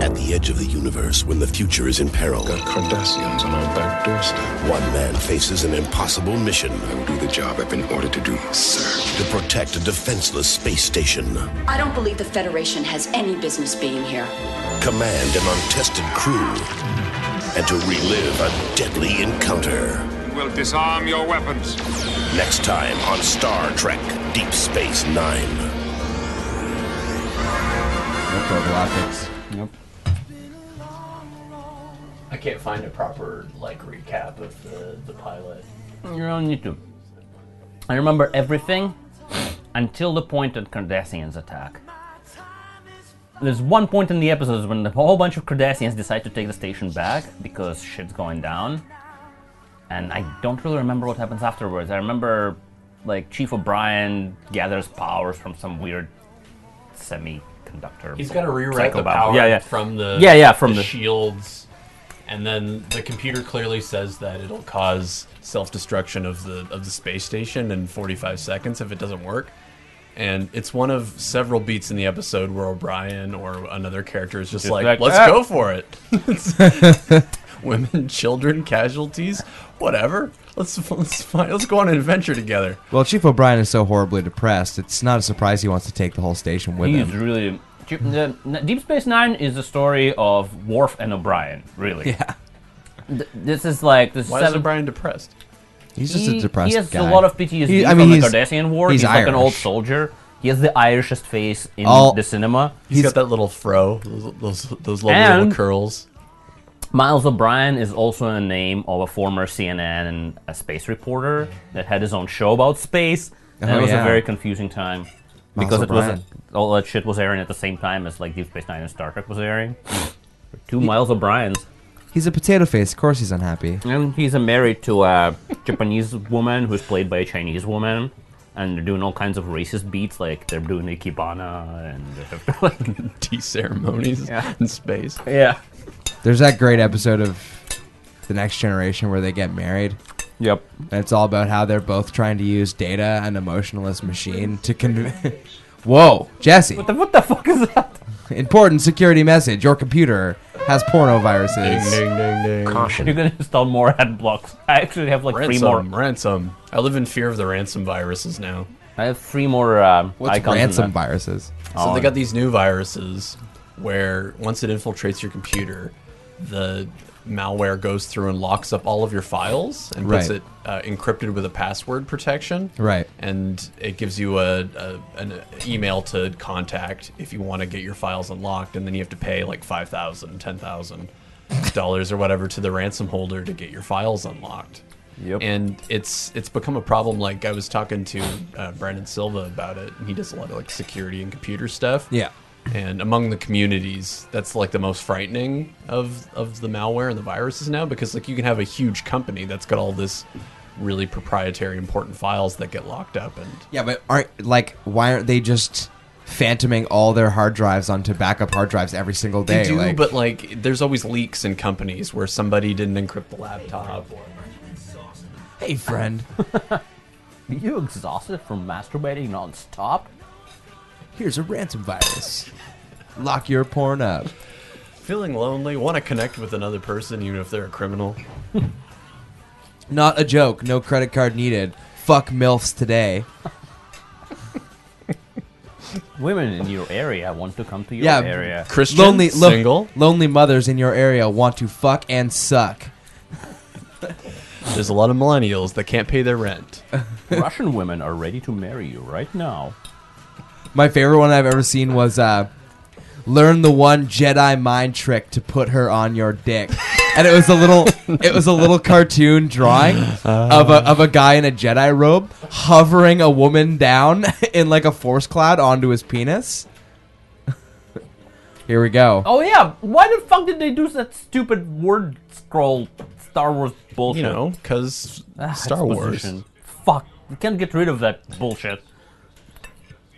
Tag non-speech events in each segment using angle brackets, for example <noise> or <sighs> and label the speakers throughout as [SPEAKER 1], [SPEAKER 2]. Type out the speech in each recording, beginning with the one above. [SPEAKER 1] At the edge of the universe, when the future is in peril,
[SPEAKER 2] Got Cardassians on our back doorstep.
[SPEAKER 1] one man faces an impossible mission
[SPEAKER 2] I will do the job I've been ordered to do, sir.
[SPEAKER 1] to protect a defenseless space station.
[SPEAKER 3] I don't believe the Federation has any business being here.
[SPEAKER 1] Command an untested crew and to relive a deadly encounter.
[SPEAKER 4] will disarm your weapons.
[SPEAKER 1] Next time on Star Trek Deep Space Nine.
[SPEAKER 5] Galactics. Nope.
[SPEAKER 6] I can't find a proper like recap of the, the pilot.
[SPEAKER 7] You're on YouTube. I remember everything until the point that Cardassians attack. There's one point in the episodes when a whole bunch of Cardassians decide to take the station back because shit's going down. And I don't really remember what happens afterwards. I remember, like, Chief O'Brien gathers powers from some weird semiconductor.
[SPEAKER 6] He's got to rewrite
[SPEAKER 7] Psycho
[SPEAKER 6] the
[SPEAKER 7] Bob.
[SPEAKER 6] power
[SPEAKER 7] Yeah, yeah.
[SPEAKER 6] from the
[SPEAKER 7] Yeah, yeah, from the-
[SPEAKER 6] shields, and then the computer clearly says that it'll cause self-destruction of the of the space station in 45 seconds if it doesn't work. And it's one of several beats in the episode where O'Brien or another character is just, like,
[SPEAKER 7] like,
[SPEAKER 6] "Let's
[SPEAKER 7] "Ah."
[SPEAKER 6] go for it." <laughs> Women, children, casualties, whatever. Let's let's find, let's go on an adventure together.
[SPEAKER 5] Well, Chief O'Brien is so horribly depressed, it's not a surprise he wants to take the whole station with
[SPEAKER 7] He's
[SPEAKER 5] him.
[SPEAKER 7] really. Deep- the- Deep Space Nine is the story of Worf and O'Brien, really.
[SPEAKER 5] <laughs> Yeah.
[SPEAKER 7] Th- This is like this
[SPEAKER 6] Why is
[SPEAKER 7] seven.
[SPEAKER 6] O'Brien depressed?
[SPEAKER 5] He's just
[SPEAKER 7] He-
[SPEAKER 5] a depressed
[SPEAKER 7] He has
[SPEAKER 5] guy.
[SPEAKER 7] a lot of PTSD
[SPEAKER 5] He- I
[SPEAKER 7] from
[SPEAKER 5] mean,
[SPEAKER 7] the
[SPEAKER 5] he's-
[SPEAKER 7] Cardassian War.
[SPEAKER 5] he's
[SPEAKER 7] He's, like an
[SPEAKER 5] Irish.
[SPEAKER 7] old soldier. He has the Irishest face in
[SPEAKER 5] All-
[SPEAKER 7] the cinema.
[SPEAKER 6] He's got that little fro, those those, those lovely
[SPEAKER 7] And-
[SPEAKER 6] little curls.
[SPEAKER 7] Miles O'Brien is also a name of a former CNN and a space reporter that had his own show about space. And
[SPEAKER 5] Oh,
[SPEAKER 7] it was
[SPEAKER 5] yeah.
[SPEAKER 7] a very confusing time
[SPEAKER 5] Miles
[SPEAKER 7] because it
[SPEAKER 5] O'Brien.
[SPEAKER 7] was all that shit was airing at the same time as like Deep Space Nine and Star Trek
[SPEAKER 5] <laughs>
[SPEAKER 7] was airing. Two Miles O'Briens.
[SPEAKER 5] He's a potato face. Of course, he's unhappy.
[SPEAKER 7] And he's uh, married to a Japanese <laughs> woman who's played by a Chinese woman. And they're doing all kinds of racist beats, like they're doing the Ikebana and <laughs> they have to, like,
[SPEAKER 6] tea ceremonies
[SPEAKER 7] Yeah.
[SPEAKER 6] in space.
[SPEAKER 7] yeah,
[SPEAKER 5] There's that great episode of The Next Generation where they get married.
[SPEAKER 7] yep.
[SPEAKER 5] And it's all about how they're both trying to use data, an emotionless machine, to convey. <laughs> Whoa, Jesse!
[SPEAKER 7] What the fuck is that?
[SPEAKER 5] Important security message. Your computer has porno viruses.
[SPEAKER 6] ding, ding.
[SPEAKER 7] You're gonna install more ad blocks. I actually have like three more.
[SPEAKER 6] Ransom, ransom. I live in fear of the ransom viruses now.
[SPEAKER 7] I have three more um,
[SPEAKER 5] What's
[SPEAKER 7] icons. in
[SPEAKER 5] ransom
[SPEAKER 7] that.
[SPEAKER 5] viruses?
[SPEAKER 6] So they got these new viruses where once it infiltrates your computer, the malware goes through and locks up all of your files and puts
[SPEAKER 5] Right.
[SPEAKER 6] it uh, encrypted with a password protection.
[SPEAKER 5] Right.
[SPEAKER 6] And it gives you a, a an email to contact if you want to get your files unlocked, and then you have to pay like five thousand, ten thousand dollars or whatever to the ransom holder to get your files unlocked.
[SPEAKER 7] Yep.
[SPEAKER 6] And it's it's become a problem. Like I was talking to uh, Brandon Silva about it, and he does a lot of like security and computer stuff.
[SPEAKER 5] Yeah.
[SPEAKER 6] And among the communities, that's like the most frightening of of the malware and the viruses now, because like you can have a huge company that's got all this really proprietary important files that get locked up, and
[SPEAKER 5] Yeah, but aren't like why aren't they just phantoming all their hard drives onto backup hard drives every single day?
[SPEAKER 6] they do.
[SPEAKER 5] like,
[SPEAKER 6] but like, there's always leaks in companies where somebody didn't encrypt the laptop. Or,
[SPEAKER 5] hey,
[SPEAKER 6] <laughs>
[SPEAKER 5] friend,
[SPEAKER 7] Are you exhausted from masturbating nonstop?
[SPEAKER 5] here's a ransom virus. Lock your porn up.
[SPEAKER 6] feeling lonely, want to connect with another person, even if they're a criminal.
[SPEAKER 5] Not a joke. No credit card needed. Fuck milfs today.
[SPEAKER 7] Women in your area want to come to your
[SPEAKER 5] Yeah,
[SPEAKER 7] area.
[SPEAKER 6] Christian,
[SPEAKER 5] Lonely, lo-
[SPEAKER 6] single.
[SPEAKER 5] lonely mothers in your area want to fuck and suck.
[SPEAKER 6] There's a lot of millennials that can't pay their rent.
[SPEAKER 7] Russian women are ready to marry you right now.
[SPEAKER 5] My favorite one I've ever seen was uh, learn the one Jedi mind trick to put her on your dick. And it was a little, it was a little cartoon drawing of a of a guy in a Jedi robe hovering a woman down <laughs> in like a force cloud onto his penis. <laughs> Here we go.
[SPEAKER 7] Oh yeah, why the fuck did they do that stupid word scroll Star Wars bullshit?
[SPEAKER 6] You know, because
[SPEAKER 7] Ah,
[SPEAKER 6] Star Wars.
[SPEAKER 7] exposition. Fuck, you can't get rid of that bullshit.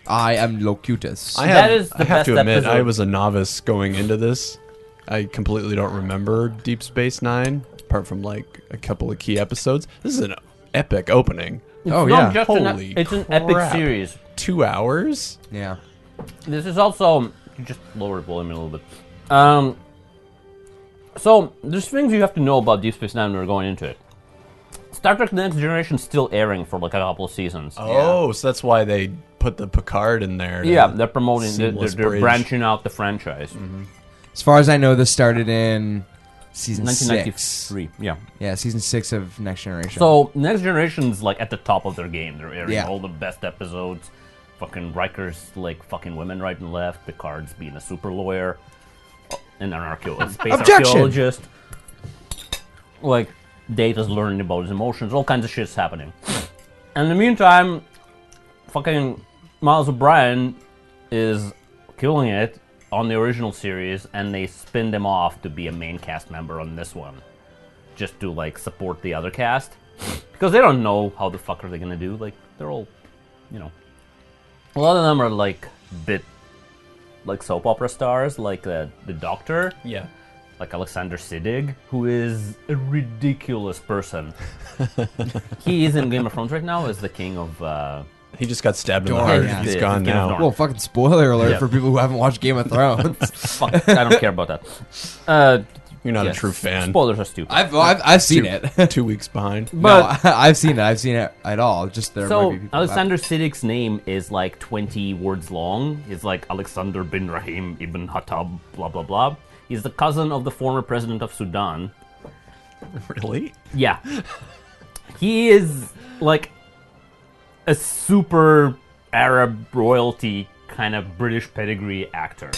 [SPEAKER 5] I am Locutus.
[SPEAKER 6] I
[SPEAKER 7] That
[SPEAKER 6] have,
[SPEAKER 7] is the
[SPEAKER 6] I have to
[SPEAKER 7] best
[SPEAKER 6] admit,
[SPEAKER 7] episode.
[SPEAKER 6] I was a novice going into this. I completely don't remember Deep Space Nine, apart from like a couple of key episodes. This is an epic opening.
[SPEAKER 5] oh
[SPEAKER 7] Not
[SPEAKER 5] yeah,
[SPEAKER 7] just an ep-
[SPEAKER 6] Holy
[SPEAKER 7] it's an epic
[SPEAKER 6] crap.
[SPEAKER 7] series.
[SPEAKER 6] Two hours?
[SPEAKER 5] yeah.
[SPEAKER 7] This is also just lower the volume a little bit. Um, so there's things you have to know about Deep Space Nine when we're going into it. Star Trek: The Next Generation is still airing for like a couple of seasons.
[SPEAKER 6] Oh, so that's why they put the Picard in there. to-
[SPEAKER 7] yeah, they're promoting, they're, they're,
[SPEAKER 6] Seamless
[SPEAKER 7] they're
[SPEAKER 6] bridge. Mm-hmm.
[SPEAKER 7] branching out the franchise.
[SPEAKER 5] As far as I know, this started in season six.
[SPEAKER 7] 1993. Yeah.
[SPEAKER 5] Yeah, season six of Next Generation.
[SPEAKER 7] So Next Generation's like at the top of their game. They're airing
[SPEAKER 5] Yeah.
[SPEAKER 7] all the best episodes. Fucking Riker's like fucking women right and left. Picard's being a super lawyer, an archaeo- a space
[SPEAKER 5] Objection.
[SPEAKER 7] archaeologist. Like Data's learning about his emotions. All kinds of shit's happening. And in the meantime, fucking Miles O'Brien is killing it on the original series, and they spin them off to be a main cast member on this one, just to like support the other cast, because they don't know how the fuck are they gonna do. Like they're all, you know, a lot of them are like bit like soap opera stars, like uh, the Doctor,
[SPEAKER 6] Yeah.
[SPEAKER 7] like Alexander Siddig, who is a ridiculous
[SPEAKER 6] <laughs>
[SPEAKER 7] person. he is in Game of Thrones right now as the king of. Uh,
[SPEAKER 6] He just got stabbed in the
[SPEAKER 5] Dorn,
[SPEAKER 6] heart.
[SPEAKER 5] yeah.
[SPEAKER 6] He's
[SPEAKER 7] Yeah,
[SPEAKER 6] gone
[SPEAKER 7] Game of
[SPEAKER 6] now.
[SPEAKER 7] Dorn.
[SPEAKER 5] well, fucking spoiler alert
[SPEAKER 7] Yeah.
[SPEAKER 5] for people who haven't watched
[SPEAKER 7] <laughs>
[SPEAKER 5] Game of Thrones.
[SPEAKER 7] fuck, I don't care about that. Uh,
[SPEAKER 6] You're not
[SPEAKER 7] yeah,
[SPEAKER 6] a true fan.
[SPEAKER 7] Spoilers are stupid.
[SPEAKER 5] I've, I've I've seen
[SPEAKER 6] Two, <laughs>
[SPEAKER 5] it.
[SPEAKER 6] two weeks behind.
[SPEAKER 7] But-
[SPEAKER 5] no, I, have seen it. <laughs> I've seen it at all. Just there might
[SPEAKER 7] so
[SPEAKER 5] be people. who haven't.
[SPEAKER 7] Alexander Siddig's name is like 20 words long. It's like Alexander bin Rahim ibn Hattab, blah blah blah. He's the cousin of the former president of Sudan.
[SPEAKER 6] <laughs> Really?
[SPEAKER 7] Yeah, he is like a super Arab royalty kind of British pedigree actor.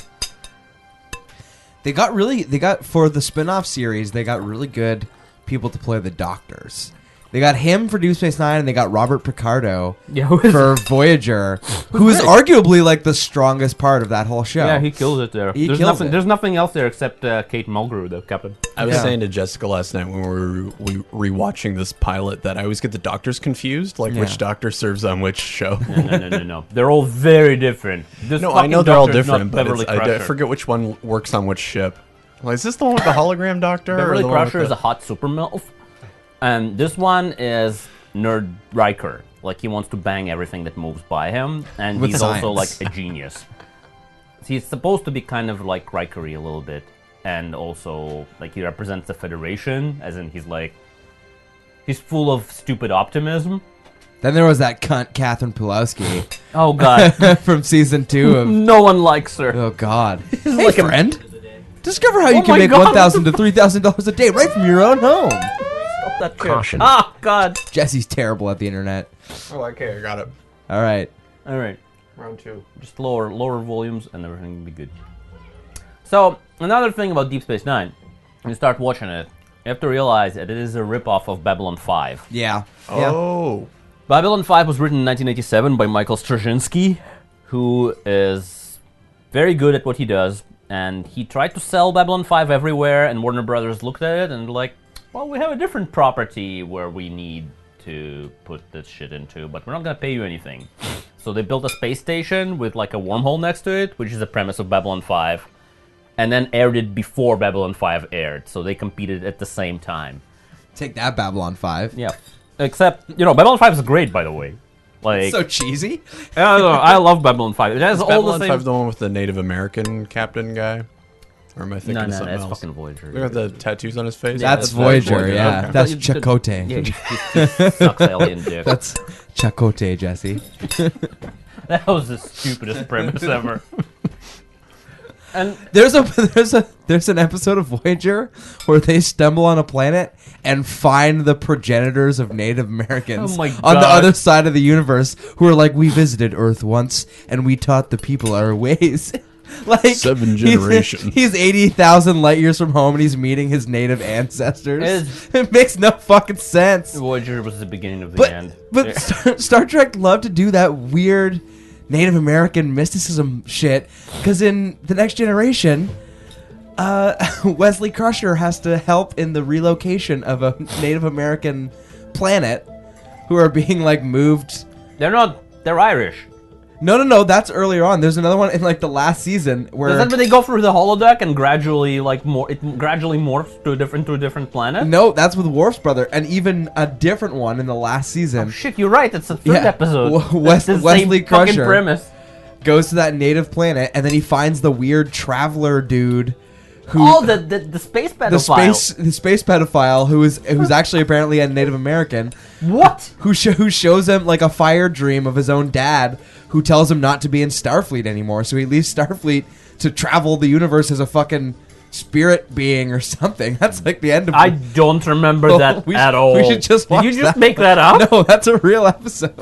[SPEAKER 5] They got really they got for the spin-off series, they got really good people to play the doctors. They got him for Deep Space Nine and they got Robert Picardo
[SPEAKER 7] Yeah, who is-
[SPEAKER 5] for
[SPEAKER 7] <laughs>
[SPEAKER 5] Voyager, who is arguably like the strongest part of that whole show.
[SPEAKER 6] Oh.
[SPEAKER 7] Yeah, he kills it there.
[SPEAKER 5] He
[SPEAKER 7] there's
[SPEAKER 5] kills
[SPEAKER 7] nothing.
[SPEAKER 5] it.
[SPEAKER 7] There's nothing else there except uh, Kate Mulgrew, the captain.
[SPEAKER 6] I was
[SPEAKER 5] Yeah.
[SPEAKER 6] saying to Jessica last night when we were re- rewatching this pilot that I always get the doctors confused, like
[SPEAKER 5] Yeah.
[SPEAKER 6] which doctor serves on which show.
[SPEAKER 7] no, no, no, no. They're all very different. This
[SPEAKER 6] no, I
[SPEAKER 7] fucking
[SPEAKER 6] know they're all
[SPEAKER 7] doctor's not
[SPEAKER 6] different, but
[SPEAKER 7] Beverly
[SPEAKER 6] it's, I, I
[SPEAKER 7] Crusher.
[SPEAKER 6] forget which one works on which ship. I'm Like, is this the one with the
[SPEAKER 7] <laughs>
[SPEAKER 6] hologram doctor? or
[SPEAKER 7] Beverly
[SPEAKER 6] the one with
[SPEAKER 7] Crusher is
[SPEAKER 6] the-
[SPEAKER 7] a hot super MILF. And this one is Nerd Riker. Like, he wants to bang everything that moves by him. And
[SPEAKER 5] With
[SPEAKER 7] he's also, like,
[SPEAKER 5] science.
[SPEAKER 7] a genius. <laughs> he's supposed to be kind of, like, Rikery a little bit. And also, like, he represents the Federation, as in he's, like, he's full of stupid optimism.
[SPEAKER 5] Then there was that cunt Catherine Pulowski <laughs>
[SPEAKER 7] Oh, God.
[SPEAKER 5] from season two of
[SPEAKER 7] <laughs> no one likes her.
[SPEAKER 6] Uh,
[SPEAKER 5] Oh God. Hey
[SPEAKER 7] like a- Oh
[SPEAKER 5] friend. Discover how you
[SPEAKER 7] my
[SPEAKER 5] can make
[SPEAKER 7] God.
[SPEAKER 5] one thousand to three thousand dollars a day right from your own home.
[SPEAKER 7] Stop that shit. Ah, God.
[SPEAKER 5] Jesse's terrible at the internet.
[SPEAKER 6] Oh, okay, I got it.
[SPEAKER 5] All right.
[SPEAKER 7] All right.
[SPEAKER 6] Round two.
[SPEAKER 7] just lower lower volumes and everything will be good. So another thing about Deep Space Nine, when you start watching it, you have to realize that it is a ripoff of Babylon 5.
[SPEAKER 5] Yeah. Yeah.
[SPEAKER 6] Oh,
[SPEAKER 7] Babylon 5 was written in 1987 by Michael Straczynski, who is very good at what he does, and he tried to sell Babylon 5 everywhere, and Warner Brothers looked at it and like, well, we have a different property where we need to put this shit into, but we're not gonna pay you anything. <laughs> So they built a space station with like a wormhole next to it, which is the premise of Babylon 5, and then aired it before Babylon 5 aired, so they competed at the same time.
[SPEAKER 5] Take that Babylon five.
[SPEAKER 7] Yeah. Except, you know, Babylon 5 is great, by the way. Like,
[SPEAKER 5] So cheesy.
[SPEAKER 7] I don't know. I love Babylon 5. It has all
[SPEAKER 6] Babylon
[SPEAKER 7] the same.
[SPEAKER 6] 5 the one with the Native American captain guy? Or am I thinking
[SPEAKER 7] no,
[SPEAKER 6] of
[SPEAKER 7] no,
[SPEAKER 6] something
[SPEAKER 7] that's
[SPEAKER 6] else?
[SPEAKER 7] fucking Voyager.
[SPEAKER 6] Look at the tattoos on his face.
[SPEAKER 5] That's Voyager, yeah.
[SPEAKER 6] okay.
[SPEAKER 5] That's
[SPEAKER 7] You- you-
[SPEAKER 5] Chakotay.
[SPEAKER 7] Yeah, he- he-
[SPEAKER 5] <laughs>
[SPEAKER 7] he sucks alien dick.
[SPEAKER 5] That's Chakote, Jesse.
[SPEAKER 7] that was the stupidest premise ever. And
[SPEAKER 5] There's a <laughs> there's a there's an episode of Voyager where they stumble on a planet and find the progenitors of Native Americans
[SPEAKER 7] Oh my
[SPEAKER 5] on the
[SPEAKER 7] God.
[SPEAKER 5] other side of the universe who are like, we visited Earth once and we taught the people our ways. <laughs> like
[SPEAKER 6] Seven
[SPEAKER 5] he's-
[SPEAKER 6] generations.
[SPEAKER 5] He's, eighty thousand light years from home and he's meeting his native ancestors.
[SPEAKER 7] It is-
[SPEAKER 5] <laughs> it makes no fucking sense.
[SPEAKER 7] Voyager was the beginning of the
[SPEAKER 5] But
[SPEAKER 7] end.
[SPEAKER 5] but
[SPEAKER 7] Yeah.
[SPEAKER 5] Star, Star Trek loved to do that weird Native American mysticism shit because in the Next Generation, uh, <laughs> Wesley Crusher has to help in the relocation of a Native American planet who are being like moved.
[SPEAKER 7] they're not. They're Irish.
[SPEAKER 5] No, no, no. That's earlier on. There's another one in like the last season
[SPEAKER 7] Is
[SPEAKER 5] where
[SPEAKER 7] that when they go through the holodeck and gradually, like, more it gradually morphs to a different to a different planet?
[SPEAKER 5] no, that's with Worf's brother, and even a different one in the last season.
[SPEAKER 7] Shit, you're right. It's the third
[SPEAKER 5] Yeah.
[SPEAKER 7] episode.
[SPEAKER 5] Wes-
[SPEAKER 7] It's the same
[SPEAKER 5] Wesley
[SPEAKER 7] fucking
[SPEAKER 5] Crusher.
[SPEAKER 7] premise.
[SPEAKER 5] goes to that native planet and then he finds the weird traveler dude who
[SPEAKER 7] Oh, the, the, the space pedophile.
[SPEAKER 5] the space the space pedophile who is who's actually apparently a Native American
[SPEAKER 7] What?
[SPEAKER 5] who sho who shows him like a fire dream of his own dad who tells him not to be in Starfleet anymore so he leaves Starfleet to travel the universe as a fucking spirit being or something <laughs> that's like the <laughs> end of
[SPEAKER 7] I don't remember
[SPEAKER 5] Oh,
[SPEAKER 7] that
[SPEAKER 5] <laughs> we
[SPEAKER 7] at
[SPEAKER 5] should-
[SPEAKER 7] all.
[SPEAKER 5] we should just
[SPEAKER 7] Did you
[SPEAKER 5] watch
[SPEAKER 7] just
[SPEAKER 5] that.
[SPEAKER 7] make that up?
[SPEAKER 5] <laughs> no that's a real episode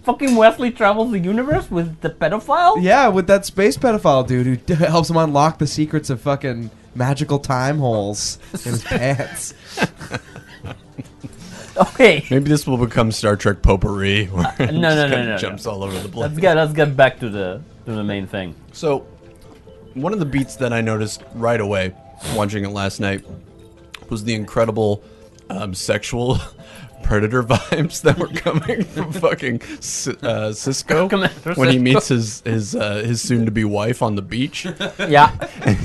[SPEAKER 7] Fucking Wesley travels the universe with the pedophile?
[SPEAKER 5] yeah with that space pedophile dude who <laughs> d- helps him unlock the secrets of fucking magical time holes in his <laughs> pants
[SPEAKER 7] <laughs> Okay.
[SPEAKER 6] Maybe this will become Star Trek potpourri. <laughs> Where
[SPEAKER 7] <laughs>
[SPEAKER 6] it
[SPEAKER 7] no,
[SPEAKER 6] just
[SPEAKER 7] no,
[SPEAKER 6] kinda
[SPEAKER 7] no,
[SPEAKER 6] Jumps all over the place.
[SPEAKER 7] Let's get let's get back to the to the main thing.
[SPEAKER 6] So, one of the beats that I noticed right away watching it last night was the incredible um, sexual <laughs> predator <laughs> vibes that were coming from fucking Si- uh, Cisco
[SPEAKER 7] Commander
[SPEAKER 6] when he
[SPEAKER 7] Sisko.
[SPEAKER 6] meets his his uh, his soon to be wife on the beach.
[SPEAKER 7] Yeah.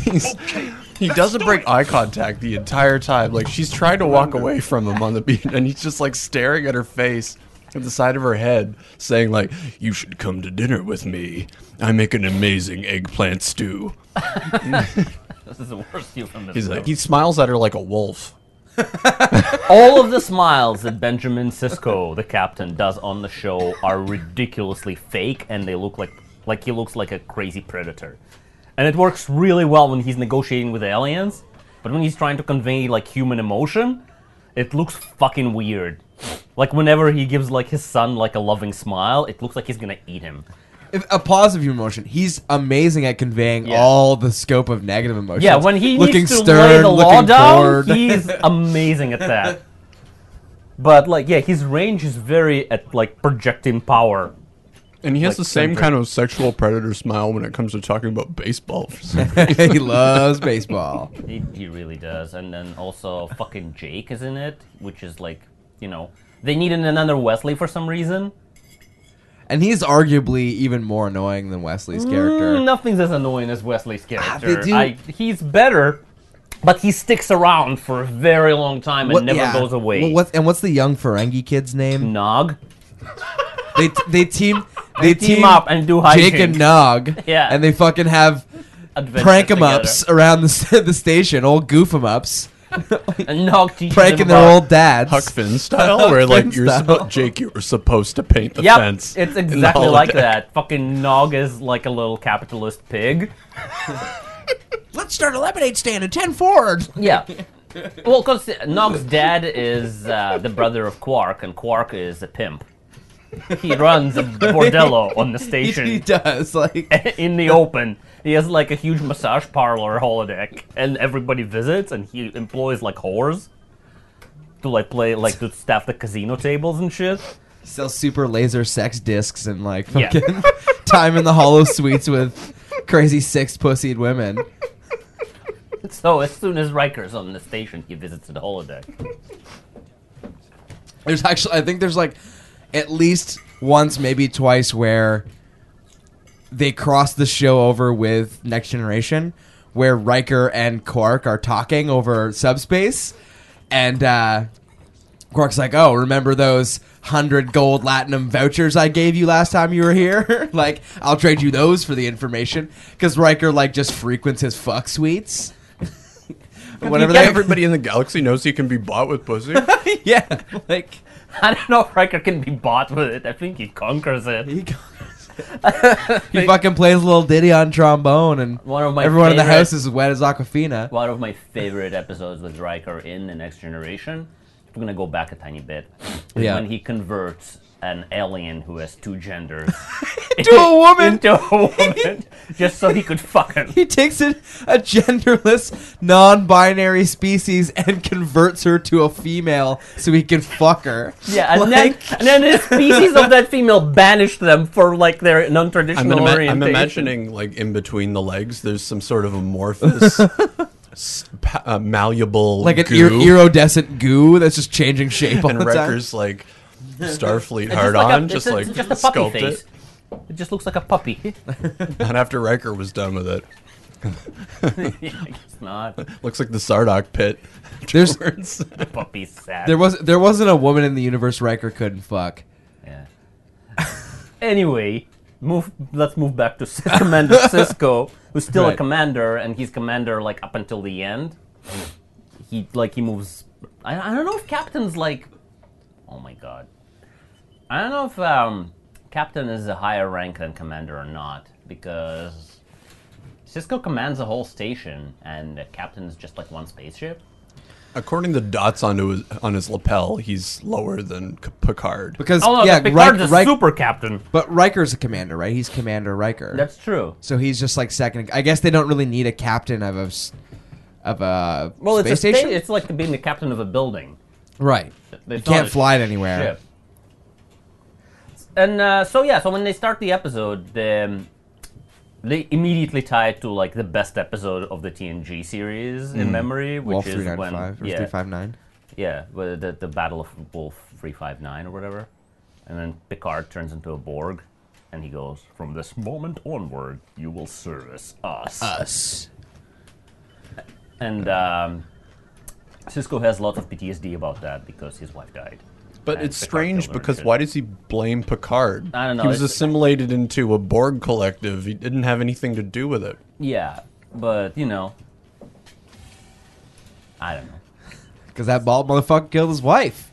[SPEAKER 6] He's- he doesn't break eye contact the entire time. Like she's trying to walk away from him on the beach, and he's just like staring at her face at the side of her head, saying like, "You should come to dinner with me. I make an amazing eggplant stew."
[SPEAKER 7] <laughs> this is the worst euphemism.
[SPEAKER 6] He's like, he smiles at her like a wolf.
[SPEAKER 7] All of the smiles that Benjamin Sisko, the captain, does on the show are ridiculously fake, and they look like like he looks like a crazy predator. And it works really well when he's negotiating with aliens, but when he's trying to convey like human emotion, it looks fucking weird. Like whenever he gives like his son like a loving smile, it looks like he's gonna eat him.
[SPEAKER 5] If- a positive emotion. He's amazing at conveying
[SPEAKER 7] Yeah.
[SPEAKER 5] all the scope of negative emotions.
[SPEAKER 7] Yeah, when he
[SPEAKER 5] looking
[SPEAKER 7] needs to
[SPEAKER 5] stern,
[SPEAKER 7] lay the law
[SPEAKER 5] looking
[SPEAKER 7] down,
[SPEAKER 5] bored.
[SPEAKER 7] he's amazing at that. But like, yeah, his range is very at like projecting power.
[SPEAKER 6] And he has
[SPEAKER 7] Like
[SPEAKER 6] the same
[SPEAKER 7] Sandra.
[SPEAKER 6] kind of sexual predator smile when it comes to talking about baseball. For <laughs> some
[SPEAKER 5] <laughs>
[SPEAKER 7] <laughs>
[SPEAKER 6] reason.
[SPEAKER 5] he loves baseball.
[SPEAKER 7] He, he really does. And then also fucking Jake is in it, which is like, you know, they needed another Wesley for some reason.
[SPEAKER 5] And he's arguably even more annoying than
[SPEAKER 7] Mm,
[SPEAKER 5] Wesley's character.
[SPEAKER 7] Nothing's as annoying as Wesley's character.
[SPEAKER 5] Ah, they do-
[SPEAKER 7] I, he's better, but he sticks around for a very long time and
[SPEAKER 5] What-
[SPEAKER 7] never
[SPEAKER 5] yeah.
[SPEAKER 7] goes away.
[SPEAKER 5] Well, what's- and what's the young Ferengi kid's
[SPEAKER 7] <laughs>
[SPEAKER 5] name?
[SPEAKER 7] Nog?
[SPEAKER 5] They t- they team they,
[SPEAKER 7] team up and do
[SPEAKER 5] Jake
[SPEAKER 7] hijinks.
[SPEAKER 5] and Nog.
[SPEAKER 7] <laughs> Yeah.
[SPEAKER 5] and they fucking have
[SPEAKER 7] Adventure
[SPEAKER 5] prank 'em
[SPEAKER 7] together.
[SPEAKER 5] ups around the st- <laughs> the station. Old goof 'em ups,
[SPEAKER 7] And Nog teaches
[SPEAKER 5] pranking
[SPEAKER 7] him
[SPEAKER 5] their
[SPEAKER 7] about-
[SPEAKER 5] old dads.
[SPEAKER 6] Huck Finn style, where like
[SPEAKER 5] Finn
[SPEAKER 6] you're
[SPEAKER 5] style.
[SPEAKER 6] supposed, Jake, you were supposed to paint the
[SPEAKER 7] Yep,
[SPEAKER 6] fence. in
[SPEAKER 7] it's
[SPEAKER 6] the
[SPEAKER 7] exactly like
[SPEAKER 6] holodeck.
[SPEAKER 7] that. Fucking Nog is like a little capitalist pig.
[SPEAKER 5] Let's start a lemonade stand at ten forward.
[SPEAKER 7] Yeah. <laughs> Well, because Nog's dad is uh, the brother of Quark, and Quark is a pimp.
[SPEAKER 5] <laughs>
[SPEAKER 7] He runs a bordello on
[SPEAKER 5] <laughs>
[SPEAKER 7] the
[SPEAKER 5] He, he
[SPEAKER 7] station
[SPEAKER 5] does like.
[SPEAKER 7] <laughs> in the open. He has like a huge massage parlor holodeck, and everybody visits, and he employs like whores to like play, like to staff the casino tables and shit.
[SPEAKER 5] sell super laser sex discs and like
[SPEAKER 7] Yeah.
[SPEAKER 5] fucking <laughs> time in the hollow suites with crazy six pussied women.
[SPEAKER 7] So as soon as Riker's on the station, he visits the holodeck.
[SPEAKER 5] There's actually, I think there's like at least once, maybe twice, where they cross the show over with Next Generation, where Riker and Quark are talking over subspace, and uh, Quark's like, "Oh, remember those hundred gold latinum vouchers I gave you last time you were here? <laughs> like, I'll trade you those for the information." Because Riker like just frequents his fuck suites. <laughs> Whenever
[SPEAKER 7] get
[SPEAKER 5] they,
[SPEAKER 6] Everybody in the galaxy knows he can be bought with pussy.
[SPEAKER 5] <laughs> yeah, like
[SPEAKER 7] <laughs> I don't know if Riker can be bought with it. I think he conquers it.
[SPEAKER 5] He goes- <laughs> he fucking plays a little ditty on trombone, and
[SPEAKER 7] One of my
[SPEAKER 5] everyone in the
[SPEAKER 7] favorite-
[SPEAKER 5] house is as wet as Aquafina.
[SPEAKER 7] one of my favorite episodes with Riker in The Next Generation. We're gonna go back a tiny bit. is
[SPEAKER 5] Yeah.
[SPEAKER 7] When he converts an alien who has two genders
[SPEAKER 5] To a woman,
[SPEAKER 7] <laughs> into a woman, <laughs> just so he could fuck <laughs> her.
[SPEAKER 5] he takes it, a genderless, non-binary species and converts her to a female so he can fuck her.
[SPEAKER 7] Yeah, and then and then the species of that female banished them for like their
[SPEAKER 6] I'm,
[SPEAKER 7] non-traditional
[SPEAKER 6] ima- I'm
[SPEAKER 7] orientation.
[SPEAKER 6] imagining like in between the legs, there's some sort of
[SPEAKER 5] <laughs>
[SPEAKER 6] amorphous, s- pa- uh, malleable,
[SPEAKER 5] like an
[SPEAKER 6] goo,
[SPEAKER 5] ir- iridescent goo that's just changing shape all
[SPEAKER 6] and
[SPEAKER 5] the time.
[SPEAKER 6] Wreckers like Starfleet
[SPEAKER 7] It's just
[SPEAKER 6] hard
[SPEAKER 7] like a-
[SPEAKER 6] on,
[SPEAKER 7] it's
[SPEAKER 6] just
[SPEAKER 7] a-
[SPEAKER 6] like
[SPEAKER 7] it's just a puppy
[SPEAKER 6] sculpt
[SPEAKER 7] face.
[SPEAKER 6] <laughs> it.
[SPEAKER 7] It just looks like a puppy. <laughs>
[SPEAKER 6] Not after Riker was done with it.
[SPEAKER 7] yeah, I guess
[SPEAKER 6] <laughs>
[SPEAKER 7] not.
[SPEAKER 6] Looks like the Sardoc pit.
[SPEAKER 5] There's
[SPEAKER 6] afterwards.
[SPEAKER 7] Puppy's sad.
[SPEAKER 5] there was there wasn't a woman in the universe Riker couldn't fuck.
[SPEAKER 7] Yeah. <laughs> anyway, move. Let's move back to Commander Cisco, who's still a
[SPEAKER 5] Right.
[SPEAKER 7] commander, and he's commander like up until the end. He like he moves. I, I don't know if captain's like. Oh my god. I don't know if um, captain is a higher rank than commander or not because Cisco commands a whole station, and the captain is just like one spaceship.
[SPEAKER 6] <laughs> According to the dots onto his, on his lapel, he's lower than C- Picard.
[SPEAKER 5] Because
[SPEAKER 7] Oh no,
[SPEAKER 5] yeah,
[SPEAKER 7] Picard's
[SPEAKER 5] Rik-
[SPEAKER 7] a
[SPEAKER 5] Rik-
[SPEAKER 7] super captain.
[SPEAKER 5] but Riker's a commander, right? He's Commander Riker.
[SPEAKER 7] That's true.
[SPEAKER 5] so he's just like second. I guess they don't really need a captain of a s- of a
[SPEAKER 7] Well, it's
[SPEAKER 5] space
[SPEAKER 7] a sta-
[SPEAKER 5] station,
[SPEAKER 7] It's like being the captain of a building.
[SPEAKER 5] right?
[SPEAKER 7] They
[SPEAKER 5] You
[SPEAKER 7] thought
[SPEAKER 5] can't
[SPEAKER 7] it-
[SPEAKER 5] fly it anywhere.
[SPEAKER 7] Ship. And uh, so yeah, so when they start the episode, they, um, they immediately tie it to like the best episode of the TNG series in memory, which
[SPEAKER 5] Wolf
[SPEAKER 7] is
[SPEAKER 5] three Mm. nine
[SPEAKER 7] when
[SPEAKER 5] five or
[SPEAKER 7] yeah,
[SPEAKER 5] three five nine.
[SPEAKER 7] yeah, well, the the Battle of Wolf three five nine or whatever, and then Picard turns into a Borg, and he goes, "From this moment onward, you will service us."
[SPEAKER 5] Us.
[SPEAKER 7] And um, Cisco has lots of PTSD about that because his wife died.
[SPEAKER 6] But
[SPEAKER 7] And
[SPEAKER 6] it's
[SPEAKER 7] Picard
[SPEAKER 6] strange
[SPEAKER 7] killed her and
[SPEAKER 6] because
[SPEAKER 7] shit.
[SPEAKER 6] why does he blame Picard?
[SPEAKER 7] I don't know,
[SPEAKER 6] He was
[SPEAKER 7] it's-
[SPEAKER 6] assimilated into a Borg collective. He didn't have anything to do with it.
[SPEAKER 7] Yeah, but you know, I don't know.
[SPEAKER 5] Because that bald motherfucker killed his wife.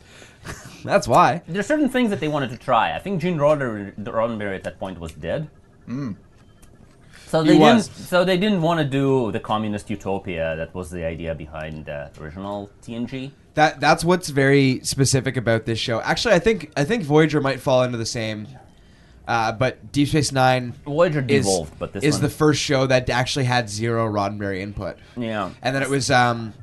[SPEAKER 5] <laughs> That's why.
[SPEAKER 7] There are certain things that they wanted to try. I think Gene Rodder- Roddenberry at that point was dead. So they
[SPEAKER 5] Mm. was.
[SPEAKER 7] didn't. So they didn't want to do the communist utopia. That was the idea behind the original TNG.
[SPEAKER 5] That that's what's very specific about this show. Actually, I think I think Voyager might fall into the same. Uh, but Deep Space Nine
[SPEAKER 7] Voyager
[SPEAKER 5] is,
[SPEAKER 7] devolved, but this
[SPEAKER 5] is
[SPEAKER 7] one-
[SPEAKER 5] the first show that actually had zero Roddenberry input.
[SPEAKER 7] Yeah.
[SPEAKER 5] And then it was um,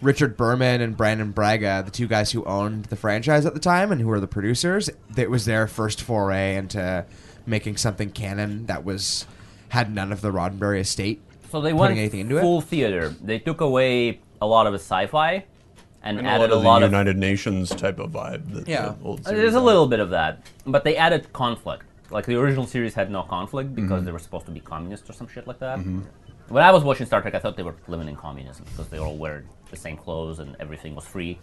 [SPEAKER 5] Richard Berman and Brandon Braga, the two guys who owned the franchise at the time and who were the producers. That was their first foray into making something canon that was had none of the Roddenberry estate.
[SPEAKER 7] So they
[SPEAKER 5] putting
[SPEAKER 7] went
[SPEAKER 5] anything into it.
[SPEAKER 7] full theater. They took away a lot of the sci-fi and,
[SPEAKER 6] And
[SPEAKER 7] added
[SPEAKER 6] a lot of the
[SPEAKER 7] of
[SPEAKER 6] United Nations type of vibe. That
[SPEAKER 5] Yeah.
[SPEAKER 6] the old
[SPEAKER 7] Uh,
[SPEAKER 6] series
[SPEAKER 7] There's a
[SPEAKER 6] had.
[SPEAKER 7] little bit of that, but they added conflict. Like the original series had no conflict because
[SPEAKER 6] Mm-hmm.
[SPEAKER 7] they were supposed to be communists or some shit like that. When I was watching Star Trek, I thought they were limiting communism because they all wore the same clothes and everything was free.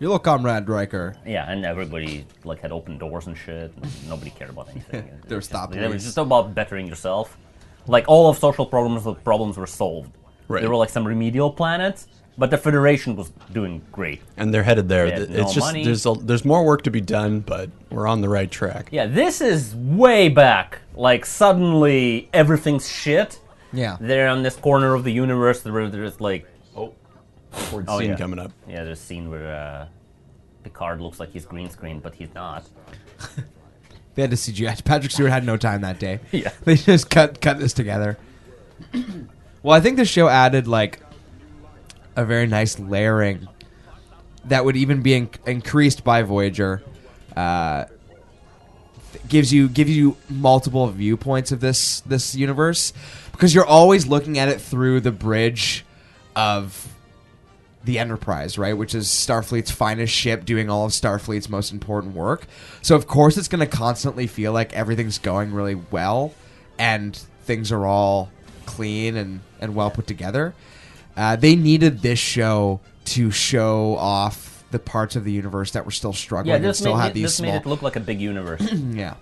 [SPEAKER 5] Your little comrade Riker.
[SPEAKER 7] Yeah, and everybody like had open doors and shit. And nobody cared about
[SPEAKER 6] <laughs>
[SPEAKER 7] anything. It
[SPEAKER 5] There
[SPEAKER 7] was
[SPEAKER 5] was stop
[SPEAKER 7] It was
[SPEAKER 5] police.
[SPEAKER 7] just about bettering yourself. Like all of social problems, the problems were solved.
[SPEAKER 6] Right.
[SPEAKER 7] There were like some remedial planets, but the Federation was doing great.
[SPEAKER 6] and they're headed there.
[SPEAKER 7] They had
[SPEAKER 6] Th-
[SPEAKER 7] no
[SPEAKER 6] it's just
[SPEAKER 7] money.
[SPEAKER 6] there's a, there's more work to be done, but we're on the right track.
[SPEAKER 7] Yeah, this is way back. Like suddenly everything's shit.
[SPEAKER 5] Yeah.
[SPEAKER 7] They're on this corner of the universe where there's like
[SPEAKER 6] Oh, Ford
[SPEAKER 7] Oh,
[SPEAKER 6] scene
[SPEAKER 7] yeah.
[SPEAKER 6] coming up.
[SPEAKER 7] yeah, there's a scene where uh, Picard looks like he's green screen, but he's not.
[SPEAKER 5] They had to CGI. Patrick Stewart had no time that day.
[SPEAKER 7] Yeah.
[SPEAKER 5] They just cut cut this together. well, I think the show added like a very nice layering that would even be in- increased by Voyager. Uh, th- gives you gives you multiple viewpoints of this this universe because you're always looking at it through the bridge of the Enterprise, right? Which is Starfleet's finest ship doing all of Starfleet's most important work. So, of course, it's going to constantly feel like everything's going really well and things are all clean and, and well put together. Uh, they needed this show to show off the parts of the universe that were still struggling
[SPEAKER 7] Yeah,
[SPEAKER 5] and
[SPEAKER 7] this,
[SPEAKER 5] still
[SPEAKER 7] made,
[SPEAKER 5] had these
[SPEAKER 7] this
[SPEAKER 5] small.
[SPEAKER 7] made it look like a
[SPEAKER 5] <clears throat>
[SPEAKER 7] big universe.
[SPEAKER 5] yeah.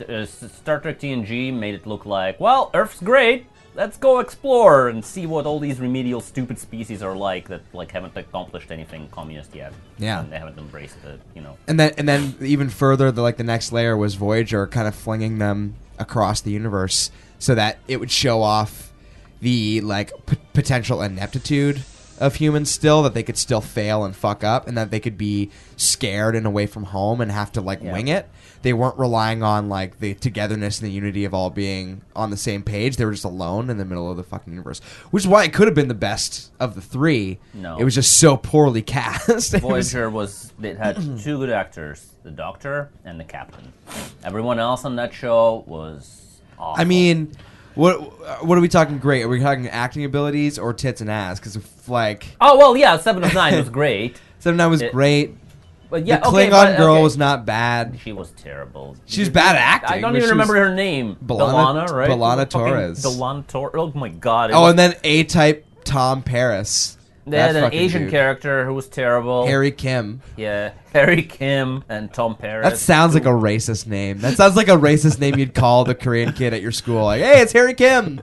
[SPEAKER 7] uh, S- Star Trek TNG made it look like, well, Earth's great. Let's go explore and see what all these remedial stupid species are like that like haven't accomplished anything communist yet.
[SPEAKER 5] Yeah.
[SPEAKER 7] and they haven't embraced it. You know.
[SPEAKER 5] and then and then even further the like the next layer was voyager kind of flinging them across the universe so that it would show off the like p- potential ineptitude of humans still that they could still fail and fuck up and that they could be scared and away from home and have to like
[SPEAKER 7] Yeah.
[SPEAKER 5] wing it they weren't relying on like the togetherness and the unity of all being on the same page they were just alone in the middle of the fucking universe which is why it could have been the best of the three
[SPEAKER 7] No.
[SPEAKER 5] it was just so poorly <laughs> cast It was-
[SPEAKER 7] Voyager was it
[SPEAKER 5] <clears throat>
[SPEAKER 7] had two good actors, the Doctor and the Captain. Everyone else on that show was awful.
[SPEAKER 5] I mean, what what are we talking? Great? Are we talking acting abilities or tits and ass? Because like
[SPEAKER 7] oh well, yeah, Seven of Nine
[SPEAKER 5] <laughs>
[SPEAKER 7] was great,
[SPEAKER 5] Seven Nine was
[SPEAKER 7] It-
[SPEAKER 5] great.
[SPEAKER 7] but yeah,
[SPEAKER 5] the
[SPEAKER 7] okay,
[SPEAKER 5] Klingon
[SPEAKER 7] but-
[SPEAKER 5] girl
[SPEAKER 7] okay.
[SPEAKER 5] was not bad.
[SPEAKER 7] She was terrible.
[SPEAKER 5] She's bad at acting.
[SPEAKER 7] I don't
[SPEAKER 5] but
[SPEAKER 7] even
[SPEAKER 5] she was-
[SPEAKER 7] remember her name.
[SPEAKER 5] B'Elanna-
[SPEAKER 7] Delana, right?
[SPEAKER 5] B'Elanna
[SPEAKER 7] Fucking
[SPEAKER 5] Torres.
[SPEAKER 7] Delana Torres. Oh my god. it
[SPEAKER 5] Oh,
[SPEAKER 7] was-
[SPEAKER 5] and then A Type Tom Paris.
[SPEAKER 7] they had
[SPEAKER 5] That
[SPEAKER 7] an
[SPEAKER 5] fucking
[SPEAKER 7] Asian
[SPEAKER 5] dude.
[SPEAKER 7] character who was terrible.
[SPEAKER 5] Harry Kim.
[SPEAKER 7] Yeah, Harry Kim and Tom Paris.
[SPEAKER 5] That sounds like a racist name. That sounds like a racist name you'd call the Korean kid at your school. Like, hey, it's Harry Kim.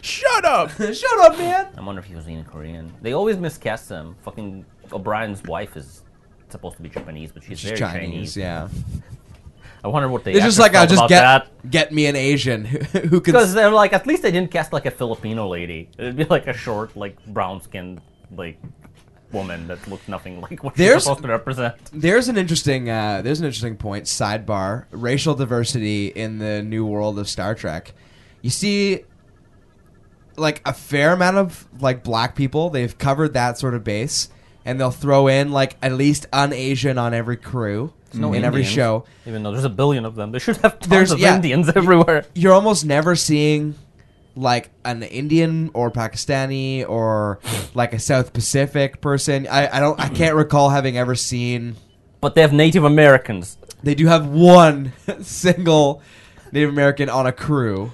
[SPEAKER 6] Shut
[SPEAKER 5] <laughs>
[SPEAKER 6] up!
[SPEAKER 5] Shut up, man.
[SPEAKER 7] I wonder if he was in Korean. They always miscast him. Fucking O'Brien's wife is supposed to be Japanese, but she's,
[SPEAKER 5] She's
[SPEAKER 7] very
[SPEAKER 5] Chinese,
[SPEAKER 7] Chinese.
[SPEAKER 5] yeah.
[SPEAKER 7] I wonder what they.
[SPEAKER 5] It's just like I'll just get
[SPEAKER 7] that.
[SPEAKER 5] get me an Asian <laughs> who, who can
[SPEAKER 7] Because they're like, at least they didn't cast like a Filipino lady. It'd be like a short, like brown skinned, like woman that looked nothing like what
[SPEAKER 5] There's-
[SPEAKER 7] she's supposed to represent.
[SPEAKER 5] There's an interesting uh, there's an interesting point sidebar racial diversity in the new world of Star Trek. You see like a fair amount of like black people, they've covered that sort of base and they'll throw in like at least an Asian on every crew in every
[SPEAKER 7] Indians.
[SPEAKER 5] show.
[SPEAKER 7] Even though there's a billion of them, they should have tons
[SPEAKER 5] There's-
[SPEAKER 7] of
[SPEAKER 5] yeah.
[SPEAKER 7] Indians everywhere.
[SPEAKER 5] You're almost never seeing like an Indian or Pakistani or like a South Pacific person. I, I don't I can't recall having ever seen
[SPEAKER 7] But they have Native Americans.
[SPEAKER 5] They do have one <laughs> single Native American on a crew.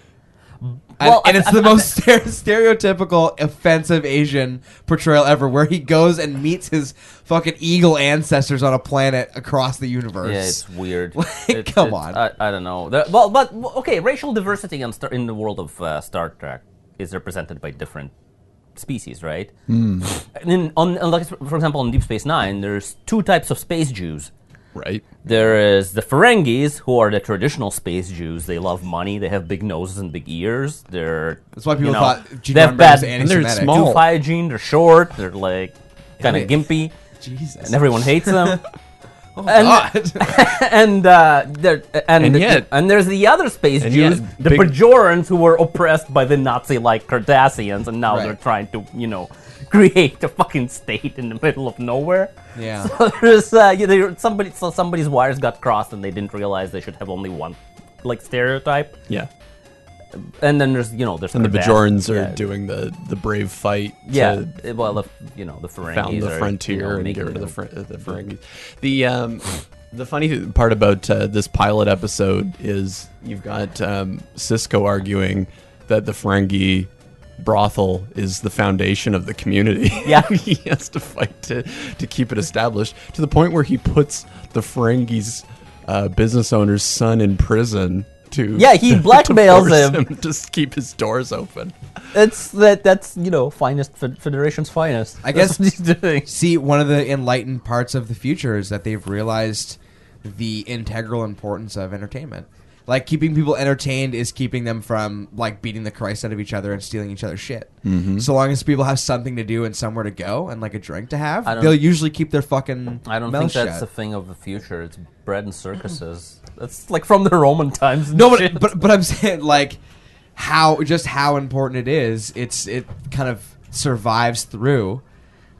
[SPEAKER 5] And,
[SPEAKER 7] Well,
[SPEAKER 5] and
[SPEAKER 7] I-
[SPEAKER 5] it's
[SPEAKER 7] I-
[SPEAKER 5] the
[SPEAKER 7] I-
[SPEAKER 5] most <laughs> stere- stereotypical offensive Asian portrayal ever, where he goes and meets his fucking eagle ancestors on a planet across the universe.
[SPEAKER 7] Yeah, it's weird.
[SPEAKER 5] <laughs>
[SPEAKER 7] It's-
[SPEAKER 5] come
[SPEAKER 7] it's-
[SPEAKER 5] on.
[SPEAKER 7] I, I don't know. The- well, but okay, racial diversity in, Star, in the world of uh, Star Trek is represented by different species, right?
[SPEAKER 5] Hmm.
[SPEAKER 7] And in, on, on, like, for example, in Deep Space Nine, there's two types of space Jews.
[SPEAKER 6] Right.
[SPEAKER 7] There is the Ferengis, who are the traditional space Jews. They love money. They have big noses and big ears. They're
[SPEAKER 5] That's why people
[SPEAKER 7] you know,
[SPEAKER 5] thought Gene
[SPEAKER 7] they have
[SPEAKER 5] Roddenberry was
[SPEAKER 7] bad
[SPEAKER 5] anti
[SPEAKER 6] they're
[SPEAKER 5] Semitic.
[SPEAKER 6] small. Oh.
[SPEAKER 7] hygiene. They're short. They're like kind of
[SPEAKER 5] Yeah.
[SPEAKER 7] gimpy,
[SPEAKER 5] Jesus.
[SPEAKER 7] and everyone hates
[SPEAKER 5] <laughs>
[SPEAKER 7] them.
[SPEAKER 5] Oh God.
[SPEAKER 7] <laughs>
[SPEAKER 5] <laughs>
[SPEAKER 7] and uh, there and
[SPEAKER 6] And yet-
[SPEAKER 7] and there's the other space
[SPEAKER 6] And
[SPEAKER 7] Jews,
[SPEAKER 6] yet,
[SPEAKER 7] the
[SPEAKER 6] big-
[SPEAKER 7] Bajorans, who were oppressed by the Nazi-like Cardassians, and now
[SPEAKER 5] Right.
[SPEAKER 7] they're trying to you know <laughs> create a fucking state in the middle of nowhere.
[SPEAKER 5] Yeah.
[SPEAKER 7] <laughs> So there's uh, you know, somebody so somebody's wires got crossed and they didn't realize they should have only one like stereotype.
[SPEAKER 6] Yeah.
[SPEAKER 7] And then there's you know there's
[SPEAKER 6] And the
[SPEAKER 7] Cardass-
[SPEAKER 6] Bajorans are
[SPEAKER 7] yeah.
[SPEAKER 6] doing the, the brave fight.
[SPEAKER 7] Yeah,
[SPEAKER 6] To,
[SPEAKER 7] eh, well, the, you know the Ferengis
[SPEAKER 6] found
[SPEAKER 7] are,
[SPEAKER 6] the
[SPEAKER 7] you
[SPEAKER 6] frontier
[SPEAKER 7] know,
[SPEAKER 6] and
[SPEAKER 7] making
[SPEAKER 6] get rid of the,
[SPEAKER 7] their-
[SPEAKER 6] fr- uh, the Ferengis. The um, the funny part about uh, this pilot episode is you've got um, Cisco arguing that the Ferengi brothel is the foundation of the community. <laughs>
[SPEAKER 7] Yeah.
[SPEAKER 6] he has to fight to to keep it established to the point where he puts the Ferengi's uh, business owner's son in prison. To,
[SPEAKER 7] Yeah, he
[SPEAKER 6] <laughs> to
[SPEAKER 7] blackmails
[SPEAKER 6] force
[SPEAKER 7] him.
[SPEAKER 6] to s- keep his doors open.
[SPEAKER 7] That's that. That's you know finest fed- federation's finest.
[SPEAKER 5] I
[SPEAKER 7] That's
[SPEAKER 5] guess-
[SPEAKER 7] what he's <laughs> doing.
[SPEAKER 5] See, one of the enlightened parts of the future is that they've realized the integral importance of entertainment. Like keeping people entertained is keeping them from like beating the Christ out of each other and stealing each other's shit. So long as people have something to do and somewhere to go and like a drink to have,
[SPEAKER 7] I don't-
[SPEAKER 5] they'll usually keep their fucking.
[SPEAKER 7] I don't
[SPEAKER 5] mouths
[SPEAKER 7] think that's a
[SPEAKER 5] shut.
[SPEAKER 7] thing of the future. It's bread and circuses. <laughs> That's like from the Roman times. and
[SPEAKER 5] no, but,
[SPEAKER 7] shit.
[SPEAKER 5] but but I'm saying like how just how important it is. It's it kind of survives through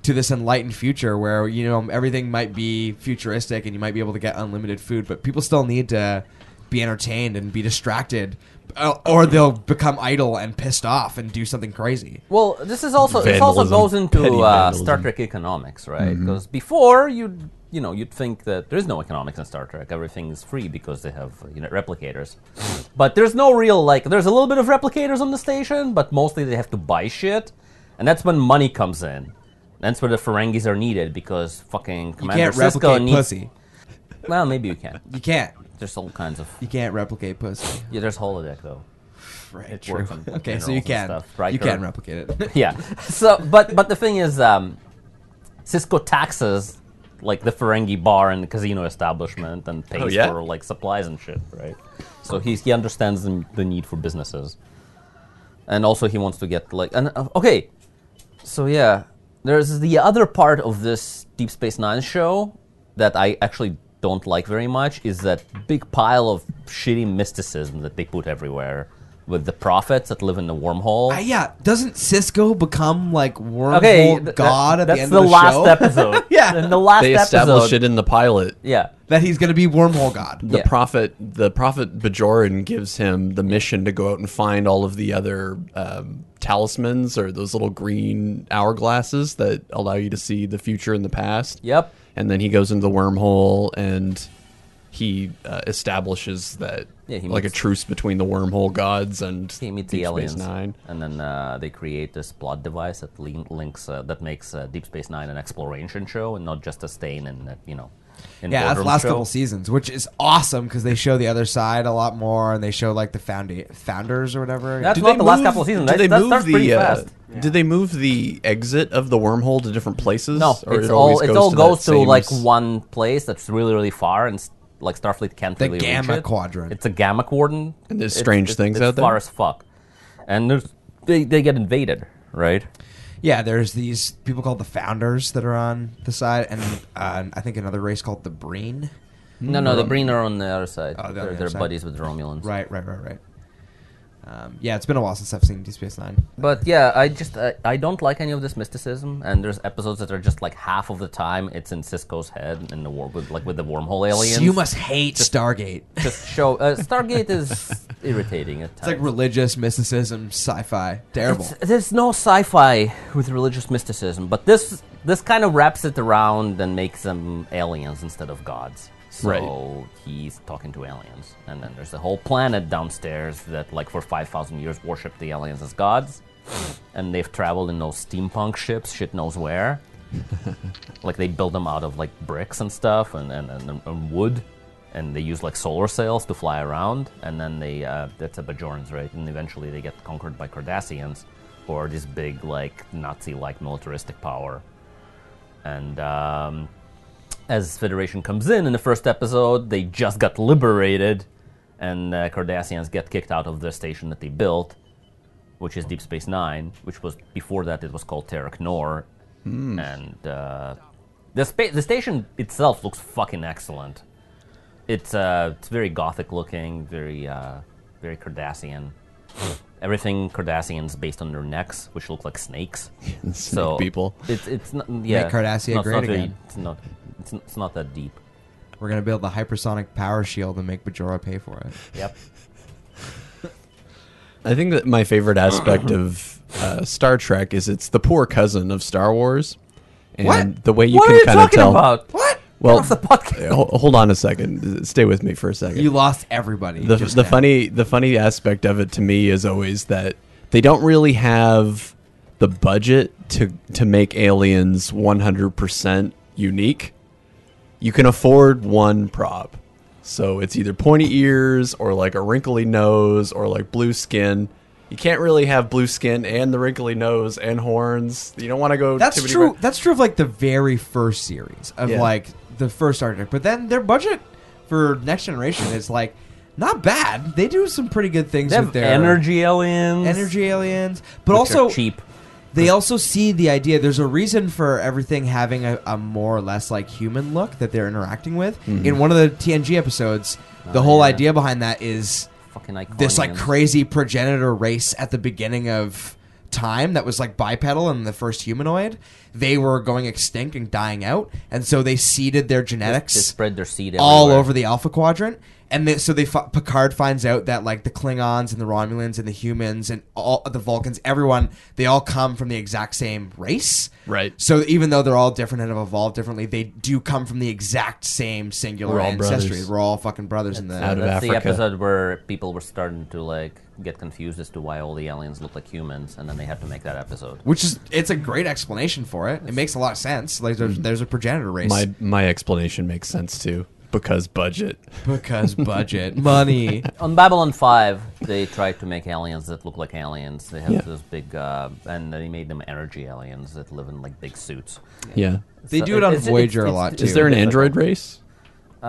[SPEAKER 5] to this enlightened future where you know everything might be futuristic and you might be able to get unlimited food, but people still need to be entertained and be distracted, uh, or they'll become idle and pissed off and do something crazy.
[SPEAKER 7] well, this is also this also
[SPEAKER 6] Vandalism.
[SPEAKER 7] goes into
[SPEAKER 6] Petty
[SPEAKER 7] uh, Star
[SPEAKER 6] vandalism.
[SPEAKER 7] Trek economics, right?
[SPEAKER 5] Mm-hmm.
[SPEAKER 7] Because before you you know you'd think that there's no economics in Star Trek. Everything is free because they have uh, you
[SPEAKER 5] <sniffs>
[SPEAKER 7] know replicators. but there's no real like there's a little bit of replicators on the station, but mostly they have to buy shit, and that's when money comes in. That's where the Ferengis are needed because fucking
[SPEAKER 5] You
[SPEAKER 7] Commander
[SPEAKER 5] can't
[SPEAKER 7] Sisko
[SPEAKER 5] replicate
[SPEAKER 7] needs.
[SPEAKER 5] pussy.
[SPEAKER 7] Well, maybe you can.
[SPEAKER 5] You can't.
[SPEAKER 7] There's all kinds of
[SPEAKER 5] You can't replicate pussy.
[SPEAKER 7] yeah. There's holodeck though.
[SPEAKER 5] Right.
[SPEAKER 7] It
[SPEAKER 5] true.
[SPEAKER 7] works <laughs>
[SPEAKER 5] <laughs>
[SPEAKER 7] on
[SPEAKER 5] Okay,
[SPEAKER 7] minerals
[SPEAKER 5] so you
[SPEAKER 7] and
[SPEAKER 5] can.
[SPEAKER 7] stuff, right,
[SPEAKER 5] you can
[SPEAKER 7] Kurt?
[SPEAKER 5] replicate it. <laughs>
[SPEAKER 7] <laughs> yeah. So, but but the thing is, um, Cisco taxes like the Ferengi bar and casino establishment and pays
[SPEAKER 6] Oh, yeah?
[SPEAKER 7] for like supplies and shit, right? So he he understands the, the need for businesses, and also he wants to get like and uh, okay, so yeah, there's the other part of this Deep Space Nine show that I actually don't like very much is that big pile of shitty mysticism that they put everywhere with the prophets that live in the wormhole.
[SPEAKER 5] Uh, yeah, doesn't Cisco become like wormhole
[SPEAKER 7] Okay, th-
[SPEAKER 5] god
[SPEAKER 7] that-
[SPEAKER 5] at
[SPEAKER 7] that's
[SPEAKER 5] the end of the
[SPEAKER 7] last
[SPEAKER 5] show?
[SPEAKER 7] <laughs> episode.
[SPEAKER 5] Yeah.
[SPEAKER 7] in the last
[SPEAKER 6] They
[SPEAKER 7] episode.
[SPEAKER 6] establish it in the pilot.
[SPEAKER 7] Yeah,
[SPEAKER 5] that he's gonna be wormhole god.
[SPEAKER 6] the
[SPEAKER 7] Yeah.
[SPEAKER 6] prophet the prophet Bajoran gives him the mission to go out and find all of the other um, talismans or those little green hourglasses that allow you to see the future and the past.
[SPEAKER 7] Yep.
[SPEAKER 6] And then he goes into the wormhole and he uh, establishes that
[SPEAKER 7] Yeah, he
[SPEAKER 6] like
[SPEAKER 7] meets-
[SPEAKER 6] a truce between the wormhole gods and
[SPEAKER 7] He meets the
[SPEAKER 6] Deep Space
[SPEAKER 7] aliens,
[SPEAKER 6] Nine.
[SPEAKER 7] and then uh, they create this plot device that lin- links uh, that makes uh, Deep Space Nine an exploration show and not just a stain and uh, you know. in
[SPEAKER 5] Yeah, that's the
[SPEAKER 7] boardroom
[SPEAKER 5] last
[SPEAKER 7] show.
[SPEAKER 5] couple seasons, which is awesome because they show the other side a lot more, and they show like the founda- founders or whatever.
[SPEAKER 7] That's
[SPEAKER 6] Did
[SPEAKER 7] not
[SPEAKER 6] they
[SPEAKER 7] the last
[SPEAKER 6] move-
[SPEAKER 7] couple of seasons.
[SPEAKER 6] Did
[SPEAKER 7] That-
[SPEAKER 6] they
[SPEAKER 7] that
[SPEAKER 6] move
[SPEAKER 7] starts pretty
[SPEAKER 6] the? uh,
[SPEAKER 7] fast.
[SPEAKER 6] Did they move the exit of the wormhole to different places?
[SPEAKER 7] No,
[SPEAKER 6] Or
[SPEAKER 7] it's
[SPEAKER 6] it
[SPEAKER 7] all
[SPEAKER 6] always
[SPEAKER 7] it
[SPEAKER 6] goes
[SPEAKER 7] all
[SPEAKER 6] to
[SPEAKER 7] goes
[SPEAKER 6] that
[SPEAKER 7] to
[SPEAKER 6] same
[SPEAKER 7] like
[SPEAKER 6] s-
[SPEAKER 7] one place that's really really far, and s- like Starfleet can't
[SPEAKER 5] The
[SPEAKER 7] really
[SPEAKER 5] Gamma
[SPEAKER 7] reach it.
[SPEAKER 5] Quadrant.
[SPEAKER 7] It's a gamma quadrant.
[SPEAKER 6] And there's
[SPEAKER 7] It's-
[SPEAKER 6] strange
[SPEAKER 7] it's-
[SPEAKER 6] things
[SPEAKER 7] it's
[SPEAKER 6] out there?
[SPEAKER 7] Far as fuck, and there's they they get invaded, right?
[SPEAKER 5] yeah, there's these people called the founders that are on the side, and uh, I think another race called the Breen.
[SPEAKER 7] No, no, the Breen are on the uh, other side.
[SPEAKER 5] Oh, they're on the
[SPEAKER 7] they're
[SPEAKER 5] other
[SPEAKER 7] they're
[SPEAKER 5] side.
[SPEAKER 7] buddies with the Romulans.
[SPEAKER 5] Right, right, right, right. Um, yeah, it's been a while since I've seen Deep Space Nine.
[SPEAKER 7] But yeah, I just I, I don't like any of this mysticism, and there's episodes that are just like half of the time it's in Cisco's head in the war with like with the wormhole aliens.
[SPEAKER 5] So you must hate Stargate. It's
[SPEAKER 7] just show uh,
[SPEAKER 5] <laughs>
[SPEAKER 7] Stargate is irritating at times.
[SPEAKER 5] like religious mysticism, sci-fi, terrible.
[SPEAKER 7] It's- there's no sci-fi with religious mysticism, but this this kind of wraps it around and makes them aliens instead of gods. So
[SPEAKER 6] Right.
[SPEAKER 7] he's talking to aliens, and then there's a whole planet downstairs that, like, for five thousand years, worshipped the aliens as gods, and they've traveled in those steampunk ships, shit knows where. like they build them out of like bricks and stuff, and and, and, and wood. And they use like solar sails to fly around, and then they, uh, that's a Bajorans, right? And eventually they get conquered by Cardassians, who are this big, like, Nazi like militaristic power. And um, as Federation comes in in the first episode, they just got liberated, and uh, Cardassians get kicked out of the station that they built, which is Deep Space Nine, which was before that it was called Terra Knor, and uh, the spa- the station itself looks fucking excellent. It's uh, it's very gothic looking, very uh, very Cardassian. Everything Cardassians based on their necks, which look like snakes. so
[SPEAKER 6] people.
[SPEAKER 7] It's it's not yeah.
[SPEAKER 5] Cardassia
[SPEAKER 7] no, it's
[SPEAKER 5] great
[SPEAKER 7] not very-
[SPEAKER 5] again.
[SPEAKER 7] It's not it's, n- it's not that deep.
[SPEAKER 5] We're gonna build the hypersonic power shield and make Bajora pay for it.
[SPEAKER 7] Yep.
[SPEAKER 6] I think that my favorite aspect
[SPEAKER 7] Uh-huh.
[SPEAKER 6] of uh, Star Trek is it's the poor cousin of Star Wars, and
[SPEAKER 5] What?
[SPEAKER 6] the way you
[SPEAKER 7] what
[SPEAKER 6] can
[SPEAKER 7] are you
[SPEAKER 6] kind of
[SPEAKER 7] talking
[SPEAKER 6] tell.
[SPEAKER 7] about?
[SPEAKER 5] What?
[SPEAKER 6] Well,
[SPEAKER 7] off the podcast.
[SPEAKER 6] <laughs> ho- hold on a second. Stay with me for a second.
[SPEAKER 5] You lost everybody.
[SPEAKER 6] the,
[SPEAKER 5] just
[SPEAKER 6] the
[SPEAKER 5] now.
[SPEAKER 6] funny the funny aspect of it to me is always that they don't really have the budget to to make aliens 100% unique you can afford one prop so it's either pointy ears or like a wrinkly nose or like blue skin you can't really have blue skin and the wrinkly nose and horns you don't want to go
[SPEAKER 5] That's
[SPEAKER 6] too many
[SPEAKER 5] true.
[SPEAKER 6] ra-
[SPEAKER 5] That's true of like the very first series of
[SPEAKER 6] Yeah.
[SPEAKER 5] like the first Star Trek. But then their budget for Next Generation is like not bad. They do some pretty good things
[SPEAKER 7] They
[SPEAKER 5] with
[SPEAKER 7] have
[SPEAKER 5] their
[SPEAKER 7] energy aliens.
[SPEAKER 5] energy aliens, but
[SPEAKER 7] which
[SPEAKER 5] also
[SPEAKER 7] are cheap.
[SPEAKER 5] They also see the idea. There's a reason for everything having a, a more or less like human look that they're interacting with. In one of the TNG episodes, the whole
[SPEAKER 7] Mm-hmm. Oh, yeah.
[SPEAKER 5] idea behind that is
[SPEAKER 7] Fucking iconic.
[SPEAKER 5] this like crazy progenitor race at the beginning of time that was like bipedal and the first humanoid they were going extinct and dying out and so they seeded their genetics
[SPEAKER 7] They spread their seed
[SPEAKER 5] all
[SPEAKER 7] everywhere.
[SPEAKER 5] over the alpha quadrant and they, so they fi- picard finds out that like the klingons and the romulans and the humans and all the vulcans everyone they all come from the exact same race
[SPEAKER 6] Right.
[SPEAKER 5] so even though they're all different and have evolved differently they do come from the exact same singular
[SPEAKER 6] We're all
[SPEAKER 5] ancestry
[SPEAKER 6] brothers.
[SPEAKER 5] we're all fucking brothers in the
[SPEAKER 6] out of
[SPEAKER 7] that's the
[SPEAKER 6] Africa.
[SPEAKER 7] episode where people were starting to like get confused as to why all the aliens look like humans, and then they had to make that episode.
[SPEAKER 5] which is it's a great explanation for it. It makes a lot of sense. Like
[SPEAKER 6] <laughs>
[SPEAKER 5] there's, there's a progenitor race
[SPEAKER 6] my my explanation makes sense too because budget
[SPEAKER 5] because budget, money.
[SPEAKER 7] On Babylon Five, they tried to make aliens that look like aliens. They have
[SPEAKER 6] Yeah.
[SPEAKER 7] those big, uh, and they made them energy aliens that live in like big suits.
[SPEAKER 6] yeah
[SPEAKER 5] They
[SPEAKER 7] So
[SPEAKER 5] do it on
[SPEAKER 7] it's-
[SPEAKER 5] Voyager
[SPEAKER 7] it's-
[SPEAKER 5] a lot
[SPEAKER 7] it's-
[SPEAKER 5] too.
[SPEAKER 6] is there an android race
[SPEAKER 7] Uh,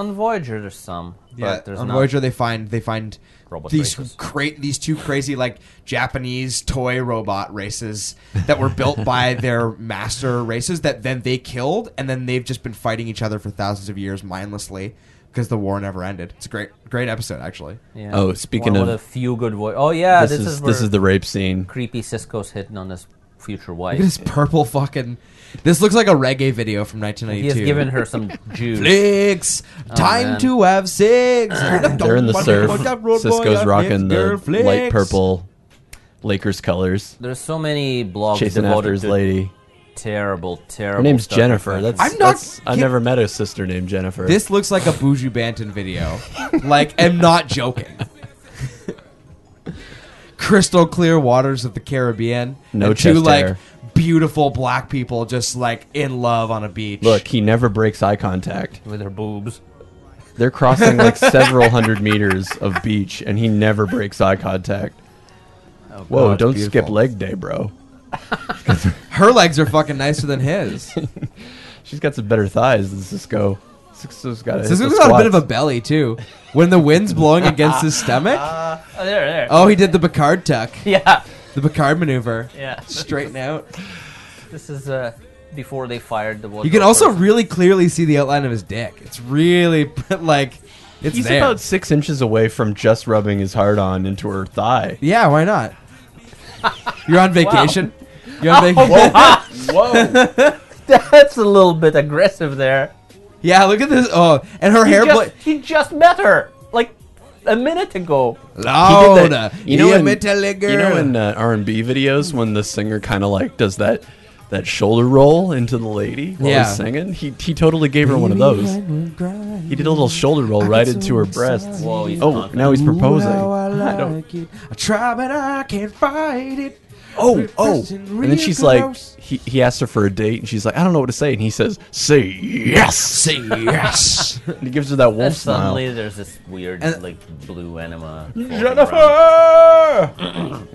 [SPEAKER 7] on Voyager, there's some.
[SPEAKER 5] yeah,
[SPEAKER 7] but there's
[SPEAKER 5] on
[SPEAKER 7] not.
[SPEAKER 5] Voyager they find they find
[SPEAKER 7] Robot
[SPEAKER 5] these
[SPEAKER 7] races.
[SPEAKER 5] cra- these two crazy like Japanese toy robot races that were built by their master races that then they killed and then they've just been fighting each other for thousands of years mindlessly because the war never ended. It's a great great episode actually.
[SPEAKER 7] Yeah.
[SPEAKER 6] Oh, speaking
[SPEAKER 7] One
[SPEAKER 6] of-
[SPEAKER 7] a few good Voy- Oh yeah,
[SPEAKER 6] this,
[SPEAKER 7] this,
[SPEAKER 6] is,
[SPEAKER 7] is,
[SPEAKER 6] this
[SPEAKER 7] where
[SPEAKER 6] is the rape scene
[SPEAKER 7] creepy Cisco's hitting on his future wife.
[SPEAKER 5] Look at this purple fucking. This looks like a reggae video from
[SPEAKER 7] He has
[SPEAKER 5] 1992.
[SPEAKER 7] given her
[SPEAKER 6] <laughs>
[SPEAKER 7] some juice.
[SPEAKER 5] Flicks. Time
[SPEAKER 7] man.
[SPEAKER 5] to have sex.
[SPEAKER 6] They're in the surf. Cisco's rocking the light purple Lakers colors,
[SPEAKER 7] There's so many blogs
[SPEAKER 6] chasing
[SPEAKER 7] devoted
[SPEAKER 6] after his
[SPEAKER 7] to
[SPEAKER 6] lady.
[SPEAKER 7] terrible, terrible.
[SPEAKER 6] Her name's
[SPEAKER 7] stuff
[SPEAKER 6] Jennifer.
[SPEAKER 7] with
[SPEAKER 6] That's,
[SPEAKER 5] I'm not-
[SPEAKER 6] that's- I've never met a sister named Jennifer.
[SPEAKER 5] This looks like a Buju Banton video. like, I'm not
[SPEAKER 6] <laughs>
[SPEAKER 5] joking. Crystal clear waters of the Caribbean.
[SPEAKER 6] No
[SPEAKER 5] and two
[SPEAKER 6] chest
[SPEAKER 5] like
[SPEAKER 6] hair.
[SPEAKER 5] beautiful black people just like in love on a beach.
[SPEAKER 6] Look, he never breaks eye contact.
[SPEAKER 7] with her boobs.
[SPEAKER 6] They're
[SPEAKER 5] <laughs>
[SPEAKER 6] crossing like several hundred meters of beach, and he never breaks eye contact.
[SPEAKER 7] Oh,
[SPEAKER 6] Whoa!
[SPEAKER 5] God, it's
[SPEAKER 6] don't skip
[SPEAKER 5] beautiful.
[SPEAKER 6] leg day, bro.
[SPEAKER 5] her legs are fucking nicer than
[SPEAKER 6] <laughs>
[SPEAKER 5] his.
[SPEAKER 6] She's got some better thighs than Cisco. Cisco's got a,
[SPEAKER 5] Sisco's got a bit of a belly too. When the wind's blowing against his
[SPEAKER 6] <laughs>
[SPEAKER 5] stomach.
[SPEAKER 7] Oh, there, there.
[SPEAKER 5] Oh, he did the Picard tuck,
[SPEAKER 7] <laughs> Yeah,
[SPEAKER 5] the Picard maneuver.
[SPEAKER 6] <laughs>
[SPEAKER 7] yeah.
[SPEAKER 5] Straighten out.
[SPEAKER 7] This is uh, before they fired the.
[SPEAKER 5] You can also really clearly see the outline of his dick. It's really <laughs> like it's
[SPEAKER 6] He's
[SPEAKER 5] there.
[SPEAKER 6] about six inches away from just rubbing his hard on into her thigh.
[SPEAKER 5] Yeah, why
[SPEAKER 6] <laughs>
[SPEAKER 5] not? You're on vacation. You're
[SPEAKER 6] Oh.
[SPEAKER 5] on vacation.
[SPEAKER 6] <laughs> Whoa!
[SPEAKER 7] <laughs> That's a little bit aggressive there.
[SPEAKER 5] Yeah, look at this. Oh, and her hair.
[SPEAKER 7] he, just,
[SPEAKER 5] bla-
[SPEAKER 7] he just met her like a minute ago.
[SPEAKER 5] Loud.
[SPEAKER 6] you know,
[SPEAKER 5] Yeah,
[SPEAKER 6] in,
[SPEAKER 5] metallic
[SPEAKER 6] you know
[SPEAKER 5] girl.
[SPEAKER 6] in uh, R&B videos when the singer kind of like does that that shoulder roll into the lady while
[SPEAKER 5] Yeah.
[SPEAKER 6] he's singing? He, he totally gave her one of those. He did a little shoulder roll right into her breasts.
[SPEAKER 7] Whoa, he's
[SPEAKER 6] Oh,
[SPEAKER 7] confident.
[SPEAKER 6] now he's proposing.
[SPEAKER 5] Ooh, how I
[SPEAKER 6] I don't-
[SPEAKER 5] like it. I try, but I can't fight it.
[SPEAKER 6] Oh, oh.
[SPEAKER 5] Pressing
[SPEAKER 6] And then
[SPEAKER 5] real
[SPEAKER 6] she's like,
[SPEAKER 5] close.
[SPEAKER 6] he, he asked her for a date, and she's like, I don't know what to say. And he says, say yes.
[SPEAKER 5] Say yes.
[SPEAKER 6] <laughs> And he gives her that
[SPEAKER 7] And
[SPEAKER 6] wolf
[SPEAKER 7] suddenly
[SPEAKER 6] smile.
[SPEAKER 7] there's this weird
[SPEAKER 5] And-
[SPEAKER 7] like blue enema. floating around.
[SPEAKER 5] <coughs> Jennifer.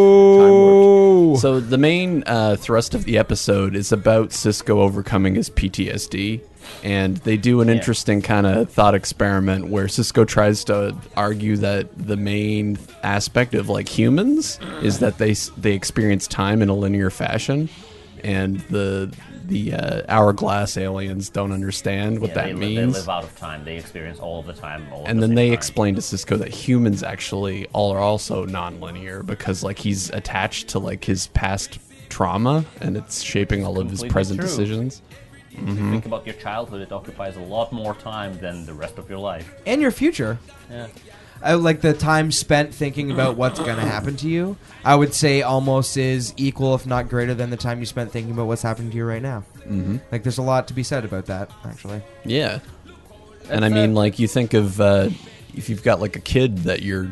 [SPEAKER 5] no.
[SPEAKER 6] So the main uh, thrust of the episode is about Cisco overcoming his PTSD, and they do an interesting kind of thought experiment where Cisco tries to argue that the main aspect of like humans is that they s- they experience time in a linear fashion, and the the uh, hourglass aliens don't understand what
[SPEAKER 7] Yeah,
[SPEAKER 6] that
[SPEAKER 7] they, li-
[SPEAKER 6] means
[SPEAKER 7] they live out of time. They experience all the time. All at
[SPEAKER 6] and
[SPEAKER 7] the
[SPEAKER 6] then
[SPEAKER 7] same
[SPEAKER 6] they
[SPEAKER 7] time.
[SPEAKER 6] explain to Cisco that humans actually all are also nonlinear because like he's attached to like his past trauma and it's shaping all of his
[SPEAKER 7] completely
[SPEAKER 6] present
[SPEAKER 7] true.
[SPEAKER 6] decisions.
[SPEAKER 7] Think about your childhood. It occupies a lot more time than the rest of your life.
[SPEAKER 5] and your future.
[SPEAKER 7] Yeah.
[SPEAKER 5] I, like the time spent thinking about what's going to happen to you, I would say almost is equal, if not greater, than the time you spent thinking about what's happening to you right now. Mm-hmm. Like, there's a lot to be said about that, actually.
[SPEAKER 6] Yeah. and I mean like you think of uh if you've got like a kid that you're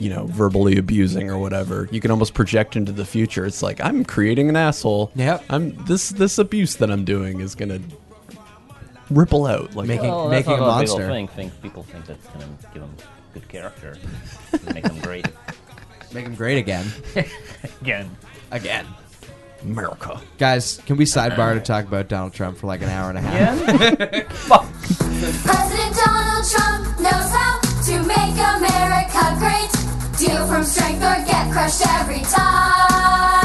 [SPEAKER 6] you know verbally abusing or whatever, you can almost project into the future. It's like I'm creating an asshole.
[SPEAKER 5] Yep.
[SPEAKER 6] I'm this this abuse that I'm doing is going to ripple out like uh,
[SPEAKER 5] Making-
[SPEAKER 7] Well,
[SPEAKER 5] making
[SPEAKER 7] Oh, that's
[SPEAKER 5] a monster.
[SPEAKER 7] not what People think. think people think that's gonna give them good character, <laughs> make them great
[SPEAKER 5] Make them great again.
[SPEAKER 7] again.
[SPEAKER 5] again.
[SPEAKER 6] America.
[SPEAKER 5] Guys, can we sidebar to talk about Donald Trump for like an hour and a half?
[SPEAKER 8] President Donald Trump knows how to make America great. Deal from strength or get crushed every time.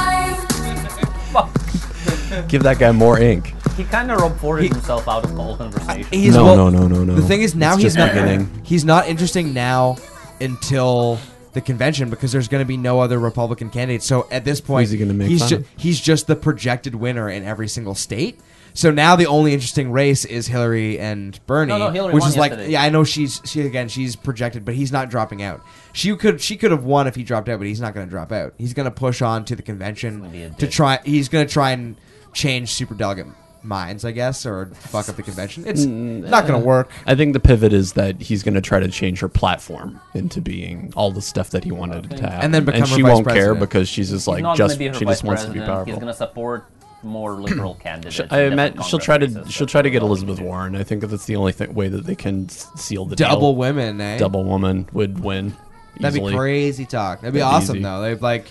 [SPEAKER 6] Give that guy more ink.
[SPEAKER 7] He kind of reported himself out of all conversation.
[SPEAKER 5] He's-
[SPEAKER 6] no,
[SPEAKER 5] well,
[SPEAKER 6] no, no, no, no.
[SPEAKER 5] The thing is, now
[SPEAKER 6] It's
[SPEAKER 5] he's
[SPEAKER 6] just
[SPEAKER 5] not
[SPEAKER 6] beginning.
[SPEAKER 5] he's not interesting now until the convention because there's going to be no other Republican candidate. So at this point,
[SPEAKER 6] Who's he gonna make
[SPEAKER 5] he's
[SPEAKER 6] fun
[SPEAKER 5] ju-
[SPEAKER 6] of?
[SPEAKER 5] he's just the projected winner in every single state. So now the only interesting race is Hillary and Bernie,
[SPEAKER 7] No, no, Hillary
[SPEAKER 5] which
[SPEAKER 7] won
[SPEAKER 5] is like
[SPEAKER 7] yesterday.
[SPEAKER 5] yeah, I know she's she again she's projected, but he's not dropping out. She could she could have won if he dropped out, but he's not going to drop out. He's going to push on to the
[SPEAKER 7] be a
[SPEAKER 5] convention to
[SPEAKER 7] dick.
[SPEAKER 5] try. He's going to try and change superdelegate minds, I guess, or fuck up the convention. It's not going to work.
[SPEAKER 6] I think the pivot is that he's going to try to change her platform into being all the stuff that he wanted to happen,
[SPEAKER 5] And then become
[SPEAKER 6] and
[SPEAKER 5] her
[SPEAKER 6] she
[SPEAKER 5] vice
[SPEAKER 6] won't
[SPEAKER 5] president.
[SPEAKER 6] care because she's just
[SPEAKER 7] He's
[SPEAKER 6] like
[SPEAKER 7] not gonna
[SPEAKER 6] just
[SPEAKER 7] be her
[SPEAKER 6] she
[SPEAKER 7] vice
[SPEAKER 6] just wants to be
[SPEAKER 7] president. He's
[SPEAKER 6] powerful.
[SPEAKER 7] gonna support
[SPEAKER 6] <clears throat>
[SPEAKER 7] more liberal candidates. in
[SPEAKER 6] I
[SPEAKER 7] different
[SPEAKER 6] imagine she'll try to
[SPEAKER 7] congresses.
[SPEAKER 6] she'll
[SPEAKER 7] That's
[SPEAKER 6] try to
[SPEAKER 7] what
[SPEAKER 6] get
[SPEAKER 7] they'll
[SPEAKER 6] Elizabeth
[SPEAKER 7] do.
[SPEAKER 6] Warren. I think that that's the only th- way that they can s- seal the
[SPEAKER 5] double
[SPEAKER 6] deal.
[SPEAKER 5] women, eh?
[SPEAKER 6] double woman would win.
[SPEAKER 5] That'd
[SPEAKER 6] easily.
[SPEAKER 5] be crazy talk. That'd be
[SPEAKER 6] That'd be
[SPEAKER 5] awesome
[SPEAKER 6] easy.
[SPEAKER 5] though. They'd like,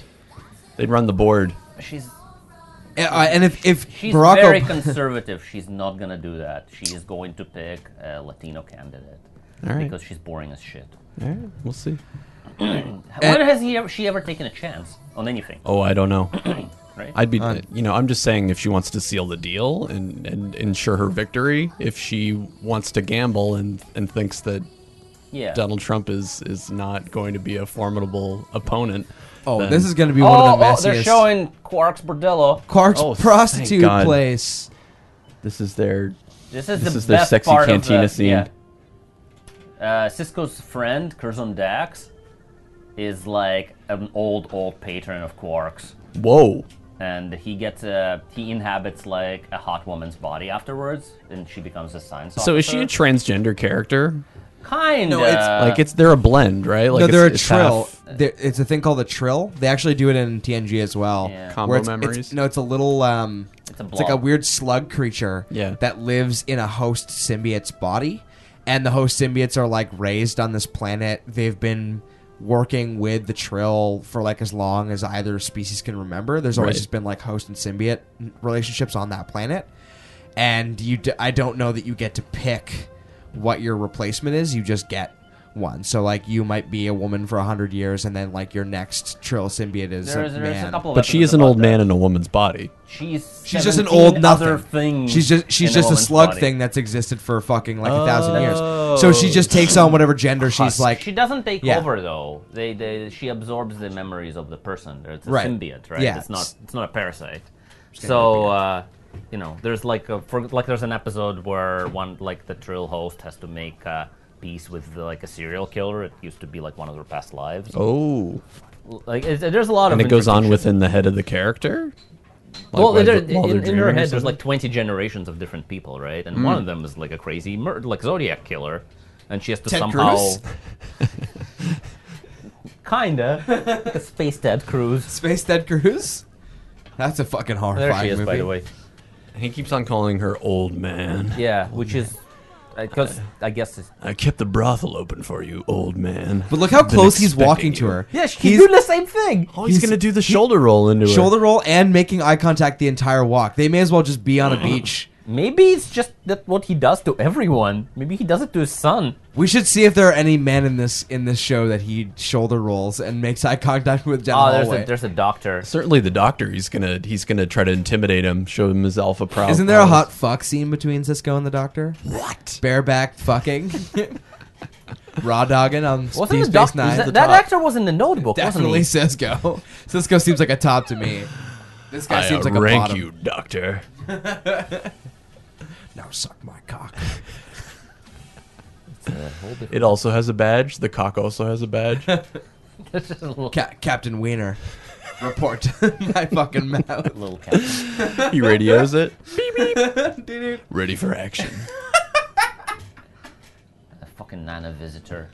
[SPEAKER 6] They'd run the board.
[SPEAKER 7] She's
[SPEAKER 5] uh, and if if
[SPEAKER 7] she's
[SPEAKER 5] Barack
[SPEAKER 7] very
[SPEAKER 5] Ob-
[SPEAKER 7] conservative. She's not gonna do that. She is going to pick a Latino candidate
[SPEAKER 6] All right,
[SPEAKER 7] because she's boring as shit.
[SPEAKER 6] all right, we'll see.
[SPEAKER 7] when has he ever, she ever taken a chance on anything?
[SPEAKER 6] Oh, I don't know.
[SPEAKER 7] Right?
[SPEAKER 5] <coughs>
[SPEAKER 6] I'd be, you know, I'm just saying if she wants to seal the deal and, and ensure her victory, if she wants to gamble and, and thinks that
[SPEAKER 7] yeah.
[SPEAKER 6] Donald Trump is is not going to be a formidable opponent.
[SPEAKER 5] oh,
[SPEAKER 6] then-
[SPEAKER 5] this is gonna be
[SPEAKER 7] Oh,
[SPEAKER 5] one of the
[SPEAKER 7] oh,
[SPEAKER 5] messiest.
[SPEAKER 7] they're showing Quark's Bordello.
[SPEAKER 5] Clark's
[SPEAKER 6] Oh, thank
[SPEAKER 5] prostitute
[SPEAKER 6] God.
[SPEAKER 5] place.
[SPEAKER 6] This is their
[SPEAKER 7] This is
[SPEAKER 6] This
[SPEAKER 7] the
[SPEAKER 6] is their
[SPEAKER 7] best
[SPEAKER 6] sexy
[SPEAKER 7] part
[SPEAKER 6] cantina
[SPEAKER 7] of the,
[SPEAKER 6] scene.
[SPEAKER 7] Yeah. Uh, Cisco's friend Curzon Dax is like an old old patron of Quark's,
[SPEAKER 6] whoa.
[SPEAKER 7] and he gets uh, he inhabits like a hot woman's body afterwards, and she becomes a science officer.
[SPEAKER 6] So is she a transgender character?
[SPEAKER 7] kind?
[SPEAKER 5] No, it's-
[SPEAKER 6] like it's they're a blend, right? Like
[SPEAKER 5] no,
[SPEAKER 6] it's,
[SPEAKER 5] they're
[SPEAKER 6] it's
[SPEAKER 5] a trill.
[SPEAKER 6] half-
[SPEAKER 5] They're- it's a thing called a trill. They actually do it in TNG as well.
[SPEAKER 7] Yeah.
[SPEAKER 5] where
[SPEAKER 6] Combo
[SPEAKER 5] it's- it's-
[SPEAKER 6] memories?
[SPEAKER 5] no, it's a little. Um,
[SPEAKER 7] It's a
[SPEAKER 5] like a
[SPEAKER 7] blob.
[SPEAKER 5] weird slug creature.
[SPEAKER 6] Yeah.
[SPEAKER 5] That lives in a host symbiote's body, and the host symbiotes are like raised on this planet. They've been working with the trill for like as long as either species can remember. There's always
[SPEAKER 6] Right.
[SPEAKER 5] just been like host and symbiote relationships on that planet, and you. D- I don't know that you get to pick what your replacement is. You just get. One, so like you might be a woman for a hundred years, and then like your next trill symbiote is
[SPEAKER 7] There's,
[SPEAKER 5] a
[SPEAKER 7] there's
[SPEAKER 5] man.
[SPEAKER 7] a couple of
[SPEAKER 6] But she
[SPEAKER 7] episodes
[SPEAKER 6] is an
[SPEAKER 7] about
[SPEAKER 6] old
[SPEAKER 7] that.
[SPEAKER 6] man in a woman's body.
[SPEAKER 7] She's
[SPEAKER 5] She's just an
[SPEAKER 7] 17
[SPEAKER 5] old nothing.
[SPEAKER 7] Other thing
[SPEAKER 5] she's just she's
[SPEAKER 7] in a
[SPEAKER 5] just a
[SPEAKER 7] woman's
[SPEAKER 5] slug
[SPEAKER 7] body.
[SPEAKER 5] thing that's existed for fucking like a thousand years. So she just takes
[SPEAKER 7] Oh.
[SPEAKER 5] on whatever gender she's like.
[SPEAKER 7] she doesn't take
[SPEAKER 5] Yeah.
[SPEAKER 7] over though. They, they she absorbs the memories of the person. It's a
[SPEAKER 5] Right.
[SPEAKER 7] symbiote, right?
[SPEAKER 5] Yeah.
[SPEAKER 7] It's not it's not a parasite. So uh, you know, there's like a, for, like there's an episode where one like the trill host has to make uh, peace with like a serial killer. It used to be like one of their past lives.
[SPEAKER 6] Oh,
[SPEAKER 7] Like it's, there's a lot of
[SPEAKER 6] and it goes on
[SPEAKER 7] intrications.
[SPEAKER 6] within the head of the character. Like,
[SPEAKER 7] Well,
[SPEAKER 6] while
[SPEAKER 7] there,
[SPEAKER 6] they're- while
[SPEAKER 7] in,
[SPEAKER 6] they're
[SPEAKER 7] in her
[SPEAKER 6] dreaming or
[SPEAKER 7] head, there's
[SPEAKER 6] something?
[SPEAKER 7] like 20 generations of different people, right? And one of them is like a crazy, mur- like Zodiac killer, and she has to
[SPEAKER 5] Ted
[SPEAKER 7] somehow.
[SPEAKER 5] Cruz?
[SPEAKER 7] <laughs> Kinda, like a space Ted Cruz.
[SPEAKER 5] Space Dead Cruise. That's a fucking horrifying
[SPEAKER 7] There she is,
[SPEAKER 5] movie.
[SPEAKER 7] by the way.
[SPEAKER 6] he keeps on calling her old man.
[SPEAKER 7] Yeah, which is because I guess it's,
[SPEAKER 6] I kept the brothel open for you, old man.
[SPEAKER 5] But look how
[SPEAKER 6] I've been
[SPEAKER 5] close he's
[SPEAKER 6] expecting
[SPEAKER 5] walking to
[SPEAKER 6] you.
[SPEAKER 5] her.
[SPEAKER 7] yeah, she's doing the same thing.
[SPEAKER 6] Oh, he's, gonna do the shoulder roll into her.
[SPEAKER 5] shoulder roll and making eye contact the entire walk. They may as well just be
[SPEAKER 7] <clears throat>
[SPEAKER 5] on a beach.
[SPEAKER 7] Maybe it's just that what he does to everyone. Maybe he does it to his son.
[SPEAKER 5] We should see if there are any men in this in this show that he shoulder rolls and makes eye contact with down
[SPEAKER 7] Oh,
[SPEAKER 5] the
[SPEAKER 7] there's
[SPEAKER 5] hallway.
[SPEAKER 7] a there's a doctor.
[SPEAKER 6] Certainly, the doctor. He's gonna he's gonna try to intimidate him, show him his alpha proud.
[SPEAKER 7] Oh,
[SPEAKER 5] Isn't there a hot fuck scene between Cisco and the doctor?
[SPEAKER 6] What?
[SPEAKER 5] Bareback
[SPEAKER 7] <laughs>
[SPEAKER 5] fucking, raw dogging on
[SPEAKER 7] Wasn't
[SPEAKER 5] Deep
[SPEAKER 7] the
[SPEAKER 5] Space
[SPEAKER 7] doctor?
[SPEAKER 5] Nine.
[SPEAKER 7] That, that actor was in the Notebook, wasn't
[SPEAKER 5] Definitely
[SPEAKER 7] he?
[SPEAKER 5] Cisco. <laughs> Cisco seems like a top to me. This guy
[SPEAKER 7] uh,
[SPEAKER 6] I
[SPEAKER 5] seems like a
[SPEAKER 6] outrank
[SPEAKER 5] bottom.
[SPEAKER 6] you, doctor.
[SPEAKER 5] Now suck my cock.
[SPEAKER 7] <laughs>
[SPEAKER 6] It also has a badge. The cock also has a badge.
[SPEAKER 7] This is a little,
[SPEAKER 5] Ca- Captain Wiener, <laughs> report to <laughs> my fucking mouth.
[SPEAKER 7] little cat.
[SPEAKER 6] he
[SPEAKER 5] <laughs>
[SPEAKER 6] radios it. Ready for action.
[SPEAKER 7] A fucking Nana visitor.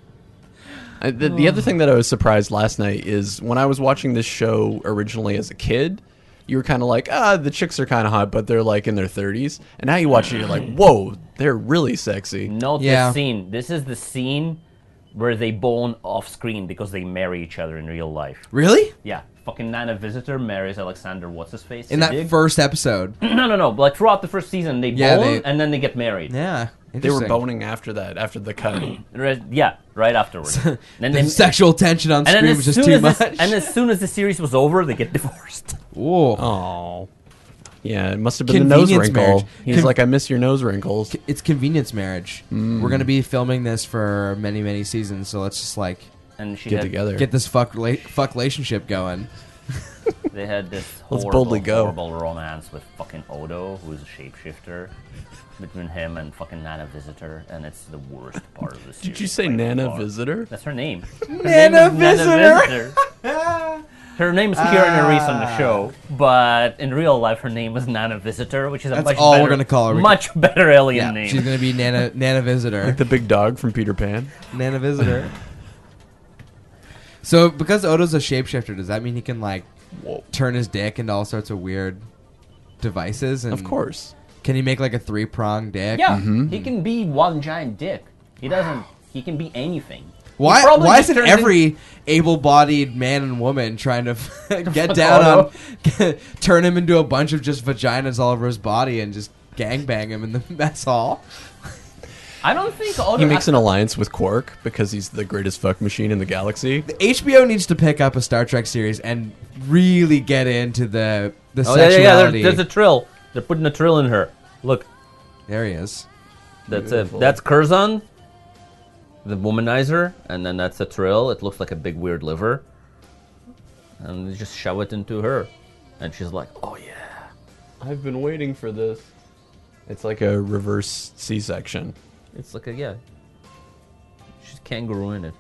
[SPEAKER 6] I, the, the other thing that I was surprised last night is when I was watching this show originally as a kid, you were kind of like, ah, the chicks are kind of hot, but they're like in their 30s. And now you watch it, you're like, whoa, they're really sexy.
[SPEAKER 7] Note
[SPEAKER 5] Yeah.
[SPEAKER 7] this scene. This is the scene where they bone off screen because they marry each other in real life.
[SPEAKER 5] Really?
[SPEAKER 7] Yeah, fucking Nana Visitor marries Alexander. What's his face?
[SPEAKER 5] In that first
[SPEAKER 7] <clears throat>
[SPEAKER 5] episode.
[SPEAKER 7] no, no, no. Like throughout the first season, they
[SPEAKER 5] Yeah,
[SPEAKER 7] bone
[SPEAKER 5] they-
[SPEAKER 7] and then they get married.
[SPEAKER 5] Yeah.
[SPEAKER 6] They were
[SPEAKER 5] interesting.
[SPEAKER 6] boning after that, after the cut.
[SPEAKER 7] Right- yeah, right afterwards. then
[SPEAKER 5] <laughs> The
[SPEAKER 7] they
[SPEAKER 5] sexual tension on
[SPEAKER 7] and then
[SPEAKER 5] screen
[SPEAKER 7] as
[SPEAKER 5] was just
[SPEAKER 7] soon
[SPEAKER 5] too
[SPEAKER 7] as
[SPEAKER 5] much.
[SPEAKER 7] this- and as soon as the series was over, they
[SPEAKER 5] <laughs>
[SPEAKER 7] get divorced.
[SPEAKER 5] Ooh.
[SPEAKER 6] Oh. Yeah, it must have been the nose
[SPEAKER 5] Convenience
[SPEAKER 6] wrinkle.
[SPEAKER 5] marriage.
[SPEAKER 6] He's
[SPEAKER 5] Con-
[SPEAKER 6] like, I miss your nose wrinkles.
[SPEAKER 5] It's convenience marriage.
[SPEAKER 7] Mm.
[SPEAKER 5] We're gonna be filming this for many, many seasons, so let's just like
[SPEAKER 7] And she
[SPEAKER 6] Get
[SPEAKER 7] had,
[SPEAKER 6] together.
[SPEAKER 5] get this fuck rela- fuck relationship going.
[SPEAKER 7] They had this
[SPEAKER 6] Let's
[SPEAKER 7] horrible,
[SPEAKER 6] boldly go.
[SPEAKER 7] horrible romance with fucking Odo, who's a shapeshifter, between him and fucking Nana Visitor, and it's the worst part of the series.
[SPEAKER 6] Did you say
[SPEAKER 7] by
[SPEAKER 6] Nana
[SPEAKER 7] far.
[SPEAKER 6] Visitor?
[SPEAKER 7] That's her name.
[SPEAKER 5] Nana
[SPEAKER 7] Visitor. Her name is Kieran Reese
[SPEAKER 5] Ah.
[SPEAKER 7] on the show, but in real life, her name was Nana Visitor, which is a
[SPEAKER 5] That's
[SPEAKER 7] much
[SPEAKER 5] all we're
[SPEAKER 7] better,
[SPEAKER 5] gonna call her. We
[SPEAKER 7] Much better alien
[SPEAKER 5] Yeah,
[SPEAKER 7] name.
[SPEAKER 5] she's gonna be
[SPEAKER 6] <laughs>
[SPEAKER 5] Nana Nana Visitor.
[SPEAKER 6] The big dog from Peter Pan.
[SPEAKER 5] <laughs> Nana visitor. so because Odo's a shapeshifter, does that mean he can like
[SPEAKER 6] Whoa.
[SPEAKER 5] turn his dick into all sorts of weird devices? And
[SPEAKER 6] Of course.
[SPEAKER 5] Can he make like a three prong dick?
[SPEAKER 7] yeah, he can be one giant dick. He doesn't. He can be anything.
[SPEAKER 5] Why?
[SPEAKER 7] He probably
[SPEAKER 5] Why
[SPEAKER 7] just
[SPEAKER 5] isn't
[SPEAKER 7] turns in-
[SPEAKER 5] every able-bodied man and woman trying
[SPEAKER 7] <laughs>
[SPEAKER 5] to <laughs> get down
[SPEAKER 7] Odo.
[SPEAKER 5] on, <laughs> turn him into a bunch of just vaginas all over his body and just gangbang him in the <laughs> mess hall?
[SPEAKER 7] I don't think Odo.
[SPEAKER 6] He makes an alliance with Quark because he's the greatest fuck machine in the galaxy.
[SPEAKER 5] HBO needs to pick up a Star Trek series and really get into the the
[SPEAKER 7] Oh yeah, yeah,
[SPEAKER 5] sexuality.
[SPEAKER 7] yeah. There, there's a trill. They're putting a trill in her. Look,
[SPEAKER 5] there he is.
[SPEAKER 7] that's
[SPEAKER 6] Beautiful.
[SPEAKER 7] it. That's Curzon, the womanizer, and then that's a trill. It looks like a big weird liver, and they just shove it into her, and she's like, "Oh yeah."
[SPEAKER 6] I've been waiting for this. It's like a reverse C section.
[SPEAKER 7] It's like a yeah. She's kangaroo in it.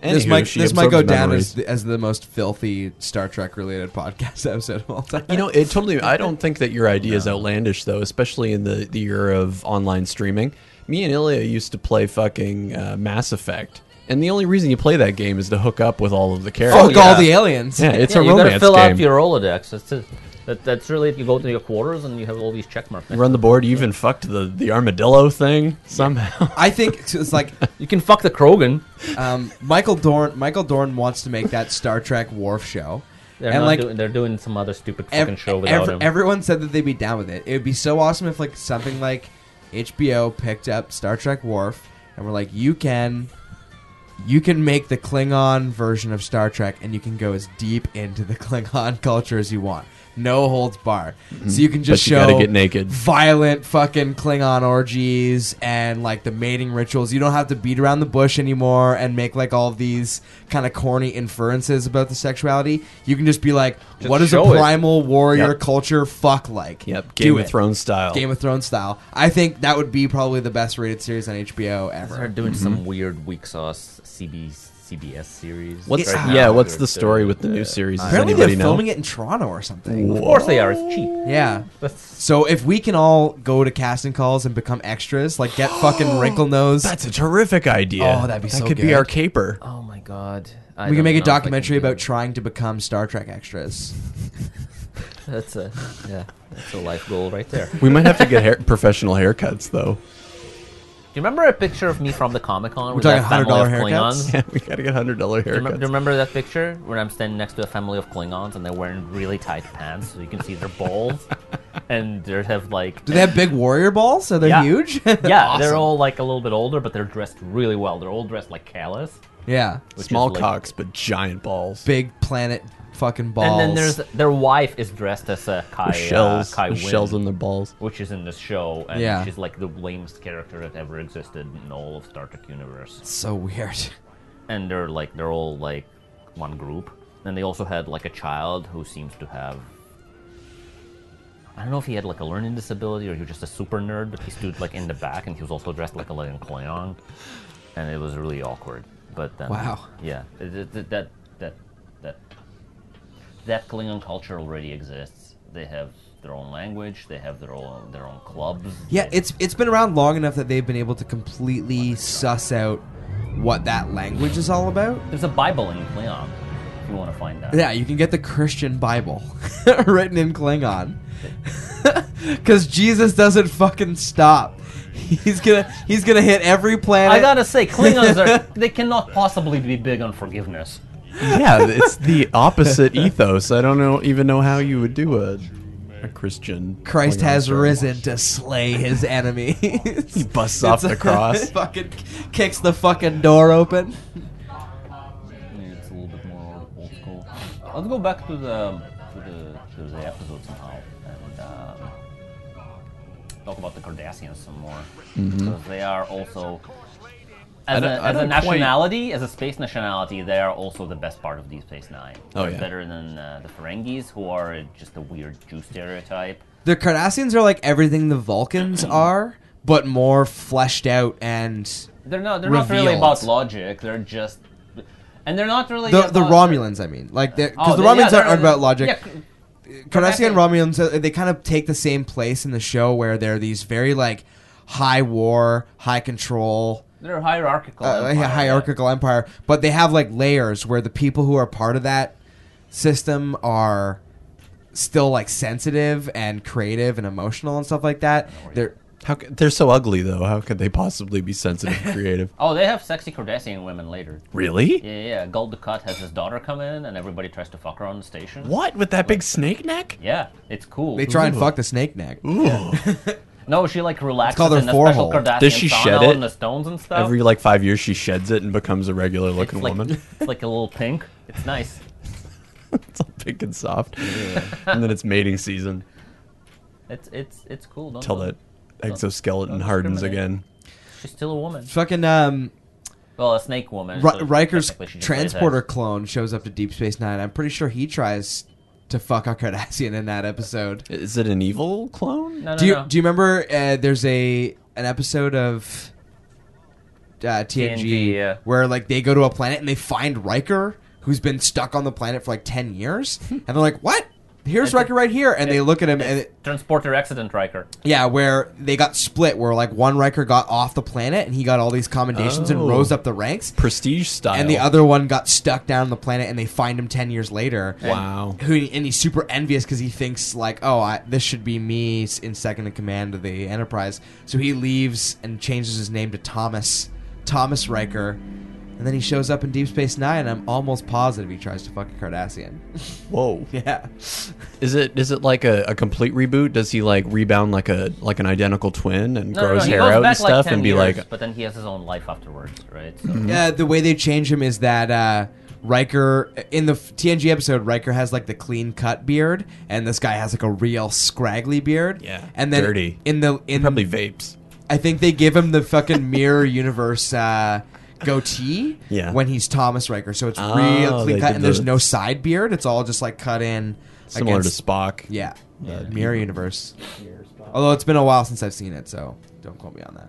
[SPEAKER 5] This
[SPEAKER 6] Anywho,
[SPEAKER 5] might
[SPEAKER 6] she
[SPEAKER 5] this might go
[SPEAKER 6] absorbs
[SPEAKER 5] down
[SPEAKER 6] memories.
[SPEAKER 5] as the, as the most filthy Star Trek related <laughs> podcast episode of all time.
[SPEAKER 6] You know, it totally. I don't think that your idea is outlandish, though, especially in the, the era of online streaming. Me and Ilya used to play fucking uh, Mass Effect, and the only reason you play that game is to hook up with all of the
[SPEAKER 5] <laughs>
[SPEAKER 6] characters.
[SPEAKER 5] fuck all the
[SPEAKER 6] <laughs>
[SPEAKER 5] aliens.
[SPEAKER 6] Yeah, it's
[SPEAKER 7] Oh, yeah,
[SPEAKER 6] a
[SPEAKER 7] you gotta
[SPEAKER 6] romance
[SPEAKER 7] fill
[SPEAKER 6] game.
[SPEAKER 7] out your Rolodex. That's it. That, that's really it. You go to your quarters and you have all these check marks.
[SPEAKER 6] Run the board. You even fucked the, the armadillo thing somehow. <laughs>
[SPEAKER 5] I think it's- it's like
[SPEAKER 7] You can fuck the Krogan.
[SPEAKER 5] um, Michael Dorn. Michael Dorn wants to make that Star Trek Wharf show,
[SPEAKER 7] They're
[SPEAKER 5] and
[SPEAKER 7] not
[SPEAKER 5] like
[SPEAKER 7] doing, they're doing some other stupid
[SPEAKER 5] ev-
[SPEAKER 7] fucking show without
[SPEAKER 5] ev-
[SPEAKER 7] him.
[SPEAKER 5] everyone said that they'd be down with it. It would be so awesome if like something like HBO picked up Star Trek Wharf and we're like, you can, you can make the Klingon version of Star Trek, and you can go as deep into the <laughs> Klingon culture as you want. No holds barred. So you can just
[SPEAKER 6] But you
[SPEAKER 5] show
[SPEAKER 6] gotta get naked.
[SPEAKER 5] violent fucking Klingon orgies and like the mating rituals. You don't have to beat around the bush anymore and make like all these kind of corny inferences about the sexuality. You can just be like,
[SPEAKER 7] Just
[SPEAKER 5] what is a
[SPEAKER 7] show it.
[SPEAKER 5] primal warrior
[SPEAKER 6] Yep.
[SPEAKER 5] culture fuck like?
[SPEAKER 6] Yep,
[SPEAKER 5] Do
[SPEAKER 6] Game of
[SPEAKER 5] it.
[SPEAKER 6] Thrones style.
[SPEAKER 5] Game of Thrones style. I think that would be probably the best rated series on HBO
[SPEAKER 7] They're
[SPEAKER 5] ever.
[SPEAKER 7] doing some weird weak sauce CB, CBS series.
[SPEAKER 6] What's
[SPEAKER 7] right now.
[SPEAKER 6] yeah? What's the story with the new series? Does
[SPEAKER 5] Apparently
[SPEAKER 6] anybody
[SPEAKER 5] they're
[SPEAKER 6] know?
[SPEAKER 5] filming it in Toronto or something.
[SPEAKER 7] Of course they are. It's cheap.
[SPEAKER 5] Yeah.
[SPEAKER 7] That's-
[SPEAKER 5] So if we can all go to casting calls and become extras, like get
[SPEAKER 7] <gasps>
[SPEAKER 5] fucking wrinkle nose.
[SPEAKER 6] That's a terrific idea.
[SPEAKER 5] Oh, that'd be
[SPEAKER 6] that
[SPEAKER 5] so
[SPEAKER 6] could be
[SPEAKER 5] good.
[SPEAKER 6] our caper.
[SPEAKER 7] oh my god. I
[SPEAKER 5] we
[SPEAKER 7] don't
[SPEAKER 5] can make a
[SPEAKER 7] know if I can
[SPEAKER 5] documentary
[SPEAKER 7] do
[SPEAKER 5] about
[SPEAKER 7] that.
[SPEAKER 5] trying to become Star Trek extras.
[SPEAKER 7] That's a yeah. That's a life goal right there. Do
[SPEAKER 6] We might have to get hair, <laughs> professional haircuts though. <laughs>
[SPEAKER 7] you remember a picture of me from the Comic Con? with
[SPEAKER 5] talking
[SPEAKER 7] that family
[SPEAKER 5] $100
[SPEAKER 7] of
[SPEAKER 5] haircuts?
[SPEAKER 7] Klingons?
[SPEAKER 6] Yeah, we gotta get hundred dollar
[SPEAKER 7] Do you, remember, do you
[SPEAKER 6] haircuts.
[SPEAKER 7] remember that picture when I'm standing next to a family of Klingons and they're wearing really tight pants so you can see
[SPEAKER 5] <laughs>
[SPEAKER 7] their balls and they have like
[SPEAKER 5] Do they have big warrior balls? Are they
[SPEAKER 7] Yeah.
[SPEAKER 5] huge? <laughs>
[SPEAKER 7] yeah they're all like a little bit older but they're dressed really well they're all dressed like Callus
[SPEAKER 5] yeah.
[SPEAKER 7] which is,
[SPEAKER 6] Small
[SPEAKER 7] like-
[SPEAKER 6] cocks, but giant balls.
[SPEAKER 5] Big planet fucking balls.
[SPEAKER 7] and then there's their wife is dressed as a Kai
[SPEAKER 6] With shells,
[SPEAKER 7] uh, Kai
[SPEAKER 6] with
[SPEAKER 7] Wynn,
[SPEAKER 6] shells on their balls.
[SPEAKER 7] which is in the show and
[SPEAKER 5] Yeah.
[SPEAKER 7] she's like the lamest character that ever existed in all of Star Trek universe
[SPEAKER 5] so weird.
[SPEAKER 7] and they're like they're all like one group and they also had like a child who seems to have I don't know if he had like a learning disability or he was just a super nerd, but he stood like in the back and he was also dressed like a Leon Kleon, and it was really awkward. But um,
[SPEAKER 5] Wow.
[SPEAKER 7] yeah, it- it- it- that that that that Klingon culture already exists. They have their own language, they have their own their own clubs.
[SPEAKER 5] Yeah,
[SPEAKER 7] they-
[SPEAKER 5] it's it's been around long enough that they've been able to completely suss out what that language is all about.
[SPEAKER 7] there's a Bible in Klingon if you want to find that.
[SPEAKER 5] Yeah, you can get the Christian Bible <laughs> written in Klingon. <laughs> Cuz Jesus doesn't fucking stop. He's going to he's going to hit every planet.
[SPEAKER 7] I gotta say, Klingons <laughs> are—they cannot possibly be big on forgiveness.
[SPEAKER 6] yeah, it's
[SPEAKER 5] <laughs>
[SPEAKER 6] the opposite ethos. I don't know even know how you would do a a Christian.
[SPEAKER 5] Christ
[SPEAKER 6] Klingon
[SPEAKER 5] has
[SPEAKER 6] story.
[SPEAKER 5] risen to slay his enemies.
[SPEAKER 6] <laughs> He busts
[SPEAKER 5] <laughs>
[SPEAKER 6] off the cross.
[SPEAKER 5] fucking kicks the fucking door open.
[SPEAKER 7] Yeah, it's a little bit more old school. Let's go back to the to the, to the episode somehow and um, talk about the Cardassians some more because they are also. As,
[SPEAKER 6] don't-
[SPEAKER 7] a,
[SPEAKER 6] I
[SPEAKER 7] as a
[SPEAKER 6] don't quite-
[SPEAKER 7] nationality, as a space nationality, they are also the best part of Deep Space Nine.
[SPEAKER 6] Oh,
[SPEAKER 7] They're
[SPEAKER 6] yeah.
[SPEAKER 7] Better than uh, the Ferengis, who are just a weird Jew stereotype.
[SPEAKER 5] The Cardassians are like everything the
[SPEAKER 6] <clears throat>
[SPEAKER 5] Vulcans are, but more fleshed out and
[SPEAKER 7] They're not. They're not really
[SPEAKER 5] Revealed.
[SPEAKER 7] about logic. They're just, and they're not really
[SPEAKER 5] the the
[SPEAKER 7] about-
[SPEAKER 5] Romulans. I mean, like because
[SPEAKER 7] Oh,
[SPEAKER 5] the
[SPEAKER 7] they- yeah,
[SPEAKER 5] Romulans
[SPEAKER 7] they're-
[SPEAKER 5] aren't about logic.
[SPEAKER 7] yeah, c-
[SPEAKER 5] Cardassian and
[SPEAKER 7] Cardassian-
[SPEAKER 5] Romulans, uh, they kind of take the same place in the show where they're these very like high war, high control,
[SPEAKER 7] they're hierarchical.
[SPEAKER 5] uh,
[SPEAKER 7] empire, yeah.
[SPEAKER 5] hierarchical empire, but they have like layers where the people who are part of that system are still like sensitive and creative and emotional and stuff like that. They're
[SPEAKER 6] How c- they're so ugly though. How could they possibly be sensitive, and creative?
[SPEAKER 7] Oh, they have sexy Cardassian women later.
[SPEAKER 6] <laughs> really?
[SPEAKER 7] Yeah, yeah, yeah. Gold Dukat has his daughter come in, and everybody tries to fuck her on the station.
[SPEAKER 6] What with that big snake neck?
[SPEAKER 7] Yeah, it's cool.
[SPEAKER 5] they try and fuck the snake neck.
[SPEAKER 6] <laughs> Ooh.
[SPEAKER 7] no, she like relaxes
[SPEAKER 5] called her
[SPEAKER 7] in a special
[SPEAKER 5] forehole.
[SPEAKER 7] Cardassian
[SPEAKER 6] Does she
[SPEAKER 7] sauna
[SPEAKER 6] shed it?
[SPEAKER 7] on the stones and stuff.
[SPEAKER 6] Every like five years, she sheds it and becomes a regular
[SPEAKER 7] it's
[SPEAKER 6] looking
[SPEAKER 7] like,
[SPEAKER 6] woman.
[SPEAKER 7] It's like a little pink. It's nice.
[SPEAKER 6] <laughs> It's all pink and soft. And then it's mating season
[SPEAKER 7] It's it's it's cool. Don't
[SPEAKER 6] till
[SPEAKER 7] know.
[SPEAKER 6] that exoskeleton hardens again.
[SPEAKER 7] She's still a woman.
[SPEAKER 5] Fucking um,
[SPEAKER 7] Well, a snake woman.
[SPEAKER 5] Ri
[SPEAKER 7] so
[SPEAKER 5] Riker's
[SPEAKER 7] technically she just lays
[SPEAKER 5] transporter
[SPEAKER 7] eggs.
[SPEAKER 5] clone shows up to Deep Space Nine. I'm pretty sure he tries to fuck a Cardassian in that episode.
[SPEAKER 6] Is it an evil clone?
[SPEAKER 7] No, no,
[SPEAKER 5] do you
[SPEAKER 7] no.
[SPEAKER 5] do you remember? Uh, there's a an episode of uh, TNG,
[SPEAKER 7] TNG, yeah.
[SPEAKER 5] where like they go to a planet and they find Riker, who's been stuck on the planet for like ten years, and they're like, "What? Here's Riker right here," and they look at him and. It,
[SPEAKER 7] Transporter accident, Riker.
[SPEAKER 5] yeah, where they got split, where like one Riker got off the planet and he got all these commendations and
[SPEAKER 6] Oh.
[SPEAKER 5] rose up the ranks,
[SPEAKER 6] prestige style.
[SPEAKER 5] and the other one got stuck down on the planet and they find him 10 years later
[SPEAKER 6] Wow.
[SPEAKER 5] who and he's super envious because he thinks like oh I, this should be me s- in second in command of the enterprise so he leaves and changes his name to thomas thomas riker and then he shows up in deep space nine and i'm almost positive he tries to fuck a cardassian <laughs>
[SPEAKER 6] Whoa.
[SPEAKER 5] yeah
[SPEAKER 6] Is it is it like a, a complete reboot? Does he like rebound like a like an identical twin and
[SPEAKER 7] No,
[SPEAKER 6] grow
[SPEAKER 7] no, no,
[SPEAKER 6] his
[SPEAKER 7] he
[SPEAKER 6] hair
[SPEAKER 7] goes
[SPEAKER 6] out
[SPEAKER 7] back
[SPEAKER 6] and stuff
[SPEAKER 7] like 10
[SPEAKER 6] and be
[SPEAKER 7] years,
[SPEAKER 6] like
[SPEAKER 7] but then he has his own life afterwards, right?
[SPEAKER 6] <clears throat>
[SPEAKER 7] So,
[SPEAKER 5] Yeah, the way they change him is that uh, Riker in the f- TNG episode, Riker has like the clean cut beard, and this guy has like a real scraggly beard.
[SPEAKER 6] Yeah,
[SPEAKER 5] and then
[SPEAKER 6] dirty.
[SPEAKER 5] in the in
[SPEAKER 6] probably vapes?
[SPEAKER 5] I think they give him the fucking mirror universe uh, goatee.
[SPEAKER 6] Yeah.
[SPEAKER 5] when he's Thomas Riker, so it's
[SPEAKER 6] Oh,
[SPEAKER 5] real clean
[SPEAKER 6] they
[SPEAKER 5] cut,
[SPEAKER 6] did
[SPEAKER 5] and there's
[SPEAKER 6] the-
[SPEAKER 5] no side beard. It's all just like cut in.
[SPEAKER 6] Similar
[SPEAKER 5] against,
[SPEAKER 6] to Spock.
[SPEAKER 5] yeah, mirror universe. Although it's been a while since I've seen it, so don't quote me on that.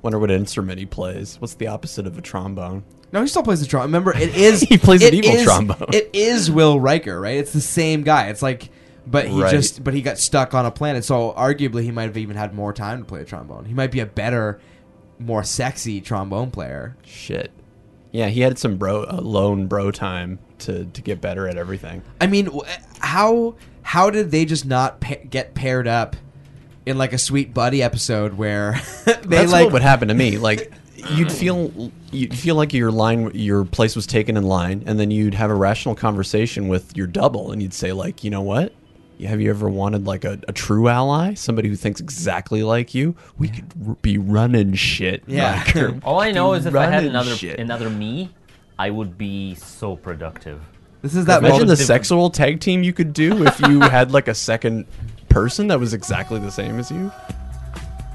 [SPEAKER 6] Wonder what instrument he plays. What's the opposite of a trombone?
[SPEAKER 5] No, he still plays the trombone. Remember,
[SPEAKER 6] <laughs>
[SPEAKER 5] it is
[SPEAKER 6] He plays an
[SPEAKER 5] it
[SPEAKER 6] evil
[SPEAKER 5] is-
[SPEAKER 6] trombone.
[SPEAKER 5] It is Will Riker, right? It's the same guy. It's like, but he
[SPEAKER 6] Right.
[SPEAKER 5] just but he got stuck on a planet. So arguably, he might have even had more time to play a trombone. He might be a better, more sexy trombone player.
[SPEAKER 6] Shit. Yeah, he had some bro uh, lone bro time to to get better at everything.
[SPEAKER 5] I mean, wh- how how did they just not pa- get paired up in like a Sweet Buddy episode where <laughs> they
[SPEAKER 6] That's
[SPEAKER 5] like
[SPEAKER 6] what would happen
[SPEAKER 7] <laughs>
[SPEAKER 6] to me. Like you'd feel you'd feel like your line your place was taken in line, and then you'd have a rational conversation with your double, and you'd say like, you know what? You- Have you ever wanted like a, a true ally, somebody who thinks exactly like you? We could r- be running shit.
[SPEAKER 5] Yeah.
[SPEAKER 6] Riker.
[SPEAKER 7] <laughs> all I know is if I had
[SPEAKER 6] Running
[SPEAKER 7] another
[SPEAKER 6] shit.
[SPEAKER 7] another me, I would be so productive.
[SPEAKER 5] this is that
[SPEAKER 6] Imagine
[SPEAKER 5] moment.
[SPEAKER 6] the
[SPEAKER 7] different-
[SPEAKER 6] sexual tag team you could do if <laughs> you had like a second person that was exactly the same as you.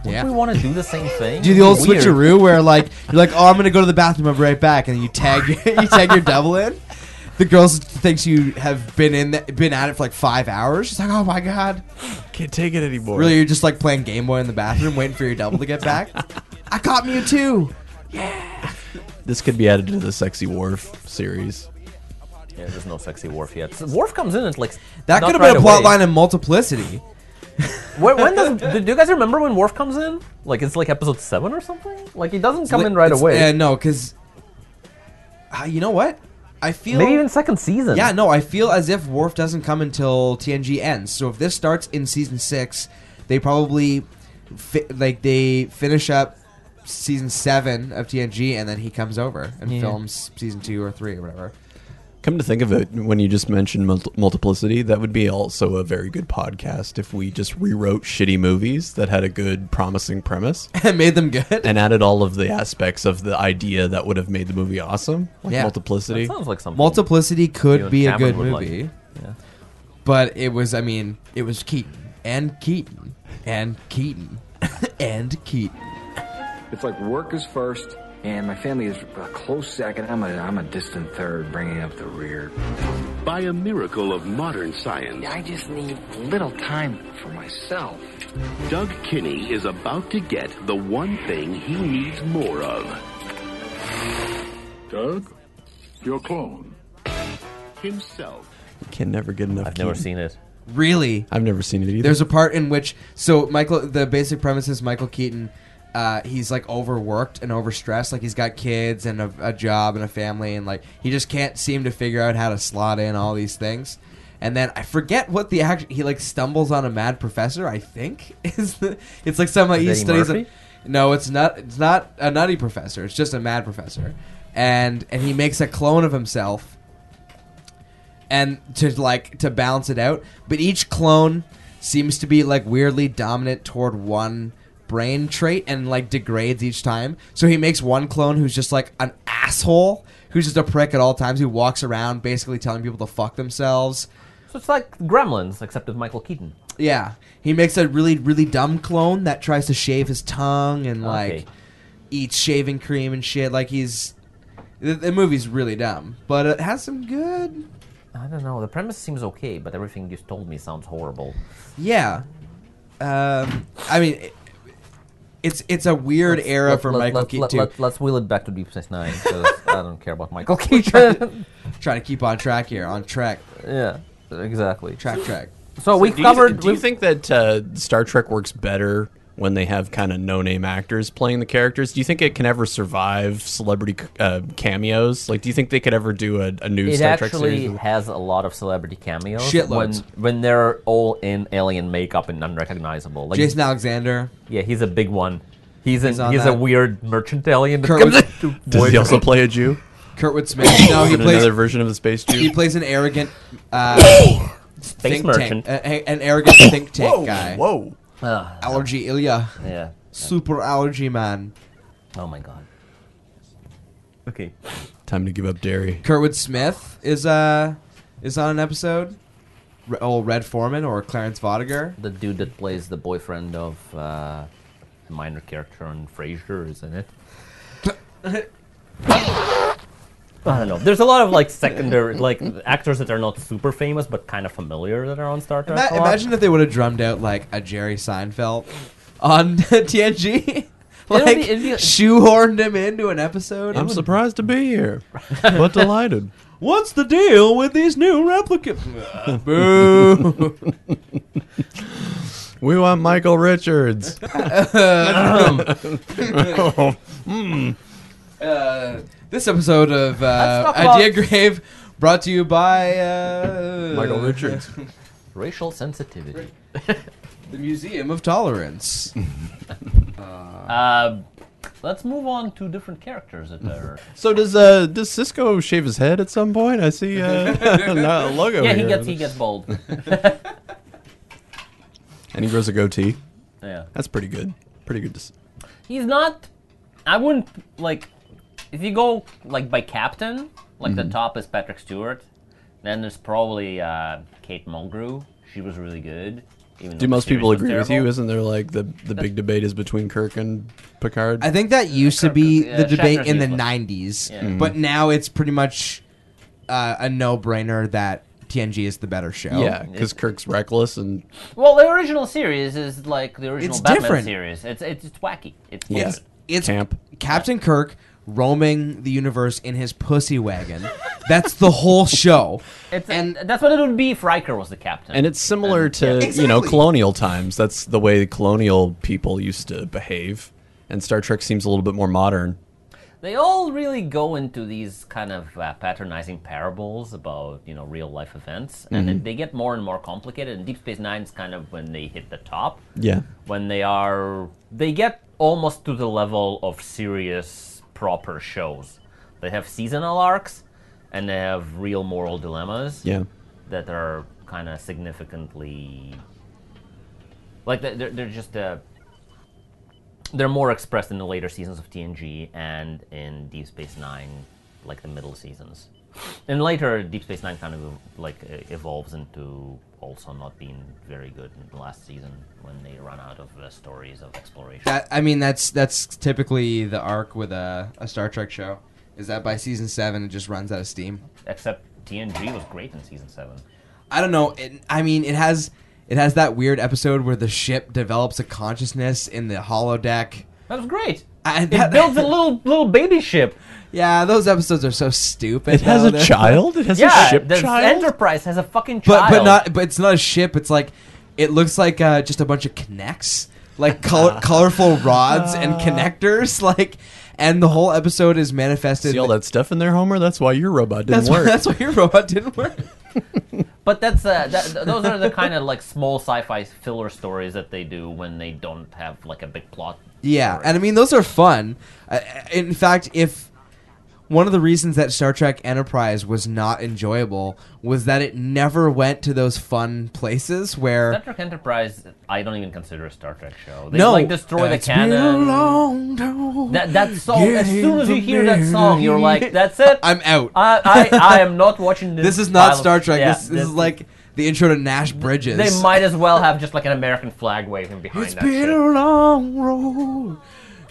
[SPEAKER 5] Yeah.
[SPEAKER 7] We want to do the same thing.
[SPEAKER 5] Do the old
[SPEAKER 7] Weird.
[SPEAKER 5] switcheroo where <laughs> like you're like, oh, I'm gonna go to the bathroom, I'll be right back, and you tag you tag your devil in. The girls thinks you have been in th- been at it for like five hours. She's like, oh my god,
[SPEAKER 6] Can't take it anymore.
[SPEAKER 5] really? You're just like playing Game Boy in the bathroom, waiting for your double to get <laughs> back. I caught Mewtwo.
[SPEAKER 6] This could be added to the Sexy Wharf series.
[SPEAKER 7] Yeah, there's no sexy Worf yet. So Worf comes in and it's like
[SPEAKER 5] That
[SPEAKER 7] not
[SPEAKER 5] could have
[SPEAKER 7] right
[SPEAKER 5] been a plot
[SPEAKER 7] away.
[SPEAKER 5] line in Multiplicity.
[SPEAKER 7] When, when does <laughs> do you guys remember when Worf comes in? Like it's like episode seven or something. Like he doesn't come in right
[SPEAKER 5] It's-
[SPEAKER 7] away.
[SPEAKER 5] Yeah, no, because uh, you know what? I feel
[SPEAKER 7] Maybe even second season.
[SPEAKER 5] Yeah, no, I feel as if Worf doesn't come until TNG ends. So if this starts in season six, they probably fi- like they finish up season seven of TNG, and then he comes over and
[SPEAKER 7] Yeah.
[SPEAKER 5] films season two or three or whatever. <laughs>
[SPEAKER 6] Come to think of it, when you just mentioned mul- multiplicity, that would be also a very good podcast if we just rewrote shitty movies that had a good, promising <laughs> premise
[SPEAKER 5] And made them good.
[SPEAKER 6] and added all of the aspects of the idea that would have made the movie awesome, like
[SPEAKER 5] Yeah.
[SPEAKER 6] multiplicity.
[SPEAKER 7] That sounds like something.
[SPEAKER 5] Multiplicity
[SPEAKER 7] You
[SPEAKER 5] could
[SPEAKER 7] and
[SPEAKER 5] be a
[SPEAKER 7] Cameron
[SPEAKER 5] good
[SPEAKER 7] would like
[SPEAKER 5] movie,
[SPEAKER 7] it. Yeah.
[SPEAKER 5] but it was. I mean, it was Keaton and Keaton and Keaton <laughs> and Keaton.
[SPEAKER 9] It's like work is first, and my family is a close second. I'm a, I'm a distant third, bringing up the rear.
[SPEAKER 1] By a miracle of modern science,
[SPEAKER 9] I just need a little time for myself.
[SPEAKER 1] Doug Kinney is about to get the one thing he needs more of.
[SPEAKER 4] Doug, your clone.
[SPEAKER 1] Himself.
[SPEAKER 6] Can never get enough.
[SPEAKER 7] I've never
[SPEAKER 6] Keaton.
[SPEAKER 7] seen it.
[SPEAKER 5] Really,
[SPEAKER 6] I've never seen it either.
[SPEAKER 5] There's a part in which so Michael the basic premise is Michael Keaton uh, he's like overworked and overstressed like he's got kids and a, a job and a family and like he just can't seem to figure out how to slot in all these things and then I forget what the action he like stumbles on a mad professor I think <laughs> is the it's like some like, he
[SPEAKER 7] Eddie
[SPEAKER 5] studies a-
[SPEAKER 7] Murphy?
[SPEAKER 5] no it's not it's not a nutty professor it's just a mad professor and and he makes a clone of himself and to like to balance it out. But each clone seems to be like weirdly dominant toward one brain trait and like degrades each time. So he makes one clone who's just like an asshole, who's just a prick at all times, who walks around basically telling people to fuck themselves.
[SPEAKER 7] So it's like Gremlins, except with Michael Keaton.
[SPEAKER 5] Yeah, he makes a really really dumb clone that tries to shave his tongue and like
[SPEAKER 7] Okay.
[SPEAKER 5] eats shaving cream and shit. Like he's the, the movie's really dumb, but it has some good.
[SPEAKER 7] I don't know. The premise seems okay, but everything you just told me sounds horrible.
[SPEAKER 5] Yeah. Um, I mean, it's it's a weird era for
[SPEAKER 10] let,
[SPEAKER 5] Michael
[SPEAKER 10] let,
[SPEAKER 5] Keaton.
[SPEAKER 10] let,
[SPEAKER 5] too.
[SPEAKER 10] let, us wheel it back to Deep Space Nine
[SPEAKER 5] <laughs>
[SPEAKER 10] because I don't care about Michael Keaton.
[SPEAKER 5] Trying to keep on track here, on track,
[SPEAKER 10] <laughs> yeah, exactly.
[SPEAKER 5] track, track.
[SPEAKER 10] So we
[SPEAKER 6] Do you,
[SPEAKER 10] covered.
[SPEAKER 6] do you
[SPEAKER 10] we-
[SPEAKER 6] think that uh, Star Trek works better when they have kind of no-name actors playing the characters? Do you think it can ever survive celebrity uh, cameos? Like, do you think they could ever do a, a new
[SPEAKER 10] it
[SPEAKER 6] Star Trek
[SPEAKER 10] actually
[SPEAKER 6] series? with-
[SPEAKER 10] has a lot of celebrity cameos when
[SPEAKER 5] Shitloads.
[SPEAKER 10] when they're all in alien makeup and unrecognizable. Like
[SPEAKER 5] Jason Alexander.
[SPEAKER 10] yeah, he's a big one. He's, in,
[SPEAKER 5] on
[SPEAKER 10] he's a
[SPEAKER 5] that.
[SPEAKER 10] weird merchant alien. that
[SPEAKER 5] Kurt
[SPEAKER 10] comes
[SPEAKER 5] was-
[SPEAKER 10] in <laughs> to
[SPEAKER 6] Does
[SPEAKER 10] voice-
[SPEAKER 6] he also play a Jew?
[SPEAKER 10] <coughs>
[SPEAKER 5] Kurtwood Smith. No, he
[SPEAKER 6] In
[SPEAKER 5] plays
[SPEAKER 6] another version of the space
[SPEAKER 5] he
[SPEAKER 6] Jew.
[SPEAKER 5] plays an arrogant uh,
[SPEAKER 10] space
[SPEAKER 5] think
[SPEAKER 10] merchant?
[SPEAKER 5] tank, a- a- an arrogant think tank guy.
[SPEAKER 6] Whoa!
[SPEAKER 5] Uh, Allergy Ilya,
[SPEAKER 10] yeah.
[SPEAKER 5] super allergy man.
[SPEAKER 10] Oh my god. Okay.
[SPEAKER 6] Time to give up dairy.
[SPEAKER 5] Kurtwood Smith is uh is on an episode. Re- old Red Foreman or Clarence Vodiger.
[SPEAKER 10] The dude that plays the boyfriend of uh, a minor character on Frasier is in it. I don't know. There's a lot of like secondary, like actors that are not super famous but kind of familiar that are on Star Trek.
[SPEAKER 5] Ima-
[SPEAKER 10] a lot.
[SPEAKER 5] imagine if they would have drummed out like a Jerry Seinfeld on <laughs> TNG. like
[SPEAKER 10] be- it'd be-
[SPEAKER 5] shoehorned him into an episode.
[SPEAKER 6] I'm surprised to be here, but delighted.
[SPEAKER 5] What's the deal with these new replicants? <laughs> Boo!
[SPEAKER 6] We want Michael Richards.
[SPEAKER 5] uh, this episode of uh,
[SPEAKER 10] talk about-
[SPEAKER 5] Idea Grave brought to you by uh,
[SPEAKER 6] Michael Richards.
[SPEAKER 10] racial sensitivity.
[SPEAKER 5] the Museum of Tolerance.
[SPEAKER 7] Uh, let's move on to different characters that
[SPEAKER 5] <laughs>
[SPEAKER 7] are.
[SPEAKER 6] So does uh does Cisco shave his head at some point? I see uh, <laughs> not a logo.
[SPEAKER 7] Yeah, he
[SPEAKER 6] here.
[SPEAKER 7] gets he gets
[SPEAKER 5] <laughs>
[SPEAKER 7] bold.
[SPEAKER 6] and he grows a goatee.
[SPEAKER 7] Yeah,
[SPEAKER 6] That's pretty good. Pretty good. dis-
[SPEAKER 7] he's not. I wouldn't like if you go like by captain. Like
[SPEAKER 6] Mm-hmm.
[SPEAKER 7] the top is Patrick Stewart. Then there's probably uh, Kate Mulgrew. She was really good. Even
[SPEAKER 6] Do
[SPEAKER 7] though
[SPEAKER 6] most
[SPEAKER 7] the series
[SPEAKER 6] people
[SPEAKER 7] was
[SPEAKER 6] agree with you?
[SPEAKER 7] terrible.
[SPEAKER 6] Isn't there like the the big debate is between Kirk and Picard?
[SPEAKER 5] I think that used to be
[SPEAKER 7] yeah,
[SPEAKER 5] the debate
[SPEAKER 7] Shatner's
[SPEAKER 5] in the '90s,
[SPEAKER 7] useless.
[SPEAKER 6] Mm-hmm.
[SPEAKER 5] but now it's pretty much uh, a no-brainer that TNG is the better show.
[SPEAKER 6] yeah, because Kirk's reckless and
[SPEAKER 7] Well, the original series is like the original
[SPEAKER 5] It's
[SPEAKER 7] Batman
[SPEAKER 5] different.
[SPEAKER 7] series. It's it's, it's wacky. It's
[SPEAKER 6] Yeah.
[SPEAKER 7] stupid.
[SPEAKER 5] it's
[SPEAKER 6] Camp.
[SPEAKER 5] Captain Kirk roaming the universe in his pussy wagon. That's the whole show.
[SPEAKER 7] <laughs> It's,
[SPEAKER 5] And-
[SPEAKER 7] and that's what it would be if Riker was the captain.
[SPEAKER 6] and it's similar to you know
[SPEAKER 5] Exactly.
[SPEAKER 6] colonial times. That's the way colonial people used to behave, and Star Trek seems a little bit more modern.
[SPEAKER 7] they all really go into these kind of uh, patronizing parables about you know real life events,
[SPEAKER 6] Mm-hmm.
[SPEAKER 7] and then they get more and more complicated. And Deep Space Nine is kind of when they hit the top.
[SPEAKER 6] Yeah,
[SPEAKER 7] When they are, they get almost to the level of serious proper shows. They have seasonal arcs, and they have real moral dilemmas.
[SPEAKER 6] yeah.
[SPEAKER 7] that are kind of significantly like they're, they're they're just uh, they're more expressed in the later seasons of TNG and in Deep Space Nine, like the middle seasons. And later, Deep Space Nine kind of like e- evolves into also not being very good in the last season when they run out of uh, stories of exploration.
[SPEAKER 5] That, I mean, that's that's typically the arc with a, a Star Trek show. Is that by season seven it just runs out of steam?
[SPEAKER 7] Except TNG was great in season seven.
[SPEAKER 5] I don't know. It, I mean, it has it has that weird episode where the ship develops a consciousness in the holodeck.
[SPEAKER 7] That was great.
[SPEAKER 5] I-
[SPEAKER 7] it
[SPEAKER 5] <laughs>
[SPEAKER 7] builds a little little baby ship.
[SPEAKER 5] Yeah, those episodes are so stupid.
[SPEAKER 6] It has
[SPEAKER 5] though.
[SPEAKER 6] a
[SPEAKER 5] They're-
[SPEAKER 6] child. It has a
[SPEAKER 7] Yeah,
[SPEAKER 6] ship
[SPEAKER 7] the
[SPEAKER 6] child.
[SPEAKER 7] Enterprise has a fucking
[SPEAKER 5] but
[SPEAKER 7] child.
[SPEAKER 5] but not but it's not a ship. It's like it looks like uh, just a bunch of connects, like
[SPEAKER 7] <laughs>
[SPEAKER 5] color, colorful rods
[SPEAKER 6] Uh.
[SPEAKER 5] and connectors, <laughs> like. And the whole episode is manifested.
[SPEAKER 6] See all that stuff in there, Homer. That's why your robot didn't
[SPEAKER 5] that's why, <laughs>
[SPEAKER 6] work.
[SPEAKER 5] that's why your robot didn't
[SPEAKER 7] <laughs>
[SPEAKER 5] work.
[SPEAKER 7] But that's uh, that, th- those are the kind of like small sci-fi filler stories that they do when they don't have like a big plot.
[SPEAKER 5] Yeah,
[SPEAKER 7] story.
[SPEAKER 5] and I mean those are fun. Uh, in fact, if one of the reasons that Star Trek Enterprise was not enjoyable was that it never went to those fun places where
[SPEAKER 7] Star Trek Enterprise, I don't even consider a Star Trek show. They
[SPEAKER 5] no
[SPEAKER 7] like destroy the
[SPEAKER 5] It's been a
[SPEAKER 7] canon.
[SPEAKER 5] long time.
[SPEAKER 7] That that song.
[SPEAKER 5] Get
[SPEAKER 7] as soon as you
[SPEAKER 5] in
[SPEAKER 7] hear
[SPEAKER 5] the
[SPEAKER 7] that song, you're like,
[SPEAKER 5] middle.
[SPEAKER 7] that's it.
[SPEAKER 5] I'm out.
[SPEAKER 7] I I, I am not watching
[SPEAKER 5] <laughs>
[SPEAKER 7] this.
[SPEAKER 5] this is not
[SPEAKER 7] pile of-
[SPEAKER 5] Star Trek.
[SPEAKER 7] yeah,
[SPEAKER 5] this, this is like the intro to Nash Bridges.
[SPEAKER 7] They might as well have just like an American flag waving behind
[SPEAKER 5] It's
[SPEAKER 7] that shit.
[SPEAKER 5] been a long road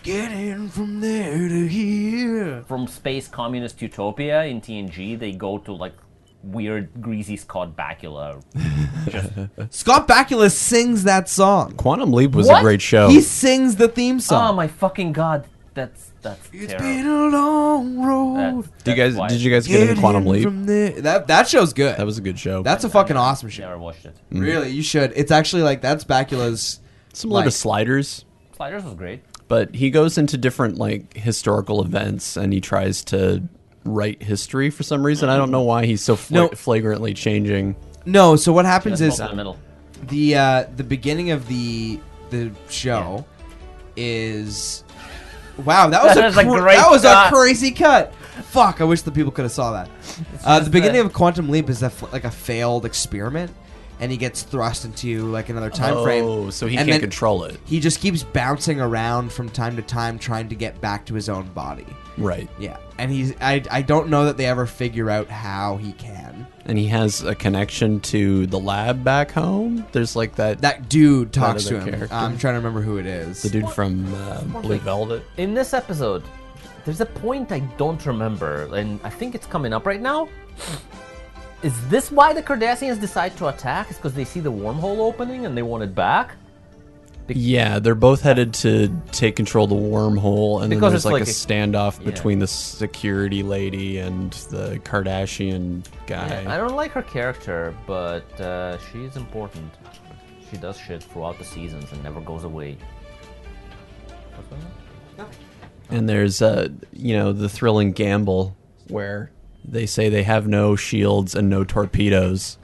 [SPEAKER 5] getting from there to here.
[SPEAKER 7] From space communist utopia in TNG, they go to like
[SPEAKER 11] weird, greasy Scott Bakula.
[SPEAKER 5] Scott Bakula sings that song.
[SPEAKER 6] Quantum Leap was
[SPEAKER 11] What?
[SPEAKER 6] a great show.
[SPEAKER 5] He sings the theme
[SPEAKER 11] Oh
[SPEAKER 5] song.
[SPEAKER 11] my fucking god, that's that's terrible.
[SPEAKER 5] a long road.
[SPEAKER 11] That's,
[SPEAKER 6] Do
[SPEAKER 11] that's
[SPEAKER 6] you guys
[SPEAKER 11] why
[SPEAKER 6] did you guys get into Quantum
[SPEAKER 5] Getting
[SPEAKER 6] Leap?
[SPEAKER 5] from there- That that show's good.
[SPEAKER 6] That was a good show.
[SPEAKER 5] that's a fucking awesome
[SPEAKER 11] I
[SPEAKER 5] show.
[SPEAKER 11] never watched it.
[SPEAKER 6] Mm.
[SPEAKER 5] Really, you should. It's actually like that's Bakula's.
[SPEAKER 6] similar to
[SPEAKER 5] like-
[SPEAKER 6] Sliders,
[SPEAKER 11] Sliders was great.
[SPEAKER 6] but he goes into different like historical events and he tries to write history for some reason. I don't know why he's so fla-
[SPEAKER 5] No.
[SPEAKER 6] flagrantly changing.
[SPEAKER 5] No, so what happens
[SPEAKER 11] That's
[SPEAKER 5] is
[SPEAKER 11] in the middle.
[SPEAKER 5] the uh, the beginning of the the show is wow that was,
[SPEAKER 11] That
[SPEAKER 5] a,
[SPEAKER 11] was a
[SPEAKER 5] cra-
[SPEAKER 11] great
[SPEAKER 5] that was
[SPEAKER 11] cut.
[SPEAKER 5] a crazy cut fuck i wish the people could have saw that uh, the beginning of quantum leap is a f like a failed experiment and he gets thrust into like another time
[SPEAKER 6] Oh,
[SPEAKER 5] frame
[SPEAKER 6] so he
[SPEAKER 5] And
[SPEAKER 6] can't
[SPEAKER 5] then
[SPEAKER 6] control it.
[SPEAKER 5] he just keeps bouncing around from time to time trying to get back to his own body
[SPEAKER 6] Right.
[SPEAKER 5] yeah and he's i, I don't know that they ever figure out how he can
[SPEAKER 6] And he has a connection to the lab back home. There's like that
[SPEAKER 5] that dude talks
[SPEAKER 6] other
[SPEAKER 5] to him
[SPEAKER 6] character.
[SPEAKER 5] i'm trying to remember who it is
[SPEAKER 6] the dude from uh, Blue Velvet.
[SPEAKER 7] In this episode, there's a point I don't remember, and I think it's coming up right now. Is this why the Cardassians decide to attack? Is because they see the wormhole opening and they want it back?
[SPEAKER 6] Yeah, they're both headed to take control of the wormhole, and
[SPEAKER 7] Because
[SPEAKER 6] then there's
[SPEAKER 7] it's
[SPEAKER 6] like,
[SPEAKER 7] like
[SPEAKER 6] a
[SPEAKER 7] a-
[SPEAKER 6] standoff between the security lady and the Kardashian guy.
[SPEAKER 7] I don't like her character, but uh, she's important. She does shit throughout the seasons and never goes away.
[SPEAKER 6] and there's uh, you know, the thrilling gamble where they say they have no shields and no torpedoes,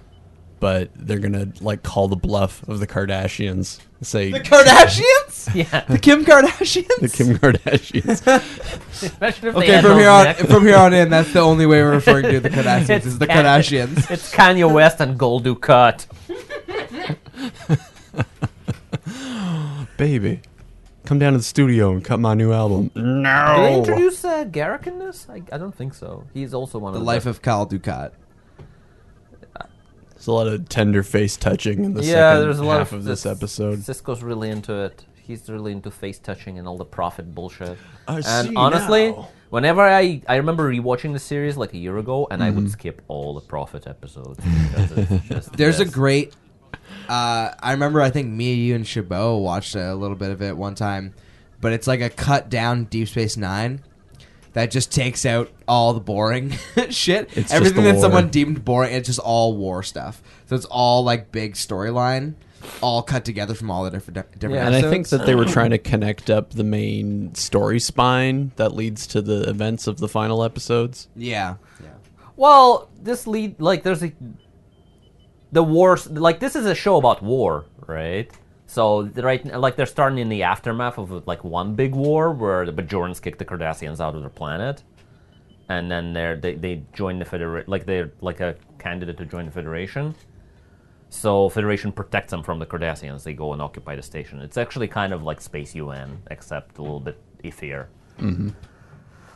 [SPEAKER 6] but they're gonna like call the bluff of the Kardashians. Say <laughs> the,
[SPEAKER 5] Kardashians?
[SPEAKER 7] Yeah.
[SPEAKER 5] The Kim Kardashians?
[SPEAKER 6] Kim
[SPEAKER 7] <laughs>
[SPEAKER 6] Kardashians.
[SPEAKER 11] Especially if they
[SPEAKER 5] okay,
[SPEAKER 11] had
[SPEAKER 5] from
[SPEAKER 11] those
[SPEAKER 5] here on
[SPEAKER 11] neck-
[SPEAKER 5] from here on in, that's the only way we're referring to the Kardashians is the
[SPEAKER 7] Kat-
[SPEAKER 5] Kardashians.
[SPEAKER 7] <laughs> It's Kanye West and Gold Dukat.
[SPEAKER 6] Baby, come down to the studio and cut my new album.
[SPEAKER 5] Oh.
[SPEAKER 7] Did they
[SPEAKER 6] No.
[SPEAKER 7] introduce uh, Garrick in this? I, I don't think so. He's also one
[SPEAKER 5] The
[SPEAKER 7] of
[SPEAKER 5] life of Kyle Dukat.
[SPEAKER 6] There's a lot of tender face touching in the
[SPEAKER 7] yeah,
[SPEAKER 6] second
[SPEAKER 7] there's a lot
[SPEAKER 6] half
[SPEAKER 7] of
[SPEAKER 6] of this
[SPEAKER 7] this-
[SPEAKER 6] episode.
[SPEAKER 7] Cisco's really into it. He's really into face touching and all the prophet bullshit.
[SPEAKER 6] I
[SPEAKER 7] and
[SPEAKER 6] see
[SPEAKER 7] honestly,
[SPEAKER 6] now.
[SPEAKER 7] whenever I I remember rewatching the series like a year ago, and I would
[SPEAKER 5] Mm-hmm.
[SPEAKER 7] skip all the prophet episodes. because
[SPEAKER 5] <laughs>
[SPEAKER 7] it's just
[SPEAKER 5] There's a
[SPEAKER 7] this.
[SPEAKER 5] great uh, I remember I think me, you and Chabot watched a little bit of it one time, but it's like a cut down Deep Space Nine that just takes out all the boring <laughs> shit.
[SPEAKER 6] just
[SPEAKER 5] Everything
[SPEAKER 6] the
[SPEAKER 5] that someone
[SPEAKER 6] war.
[SPEAKER 5] deemed boring, it's just all war stuff. So it's all like big storyline, all cut together from all the different different
[SPEAKER 7] Yeah,
[SPEAKER 6] And I think
[SPEAKER 5] episodes.
[SPEAKER 6] that they were trying to connect up the main story spine that leads to the events of the final episodes.
[SPEAKER 5] yeah. yeah.
[SPEAKER 7] Well, this lead like there's a the wars like this is a show about war, right? So the- right n- like they're starting in the aftermath of like one big war where the Bajorans kick the Cardassians out of their planet, and then they're they, they join the federation like they're like a candidate to join the Federation. So Federation protects them from the Cardassians. They go and occupy the station. It's actually kind of like Space UN, except a little bit iffier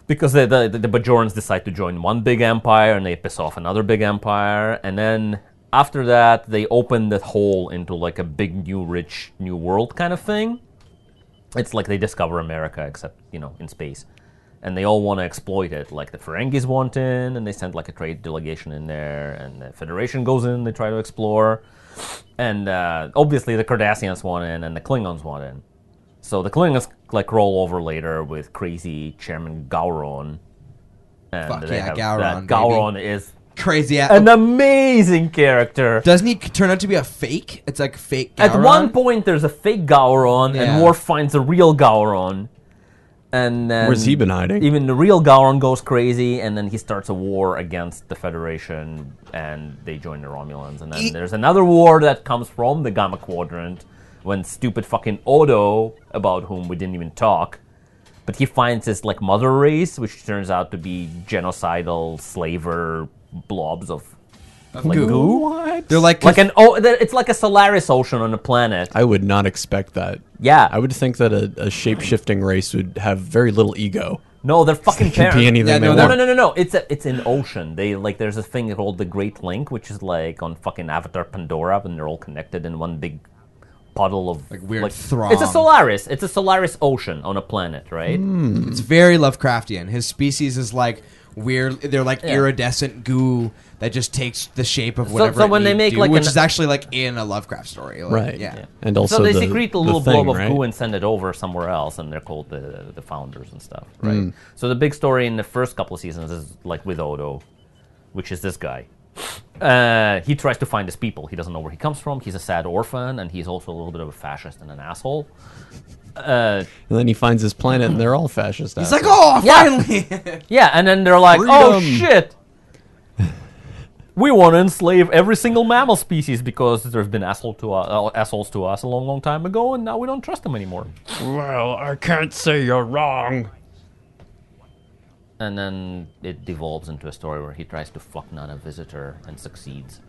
[SPEAKER 7] because the, the the Bajorans decide to join one big empire and they piss off another big empire, and then after that they open that hole into like a big new rich new world kind of thing. It's like they discover America, except you know in space, and they all want to exploit it. Like the Ferengis want in, and they send like a trade delegation in there, and the Federation goes in. They try to explore, and uh, obviously the Cardassians want in, and the Klingons want in. So the Klingons like roll over later with crazy Chairman Gowron. And
[SPEAKER 5] Fuck
[SPEAKER 7] they
[SPEAKER 5] yeah,
[SPEAKER 7] have
[SPEAKER 5] Gowron,
[SPEAKER 7] That. Gowron is
[SPEAKER 5] Crazy ass.
[SPEAKER 7] an amazing character.
[SPEAKER 5] Doesn't he turn out to be a fake? It's like fake. Gowron.
[SPEAKER 7] At one point, there's a fake Gowron,
[SPEAKER 5] Yeah.
[SPEAKER 7] and Worf finds a real Gowron. And then
[SPEAKER 6] Where's he been hiding?
[SPEAKER 7] Even the real Gowron goes crazy, and then he starts a war against the Federation, and they join the Romulans. And then
[SPEAKER 5] He-
[SPEAKER 7] there's another war that comes from the Gamma Quadrant when stupid fucking Odo, about whom we didn't even talk, but he finds this like mother race, which turns out to be genocidal slaver blobs of like
[SPEAKER 5] goo.
[SPEAKER 7] goo
[SPEAKER 5] they're like,
[SPEAKER 7] like an oh, the- it's like a Solaris ocean on a planet.
[SPEAKER 6] I would not expect that.
[SPEAKER 7] Yeah.
[SPEAKER 6] I would think that a, a shape shifting race would have very little ego.
[SPEAKER 7] No, they're fucking
[SPEAKER 6] It can be
[SPEAKER 7] parents.
[SPEAKER 6] anything
[SPEAKER 5] Yeah,
[SPEAKER 6] they
[SPEAKER 5] no,
[SPEAKER 7] No,
[SPEAKER 6] want.
[SPEAKER 7] no, no, no, no. It's a, it's an ocean. They like there's a thing called the Great Link, which is like on fucking Avatar Pandora, and they're all connected in one big puddle of
[SPEAKER 5] Like weird throng.
[SPEAKER 7] It's a Solaris. It's a Solaris ocean on a planet, right?
[SPEAKER 5] it's very Lovecraftian. His species is like weird. They're like
[SPEAKER 12] Yeah.
[SPEAKER 5] iridescent goo that just takes the shape of whatever.
[SPEAKER 7] so
[SPEAKER 5] it
[SPEAKER 7] when they
[SPEAKER 5] need
[SPEAKER 7] make,
[SPEAKER 5] to,
[SPEAKER 7] like,
[SPEAKER 5] which
[SPEAKER 7] an-
[SPEAKER 5] is actually like in a Lovecraft story, like,
[SPEAKER 6] Right.
[SPEAKER 5] Yeah.
[SPEAKER 6] And also
[SPEAKER 7] so they
[SPEAKER 6] the,
[SPEAKER 7] secrete a
[SPEAKER 6] the
[SPEAKER 7] little
[SPEAKER 6] thing,
[SPEAKER 7] blob of
[SPEAKER 6] right?
[SPEAKER 7] goo and send it over somewhere else, and they're called the the founders and stuff, right?
[SPEAKER 6] Mm.
[SPEAKER 7] So the big story in the first couple of seasons is like with Odo, which is this guy. Uh, he tries to find his people. He doesn't know where he comes from. He's a sad orphan, and he's also a little bit of a fascist and an asshole.
[SPEAKER 6] And then he finds his planet, and they're all fascist.
[SPEAKER 5] It's like, oh, finally.
[SPEAKER 7] <laughs> Yeah, and then they're like, "Oh
[SPEAKER 6] Freedom."
[SPEAKER 7] shit, we want to enslave every single mammal species because they've been asshole to us, uh, assholes to us a long, long time ago, and now we don't trust them anymore."
[SPEAKER 6] well, I can't say you're wrong.
[SPEAKER 7] And then it devolves into a story where he tries to fuck Nana Visitor and succeeds.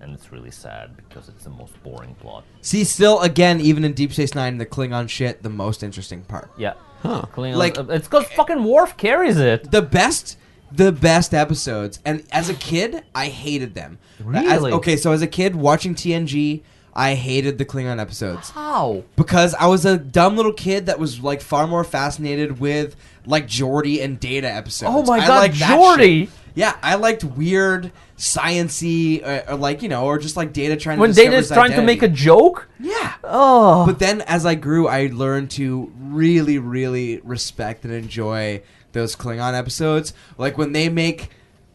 [SPEAKER 7] And it's really sad because it's the most boring plot.
[SPEAKER 5] See, still, again, even in Deep Space Nine, the Klingon shit, the most interesting part.
[SPEAKER 7] Yeah. Huh.
[SPEAKER 5] Like-
[SPEAKER 7] it's because fucking Worf carries it.
[SPEAKER 5] the best the best episodes and as a kid i hated them As-
[SPEAKER 7] Really?
[SPEAKER 5] okay so as a kid watching tng i hated the klingon episodes
[SPEAKER 7] How?
[SPEAKER 5] because i was a dumb little kid that was like far more fascinated with like geordie and data episodes
[SPEAKER 7] Oh my
[SPEAKER 5] I
[SPEAKER 7] God,
[SPEAKER 5] liked that
[SPEAKER 7] Geordi!
[SPEAKER 5] shit. yeah i liked weird sciency or, or like you know or just like data trying
[SPEAKER 7] When
[SPEAKER 5] to discover
[SPEAKER 7] Data's
[SPEAKER 5] his
[SPEAKER 7] trying to
[SPEAKER 5] identity.
[SPEAKER 7] make a joke?
[SPEAKER 5] yeah
[SPEAKER 7] Oh.
[SPEAKER 5] but then as I grew, I learned to really, really respect and enjoy those Klingon episodes. Like when they make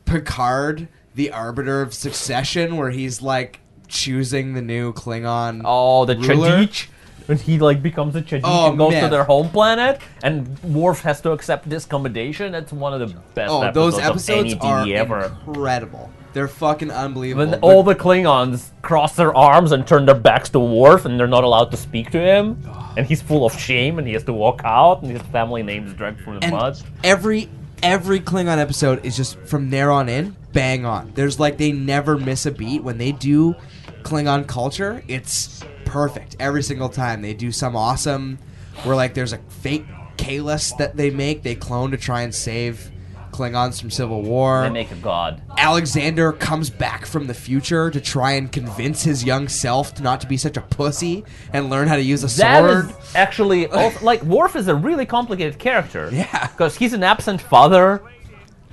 [SPEAKER 5] Picard the arbiter of succession, where he's like choosing the new Klingon.
[SPEAKER 7] Oh, the
[SPEAKER 5] ruler.
[SPEAKER 7] Chadich. When he like becomes a Chadich
[SPEAKER 5] Oh,
[SPEAKER 7] and goes to
[SPEAKER 5] man.
[SPEAKER 7] their home planet, and Worf has to accept this commendation. That's one of the best.
[SPEAKER 5] Oh,
[SPEAKER 7] episodes
[SPEAKER 5] those episodes
[SPEAKER 7] of any E
[SPEAKER 5] are
[SPEAKER 7] TV ever.
[SPEAKER 5] incredible. They're fucking unbelievable.
[SPEAKER 7] When
[SPEAKER 5] But-
[SPEAKER 7] all the Klingons cross their arms and turn their backs to Worf, and they're not allowed to speak to him, and he's full of shame, and he has to walk out, and his family name is dragged through the
[SPEAKER 5] and
[SPEAKER 7] mud.
[SPEAKER 5] every every Klingon episode is just from there on in bang on. There's like they never miss a beat when they do Klingon culture. It's perfect every single time. They do some awesome where like there's a fake Kalis that they make. They clone to try and save Klingons from civil war.
[SPEAKER 7] They make a god.
[SPEAKER 5] Alexander comes back from the future to try and convince his young self to not to be such a pussy and learn how to use a
[SPEAKER 7] That
[SPEAKER 5] sword. <laughs>
[SPEAKER 7] is actually also, like Worf is a really complicated character.
[SPEAKER 5] Yeah.
[SPEAKER 7] because he's an absent father.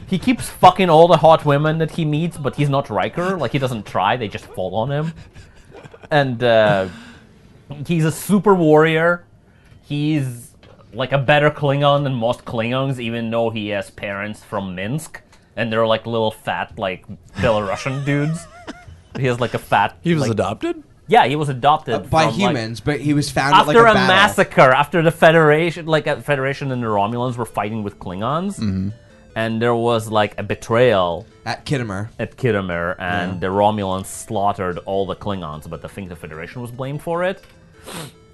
[SPEAKER 7] He keeps fucking all the hot women that he meets, but he's not Riker. Like he doesn't try; they just fall on him. And uh, he's a super warrior. He's like a better Klingon than most Klingons, even though he has parents from Minsk, and they're like little fat like
[SPEAKER 5] <laughs>
[SPEAKER 7] Belarusian dudes. He has like a fat.
[SPEAKER 6] He was
[SPEAKER 7] like-
[SPEAKER 6] adopted.
[SPEAKER 7] Yeah, he was adopted
[SPEAKER 5] by
[SPEAKER 7] from, like-
[SPEAKER 5] humans, but he was found at,
[SPEAKER 7] after
[SPEAKER 5] like, a,
[SPEAKER 7] a,
[SPEAKER 5] battle.
[SPEAKER 7] massacre, after the Federation, like a Federation and the Romulans were fighting with Klingons,
[SPEAKER 5] Mm-hmm.
[SPEAKER 7] and there was like a betrayal
[SPEAKER 5] at Kittimer.
[SPEAKER 7] at Kittimer, and the Romulans slaughtered all the Klingons, but I think the Federation was blamed for it.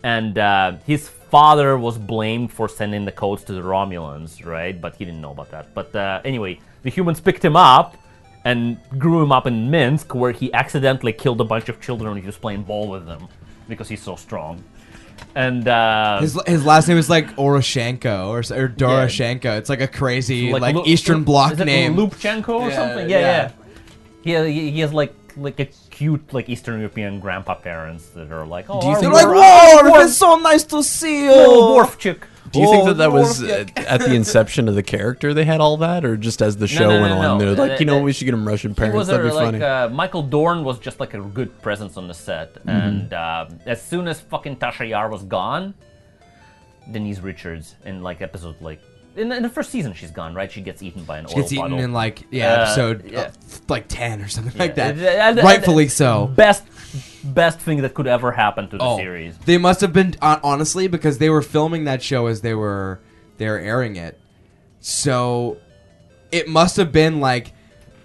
[SPEAKER 7] And uh, his father was blamed for sending the codes to the Romulans, right? But he didn't know about that. But uh, anyway, the humans picked him up and grew him up in Minsk, where he accidentally killed a bunch of children when he was playing ball with them because he's so strong. And uh,
[SPEAKER 5] His, his last name is like Oroshenko or, s- or Doroshenko. It's like a crazy like,
[SPEAKER 7] Lu-
[SPEAKER 5] Eastern Bloc
[SPEAKER 7] is it
[SPEAKER 5] name.
[SPEAKER 7] Lubchenko or
[SPEAKER 5] Yeah,
[SPEAKER 7] something? Yeah,
[SPEAKER 5] yeah.
[SPEAKER 7] yeah. He, uh, he- he has like like a cute like Eastern European grandpa parents that are like, oh,
[SPEAKER 6] Do you
[SPEAKER 7] our
[SPEAKER 6] think-
[SPEAKER 5] They're
[SPEAKER 7] war-
[SPEAKER 5] like,
[SPEAKER 7] our
[SPEAKER 5] whoa,
[SPEAKER 7] war-
[SPEAKER 5] it's so nice to see you.
[SPEAKER 7] oh, Worf chick."
[SPEAKER 6] Do you think
[SPEAKER 5] Oh,
[SPEAKER 6] that that was
[SPEAKER 5] Dwarf,
[SPEAKER 6] uh, at the inception of the character they had all that, or just as the show
[SPEAKER 7] no,
[SPEAKER 6] went
[SPEAKER 7] no, no.
[SPEAKER 6] on? They're like,
[SPEAKER 7] That-
[SPEAKER 6] you know,
[SPEAKER 7] that-
[SPEAKER 6] we should get him Russian
[SPEAKER 7] He
[SPEAKER 6] parents.
[SPEAKER 7] was
[SPEAKER 6] That'd
[SPEAKER 7] a,
[SPEAKER 6] be
[SPEAKER 7] like
[SPEAKER 6] funny.
[SPEAKER 7] uh, Michael Dorn was just like a good presence on the set,
[SPEAKER 5] Mm-hmm.
[SPEAKER 7] and uh, as soon as fucking Tasha Yar was gone, Denise Richards in like episode like in, in the first season she's gone right. She gets eaten by an oil
[SPEAKER 5] Gets eaten
[SPEAKER 7] bottle.
[SPEAKER 5] in like yeah
[SPEAKER 7] Uh,
[SPEAKER 5] episode uh,
[SPEAKER 7] yeah.
[SPEAKER 5] like ten or something like that.
[SPEAKER 7] Yeah, and- and-
[SPEAKER 5] Rightfully so.
[SPEAKER 7] Best best thing that could ever happen to the
[SPEAKER 5] Oh,
[SPEAKER 7] series.
[SPEAKER 5] They must have been hon- honestly because they were filming that show as they were they were airing it. So it must have been like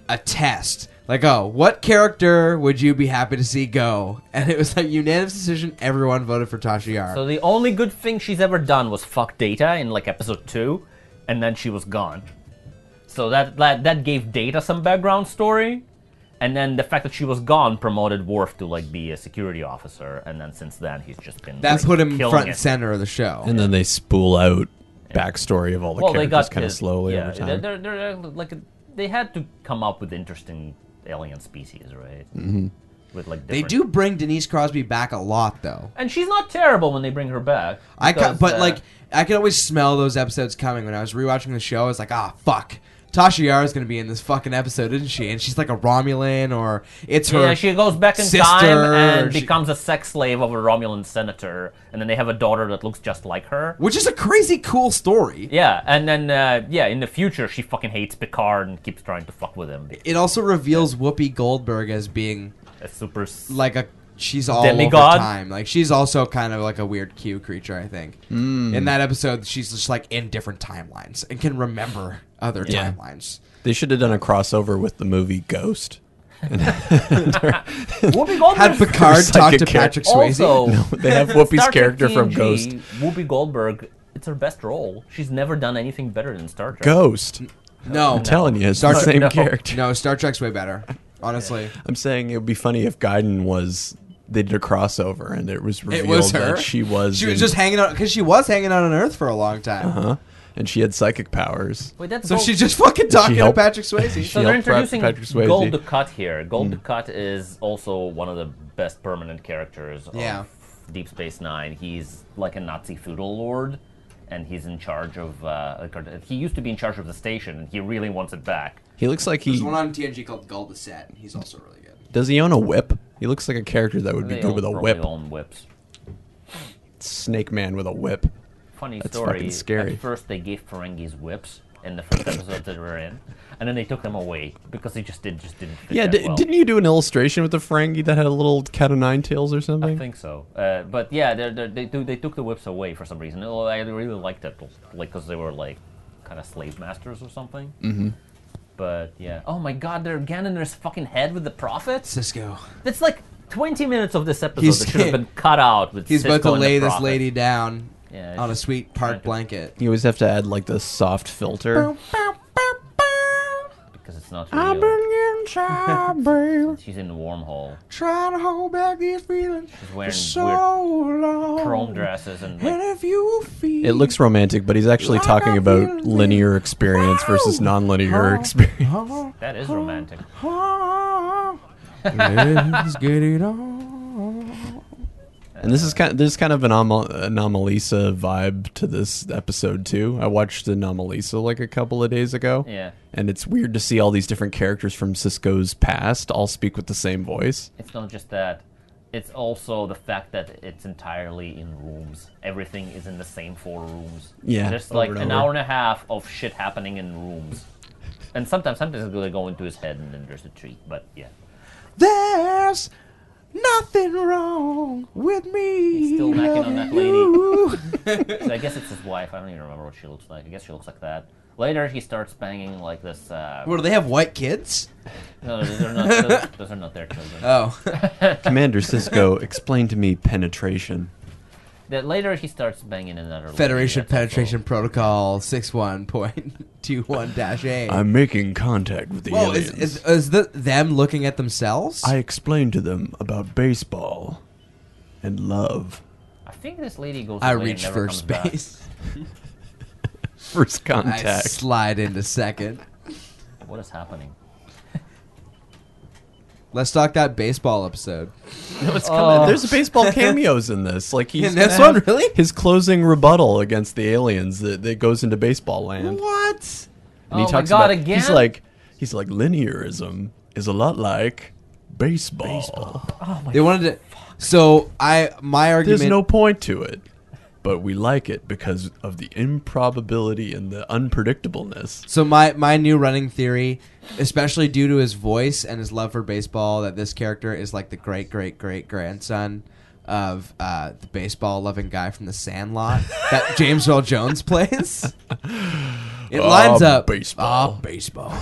[SPEAKER 5] a test. Like, oh, what character would you be happy to see go? <laughs> And it was like unanimous decision. Everyone voted for Tasha Yar.
[SPEAKER 7] So the only good thing she's ever done was fuck Data in like episode two, and then she was gone. So that that, that gave Data some background story, and then the fact that she was gone promoted Worf to like be a security officer, and then since then he's just been
[SPEAKER 5] that
[SPEAKER 7] like,
[SPEAKER 5] put him
[SPEAKER 7] killing
[SPEAKER 5] front
[SPEAKER 7] it.
[SPEAKER 5] and center of the show.
[SPEAKER 6] and then they spool out backstory of all the
[SPEAKER 7] Well, they
[SPEAKER 6] characters
[SPEAKER 7] got
[SPEAKER 6] kind of
[SPEAKER 7] the-
[SPEAKER 6] slowly
[SPEAKER 7] yeah,
[SPEAKER 6] over time.
[SPEAKER 7] They're, they're, they're like they had to come up with interesting alien species, right? Mm-hmm. With like
[SPEAKER 5] they
[SPEAKER 7] different-
[SPEAKER 5] do bring Denise Crosby back a lot, though.
[SPEAKER 7] and she's not terrible when they bring her back.
[SPEAKER 5] I ca-
[SPEAKER 7] because,
[SPEAKER 5] but
[SPEAKER 7] uh,
[SPEAKER 5] like I could always smell those episodes coming when I was rewatching the show. I was like, ah, fuck. Tasha Yara's gonna be in this fucking episode, isn't she? And she's like a Romulan, or it's her.
[SPEAKER 7] Yeah, she goes back in
[SPEAKER 5] sister,
[SPEAKER 7] time and
[SPEAKER 5] she-
[SPEAKER 7] becomes a sex slave of a Romulan senator, and then they have a daughter that looks just like her.
[SPEAKER 5] which is a crazy cool story.
[SPEAKER 7] Yeah, and then uh, yeah, in the future she fucking hates Picard and keeps trying to fuck with him.
[SPEAKER 5] It also reveals Whoopi Goldberg as being
[SPEAKER 7] A super s-
[SPEAKER 5] like a she's all
[SPEAKER 7] Demigod?
[SPEAKER 5] over time. Like she's also kind of like a weird Q creature, I think. In that episode, she's just like in different timelines and can remember other
[SPEAKER 6] Yeah.
[SPEAKER 5] timelines.
[SPEAKER 6] They should have done a crossover with the movie Ghost.
[SPEAKER 7] <laughs>
[SPEAKER 6] <laughs>
[SPEAKER 7] Whoopi Goldberg.
[SPEAKER 5] Had
[SPEAKER 7] <laughs>
[SPEAKER 5] Picard talk
[SPEAKER 6] Psychic
[SPEAKER 5] to
[SPEAKER 6] character.
[SPEAKER 5] Patrick Swayze?
[SPEAKER 7] Also, <laughs>
[SPEAKER 6] They have Whoopi's
[SPEAKER 7] Star Trek
[SPEAKER 6] character from
[SPEAKER 7] TNG,
[SPEAKER 6] Ghost.
[SPEAKER 7] Whoopi Goldberg. It's her best role. She's never done anything better than Star Trek.
[SPEAKER 6] Ghost.
[SPEAKER 5] No,
[SPEAKER 6] I'm telling you, it's
[SPEAKER 5] Star
[SPEAKER 6] the
[SPEAKER 5] Trek-
[SPEAKER 6] same
[SPEAKER 5] no.
[SPEAKER 6] character.
[SPEAKER 5] No, Star Trek's way better. Honestly,
[SPEAKER 6] I'm saying it would be funny if Gaiden was. They did a crossover and it was revealed
[SPEAKER 5] it was her.
[SPEAKER 6] that she was.
[SPEAKER 5] She was
[SPEAKER 6] in- Uh-huh.
[SPEAKER 5] just hanging out because she was hanging out on Earth for a long time.
[SPEAKER 6] Huh? And she had psychic powers.
[SPEAKER 7] Wait, that's
[SPEAKER 5] So
[SPEAKER 7] Gold-
[SPEAKER 5] she's just fucking talking to
[SPEAKER 6] help?
[SPEAKER 5] Patrick Swayze.
[SPEAKER 7] So
[SPEAKER 6] She
[SPEAKER 7] they're
[SPEAKER 6] helped Pat-
[SPEAKER 7] introducing
[SPEAKER 6] Patrick Swayze. Mm.
[SPEAKER 7] Gold Ducat here. Gold Ducat is also one of the best permanent characters
[SPEAKER 5] Yeah.
[SPEAKER 7] of Deep Space Nine. He's like a Nazi feudal lord, and he's in charge of. Uh, like, or- he used to be in charge of the station, and he really wants it back.
[SPEAKER 6] He looks like he.
[SPEAKER 5] There's one on TNG called Guldaset. and He's also really good.
[SPEAKER 6] Does he own a whip? He looks like a character that would be
[SPEAKER 7] They
[SPEAKER 6] good
[SPEAKER 7] all
[SPEAKER 6] with a
[SPEAKER 7] probably
[SPEAKER 6] whip.
[SPEAKER 7] own whips.
[SPEAKER 6] Snake Man with a whip.
[SPEAKER 7] Funny
[SPEAKER 6] That's
[SPEAKER 7] story.
[SPEAKER 6] fucking scary.
[SPEAKER 7] At first, they gave Ferengis whips in the first episode that we're in, and then they took them away because they just did just didn't. Fit
[SPEAKER 6] Yeah,
[SPEAKER 7] that
[SPEAKER 6] di-
[SPEAKER 7] well.
[SPEAKER 6] didn't you do an illustration with the Ferengi that had a little cat o' nine tails or something?
[SPEAKER 7] I think so. Uh, but yeah, they're, they're, they do, they took the whips away for some reason. Oh, I really liked it, like because they were like kind of slave masters or something. Mm-hmm. But yeah. Oh my God, they're Ganon in his fucking head with the prophets.
[SPEAKER 5] Cisco.
[SPEAKER 7] That's like 20 minutes of this episode
[SPEAKER 5] He's- <laughs>
[SPEAKER 7] that should have been cut out. With
[SPEAKER 5] He's
[SPEAKER 7] Cisco
[SPEAKER 5] about to
[SPEAKER 7] and the
[SPEAKER 5] lay this
[SPEAKER 7] Prophet.
[SPEAKER 5] lady down
[SPEAKER 7] Yeah,
[SPEAKER 5] on a
[SPEAKER 7] just
[SPEAKER 5] sweet park blanket. <laughs>
[SPEAKER 6] You always have to add like the soft filter.
[SPEAKER 7] because it's not real. She's in the wormhole.
[SPEAKER 5] Trying to hold back these feelings
[SPEAKER 7] She's wearing
[SPEAKER 5] long.
[SPEAKER 7] weird chrome dresses and
[SPEAKER 5] And
[SPEAKER 7] like,
[SPEAKER 5] if you feel
[SPEAKER 6] It looks romantic, but he's actually
[SPEAKER 5] Like
[SPEAKER 6] talking
[SPEAKER 5] I
[SPEAKER 6] about
[SPEAKER 5] feel
[SPEAKER 6] linear experience versus non-linear experience.
[SPEAKER 7] that is romantic.
[SPEAKER 5] Let's get it on.
[SPEAKER 6] And this is kind of, there's kind of an Amal- Anomalisa vibe to this episode too. I watched Anomalisa like a couple of days ago.
[SPEAKER 7] Yeah.
[SPEAKER 6] And it's weird to see all these different characters from Cisco's past all speak with the same voice.
[SPEAKER 7] It's not just that. It's also the fact that it's entirely in rooms. Everything is in the same four rooms.
[SPEAKER 6] Yeah,
[SPEAKER 7] There's
[SPEAKER 6] over
[SPEAKER 7] like
[SPEAKER 6] and
[SPEAKER 7] an
[SPEAKER 6] over.
[SPEAKER 7] hour and a half of shit happening in rooms. And sometimes, sometimes it's gonna go into his head, and then there's a tree. But yeah,
[SPEAKER 5] There's nothing wrong with me.
[SPEAKER 7] He's still macking on that
[SPEAKER 5] you.
[SPEAKER 7] so I guess it's his wife. I don't even remember what she looks like. I guess she looks like that. Later, he starts banging like this. Uh,
[SPEAKER 5] what do they have? White kids?
[SPEAKER 7] no, those are not. Those, those are not their children.
[SPEAKER 5] Oh, <laughs>
[SPEAKER 6] Commander Cisco, explain to me penetration.
[SPEAKER 7] That later he starts banging another. lady
[SPEAKER 5] Federation
[SPEAKER 7] that's also-
[SPEAKER 5] Penetration Protocol six one point two one dash A.
[SPEAKER 6] I'm making contact with the
[SPEAKER 5] Whoa, is,
[SPEAKER 6] aliens.
[SPEAKER 5] is, is the, them looking at themselves?
[SPEAKER 6] I explained to them about baseball and love.
[SPEAKER 7] I think this lady goes.
[SPEAKER 5] I
[SPEAKER 7] away and
[SPEAKER 5] reach
[SPEAKER 7] never
[SPEAKER 5] for
[SPEAKER 7] comes back.
[SPEAKER 5] space. <laughs>
[SPEAKER 6] First
[SPEAKER 5] I
[SPEAKER 6] contact.
[SPEAKER 5] slide into second.
[SPEAKER 7] What is happening?
[SPEAKER 5] Let's talk that baseball episode.
[SPEAKER 6] No, it's coming. There's <laughs> baseball cameos in this. Like he's
[SPEAKER 5] In this
[SPEAKER 6] gonna
[SPEAKER 5] one,
[SPEAKER 6] have
[SPEAKER 5] really?
[SPEAKER 6] His closing rebuttal against the aliens that, that goes into baseball land.
[SPEAKER 5] What?
[SPEAKER 6] And
[SPEAKER 7] Oh
[SPEAKER 6] he
[SPEAKER 7] my
[SPEAKER 6] talks
[SPEAKER 7] God,
[SPEAKER 6] about he's
[SPEAKER 7] again?
[SPEAKER 6] like he's like linearism is a lot like baseball.
[SPEAKER 5] They wanted to. So I my
[SPEAKER 6] There's
[SPEAKER 5] argument.
[SPEAKER 6] no point to it. But we like it because of the improbability and the unpredictableness.
[SPEAKER 5] So my my new running theory, especially due to his voice and his love for baseball, that this character is like the great great great grandson of uh, the baseball loving guy from The Sandlot
[SPEAKER 6] <laughs>
[SPEAKER 5] that James Earl Jones plays. It lines
[SPEAKER 6] Ah,
[SPEAKER 5] up.
[SPEAKER 6] baseball.
[SPEAKER 5] Ah, baseball.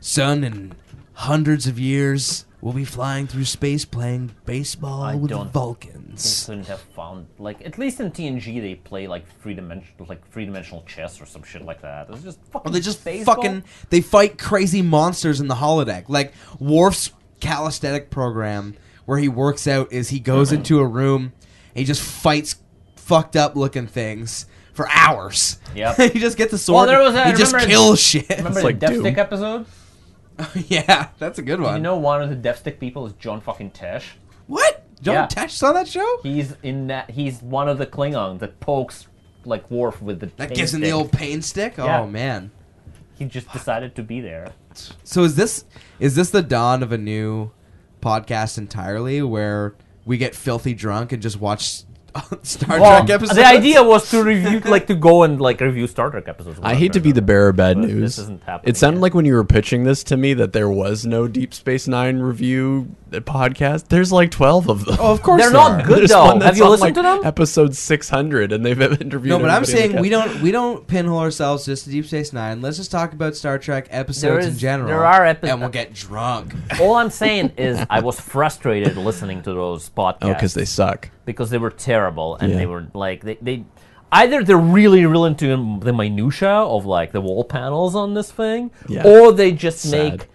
[SPEAKER 5] Son, in hundreds of years, we'll be flying through space playing baseball
[SPEAKER 7] I
[SPEAKER 5] with
[SPEAKER 7] don't-
[SPEAKER 5] Vulcans.
[SPEAKER 7] couldn't have found like at least in TNG they play like three dimensional like three dimensional chess or some shit like that. It's just
[SPEAKER 5] Or
[SPEAKER 7] fucking.
[SPEAKER 5] they just
[SPEAKER 7] baseball.
[SPEAKER 5] fucking they fight crazy monsters in the holodeck. Like Worf's calisthenic program where he works out is he goes
[SPEAKER 7] Uh-huh.
[SPEAKER 5] into a room and he just fights fucked up looking things for hours. <laughs>
[SPEAKER 7] Yep.
[SPEAKER 5] he just gets a sword.
[SPEAKER 7] there was a-
[SPEAKER 5] he
[SPEAKER 7] I
[SPEAKER 5] just
[SPEAKER 7] remember-
[SPEAKER 5] kills shit.
[SPEAKER 7] Remember
[SPEAKER 6] It's like
[SPEAKER 7] the Death
[SPEAKER 6] Doom.
[SPEAKER 7] Stick episode?
[SPEAKER 5] <laughs> yeah, that's a good one.
[SPEAKER 7] You know, one of the Death Stick people is John fucking Tesh.
[SPEAKER 5] what? John
[SPEAKER 7] Yeah.
[SPEAKER 5] Tesh saw that show?
[SPEAKER 7] He's in that. He's one of the Klingons that pokes like Worf with the.
[SPEAKER 5] that
[SPEAKER 7] pain
[SPEAKER 5] gives him the
[SPEAKER 7] stick.
[SPEAKER 5] old pain stick.
[SPEAKER 7] Yeah.
[SPEAKER 5] Oh man.
[SPEAKER 13] He just decided to be there.
[SPEAKER 5] So is this is this the dawn of a new podcast entirely where we get filthy drunk and just watch <laughs> Star
[SPEAKER 13] Well,
[SPEAKER 5] Trek episodes?
[SPEAKER 13] the idea was to
[SPEAKER 6] <laughs>
[SPEAKER 13] review, like to go and like review Star Trek episodes.
[SPEAKER 6] I hate to be the bearer of bad
[SPEAKER 13] This-
[SPEAKER 6] news.
[SPEAKER 13] this isn't happening
[SPEAKER 6] it sounded
[SPEAKER 13] yet.
[SPEAKER 6] like when you were pitching this to me that there was no Deep Space Nine review uh, podcast. There's like twelve of them.
[SPEAKER 5] Oh, of course
[SPEAKER 13] They're
[SPEAKER 5] there
[SPEAKER 13] not
[SPEAKER 5] are.
[SPEAKER 13] good.
[SPEAKER 6] <laughs> There's
[SPEAKER 13] though.
[SPEAKER 6] one that's
[SPEAKER 13] Have you
[SPEAKER 6] on,
[SPEAKER 13] listened
[SPEAKER 6] like,
[SPEAKER 13] to
[SPEAKER 6] <laughs>
[SPEAKER 13] them?
[SPEAKER 6] Episode six hundred, and they've <laughs> interviewed.
[SPEAKER 5] No, but I'm
[SPEAKER 6] everybody in the
[SPEAKER 5] saying we
[SPEAKER 6] cast.
[SPEAKER 5] don't we don't pinhole ourselves just to Deep Space Nine. Let's just talk about Star Trek episodes
[SPEAKER 13] There is-
[SPEAKER 5] in general.
[SPEAKER 13] there are epi-
[SPEAKER 5] and we'll get drunk. <laughs>
[SPEAKER 13] bear.
[SPEAKER 7] All I'm saying is I was frustrated listening to those podcasts.
[SPEAKER 6] Oh, because they suck.
[SPEAKER 7] because they were terrible and
[SPEAKER 6] Yeah.
[SPEAKER 7] they were like they, they either they're really really into the minutia of like the wall panels on this thing
[SPEAKER 6] Yeah.
[SPEAKER 7] or they just
[SPEAKER 6] Sad.
[SPEAKER 7] make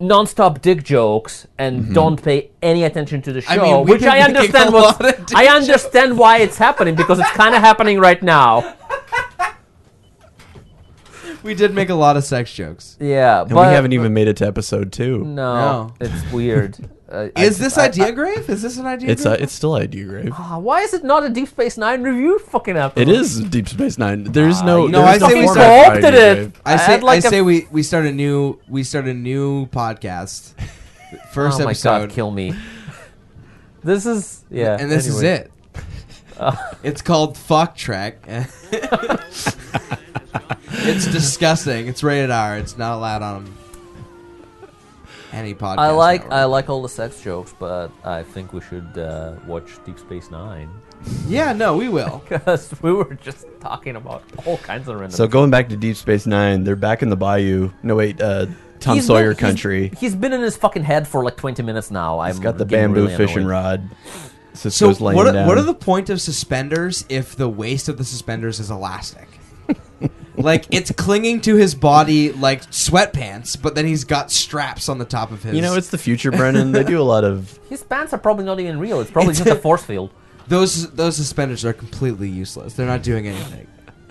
[SPEAKER 7] non-stop dick jokes and don't pay any attention to the show
[SPEAKER 5] Mm-hmm. I mean, we've
[SPEAKER 7] which
[SPEAKER 5] been
[SPEAKER 7] i
[SPEAKER 5] making a
[SPEAKER 7] understand was
[SPEAKER 5] lot of dick
[SPEAKER 7] i understand why it's happening because it's kind of happening right now
[SPEAKER 5] We did make a lot of sex jokes.
[SPEAKER 7] yeah
[SPEAKER 6] And we haven't even made it to episode
[SPEAKER 5] e-
[SPEAKER 7] no,
[SPEAKER 6] two.
[SPEAKER 5] No. <laughs>
[SPEAKER 7] it's weird Uh, I
[SPEAKER 5] Is
[SPEAKER 7] just-
[SPEAKER 5] this
[SPEAKER 7] I-
[SPEAKER 5] idea grave? Is this an idea?
[SPEAKER 6] It's
[SPEAKER 5] grave?
[SPEAKER 6] a, it's still idea grave.
[SPEAKER 7] Ah, why is it not a deep space nine review fucking episode
[SPEAKER 6] It is Deep Space Nine. There's no.
[SPEAKER 5] you know,
[SPEAKER 6] there's
[SPEAKER 5] I say
[SPEAKER 6] no
[SPEAKER 5] we
[SPEAKER 6] format for
[SPEAKER 7] co-opted
[SPEAKER 6] Idea
[SPEAKER 7] it.
[SPEAKER 6] Grave.
[SPEAKER 5] I
[SPEAKER 7] I
[SPEAKER 5] say
[SPEAKER 7] had like
[SPEAKER 5] I
[SPEAKER 7] a-
[SPEAKER 5] say we we start a new we start a new podcast.
[SPEAKER 13] <laughs>
[SPEAKER 5] First
[SPEAKER 7] oh my
[SPEAKER 5] episode.
[SPEAKER 7] god kill me this is yeah
[SPEAKER 5] and this
[SPEAKER 7] anyway.
[SPEAKER 5] is it. it's called Fuck Trek. it's disgusting. It's rated R. It's not allowed on any podcast.
[SPEAKER 7] I like
[SPEAKER 5] network.
[SPEAKER 7] I like all the sex jokes, but I think we should uh, watch Deep Space Nine <laughs>
[SPEAKER 5] Yeah, no, we will.
[SPEAKER 7] because we were just talking about all kinds of random.
[SPEAKER 6] So going back to Deep Space Nine, they're back in the Bayou. No wait, uh, Tom
[SPEAKER 7] He's been-
[SPEAKER 6] Sawyer
[SPEAKER 7] he's-
[SPEAKER 6] country.
[SPEAKER 7] he's been in his fucking head for like twenty minutes now. I've
[SPEAKER 6] He's got the bamboo fishing rod.
[SPEAKER 5] So
[SPEAKER 6] Cisco's laying
[SPEAKER 5] what are,
[SPEAKER 6] down.
[SPEAKER 5] what are the point of suspenders if the waist of the suspenders is elastic? like it's clinging to his body like sweatpants, but then he's got straps on the top of his.
[SPEAKER 6] You know, it's the future, Brennan. they do a lot of.
[SPEAKER 7] His pants are probably not even real. It's probably
[SPEAKER 5] It's
[SPEAKER 7] just a
[SPEAKER 5] a-
[SPEAKER 7] force field.
[SPEAKER 5] those those suspenders are completely useless. They're not doing anything.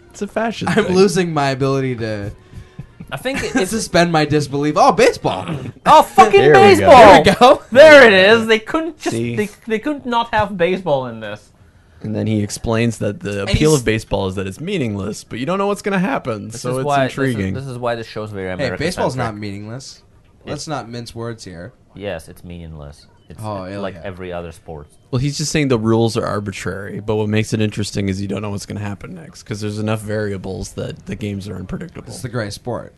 [SPEAKER 6] It's a fashion.
[SPEAKER 5] I'm
[SPEAKER 6] thing.
[SPEAKER 5] losing my ability to
[SPEAKER 7] I think
[SPEAKER 6] <laughs>
[SPEAKER 7] it-
[SPEAKER 5] to
[SPEAKER 7] it's
[SPEAKER 5] suspend my disbelief. Oh,
[SPEAKER 6] <clears throat>
[SPEAKER 5] baseball!
[SPEAKER 7] oh fucking
[SPEAKER 6] There we go.
[SPEAKER 7] baseball. <laughs>
[SPEAKER 5] There we go.
[SPEAKER 7] There it is. They couldn't just
[SPEAKER 6] See?
[SPEAKER 7] they, they couldn't not have baseball in this.
[SPEAKER 6] And then he explains that the appeal
[SPEAKER 5] he's-
[SPEAKER 6] of baseball is that it's meaningless, but you don't know what's going to happen.
[SPEAKER 7] This
[SPEAKER 6] so
[SPEAKER 7] is
[SPEAKER 6] it's
[SPEAKER 7] why,
[SPEAKER 6] intriguing.
[SPEAKER 7] This is, this is why this show's very
[SPEAKER 5] Hey,
[SPEAKER 7] American.
[SPEAKER 5] baseball's not
[SPEAKER 7] centric.
[SPEAKER 5] meaningless. Let's not mince words here.
[SPEAKER 7] Yes, it's meaningless. It's
[SPEAKER 5] Oh, yeah,
[SPEAKER 7] like
[SPEAKER 5] yeah.
[SPEAKER 7] every other sport.
[SPEAKER 6] well, he's just saying the rules are arbitrary, but what makes it interesting is you don't know what's going to happen next because there's enough variables that the games are unpredictable.
[SPEAKER 5] It's the great sport.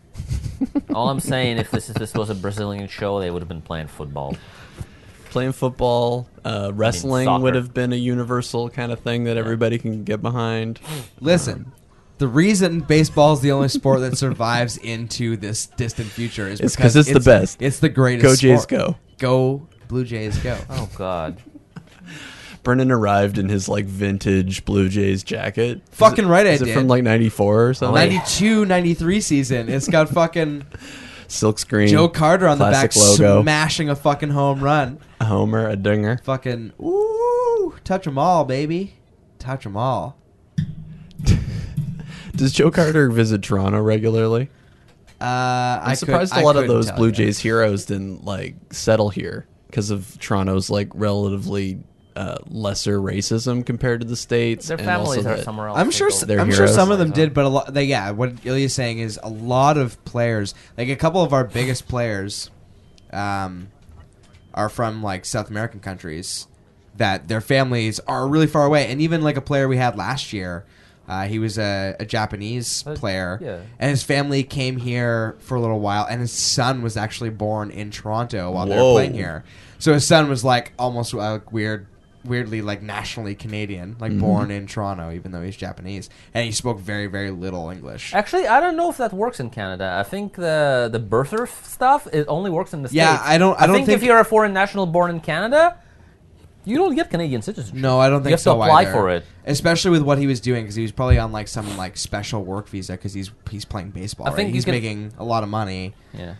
[SPEAKER 7] All I'm saying, if this is, this was a Brazilian show, they would have been playing football.
[SPEAKER 6] Playing football, uh, wrestling
[SPEAKER 7] soccer.
[SPEAKER 6] would have been a universal kind of thing that everybody can get behind.
[SPEAKER 5] Listen, the reason baseball's the only sport that
[SPEAKER 6] <laughs>
[SPEAKER 5] survives into this distant future is
[SPEAKER 6] It's
[SPEAKER 5] because
[SPEAKER 6] 'cause it's the best.
[SPEAKER 5] It's the greatest.
[SPEAKER 6] Go Jays,
[SPEAKER 5] sport. Go Blue Jays, go!
[SPEAKER 7] Oh God,
[SPEAKER 6] Brennan arrived in his like vintage Blue Jays jacket. Is
[SPEAKER 5] Fucking
[SPEAKER 6] it-
[SPEAKER 5] right I
[SPEAKER 6] Is it
[SPEAKER 5] did.
[SPEAKER 6] from like '94 or something?
[SPEAKER 5] 92, 93 season. It's
[SPEAKER 6] <laughs>
[SPEAKER 5] got fucking
[SPEAKER 6] Silk screen.
[SPEAKER 5] Joe Carter on the
[SPEAKER 6] classic
[SPEAKER 5] back
[SPEAKER 6] logo.
[SPEAKER 5] smashing a fucking home run.
[SPEAKER 6] a homer, a dinger.
[SPEAKER 5] Fucking ooh, touch 'em all, baby. Touch 'em all.
[SPEAKER 6] Does Joe Carter visit Toronto regularly?
[SPEAKER 5] Uh, I'm
[SPEAKER 6] I'm surprised a lot of those Blue Jays heroes didn't like settle here because of Toronto's like relatively uh, lesser racism compared to the states.
[SPEAKER 7] their
[SPEAKER 6] and
[SPEAKER 7] families
[SPEAKER 6] also
[SPEAKER 7] are
[SPEAKER 6] that-
[SPEAKER 7] somewhere else.
[SPEAKER 5] I'm
[SPEAKER 7] They
[SPEAKER 5] sure.
[SPEAKER 7] go-
[SPEAKER 5] s-
[SPEAKER 6] They're
[SPEAKER 5] I'm sure some of
[SPEAKER 6] heroes.
[SPEAKER 5] them did, but a lot. They, yeah, what Ilya's saying is a lot of players, like a couple of our biggest players, um, are from like South American countries that their families are really far away. And even like a player we had last year, uh, he was a, a Japanese player,
[SPEAKER 7] yeah.
[SPEAKER 5] and his family came here for a little while, and his son was actually born in Toronto while they were
[SPEAKER 6] Whoa.
[SPEAKER 5] playing here. So his son was like almost like weird, weirdly like nationally Canadian,
[SPEAKER 6] Mm-hmm.
[SPEAKER 5] like born in Toronto, even though he's Japanese, and he spoke very very little English.
[SPEAKER 7] Actually, I don't know if that works in Canada. I think the the birther f- stuff it only works in the
[SPEAKER 5] Yeah,
[SPEAKER 7] states.
[SPEAKER 5] I don't- I don't
[SPEAKER 7] think,
[SPEAKER 5] think-
[SPEAKER 7] if you're a foreign national born in Canada, you don't get Canadian citizenship.
[SPEAKER 5] No, I don't think
[SPEAKER 7] you have
[SPEAKER 5] so
[SPEAKER 7] to apply
[SPEAKER 5] either.
[SPEAKER 7] for it.
[SPEAKER 5] especially with what he was doing because he was probably on like some like special work visa because he's he's playing baseball.
[SPEAKER 7] I
[SPEAKER 5] right?
[SPEAKER 7] think you
[SPEAKER 5] he's
[SPEAKER 7] can-
[SPEAKER 5] making a lot of money.
[SPEAKER 7] Yeah,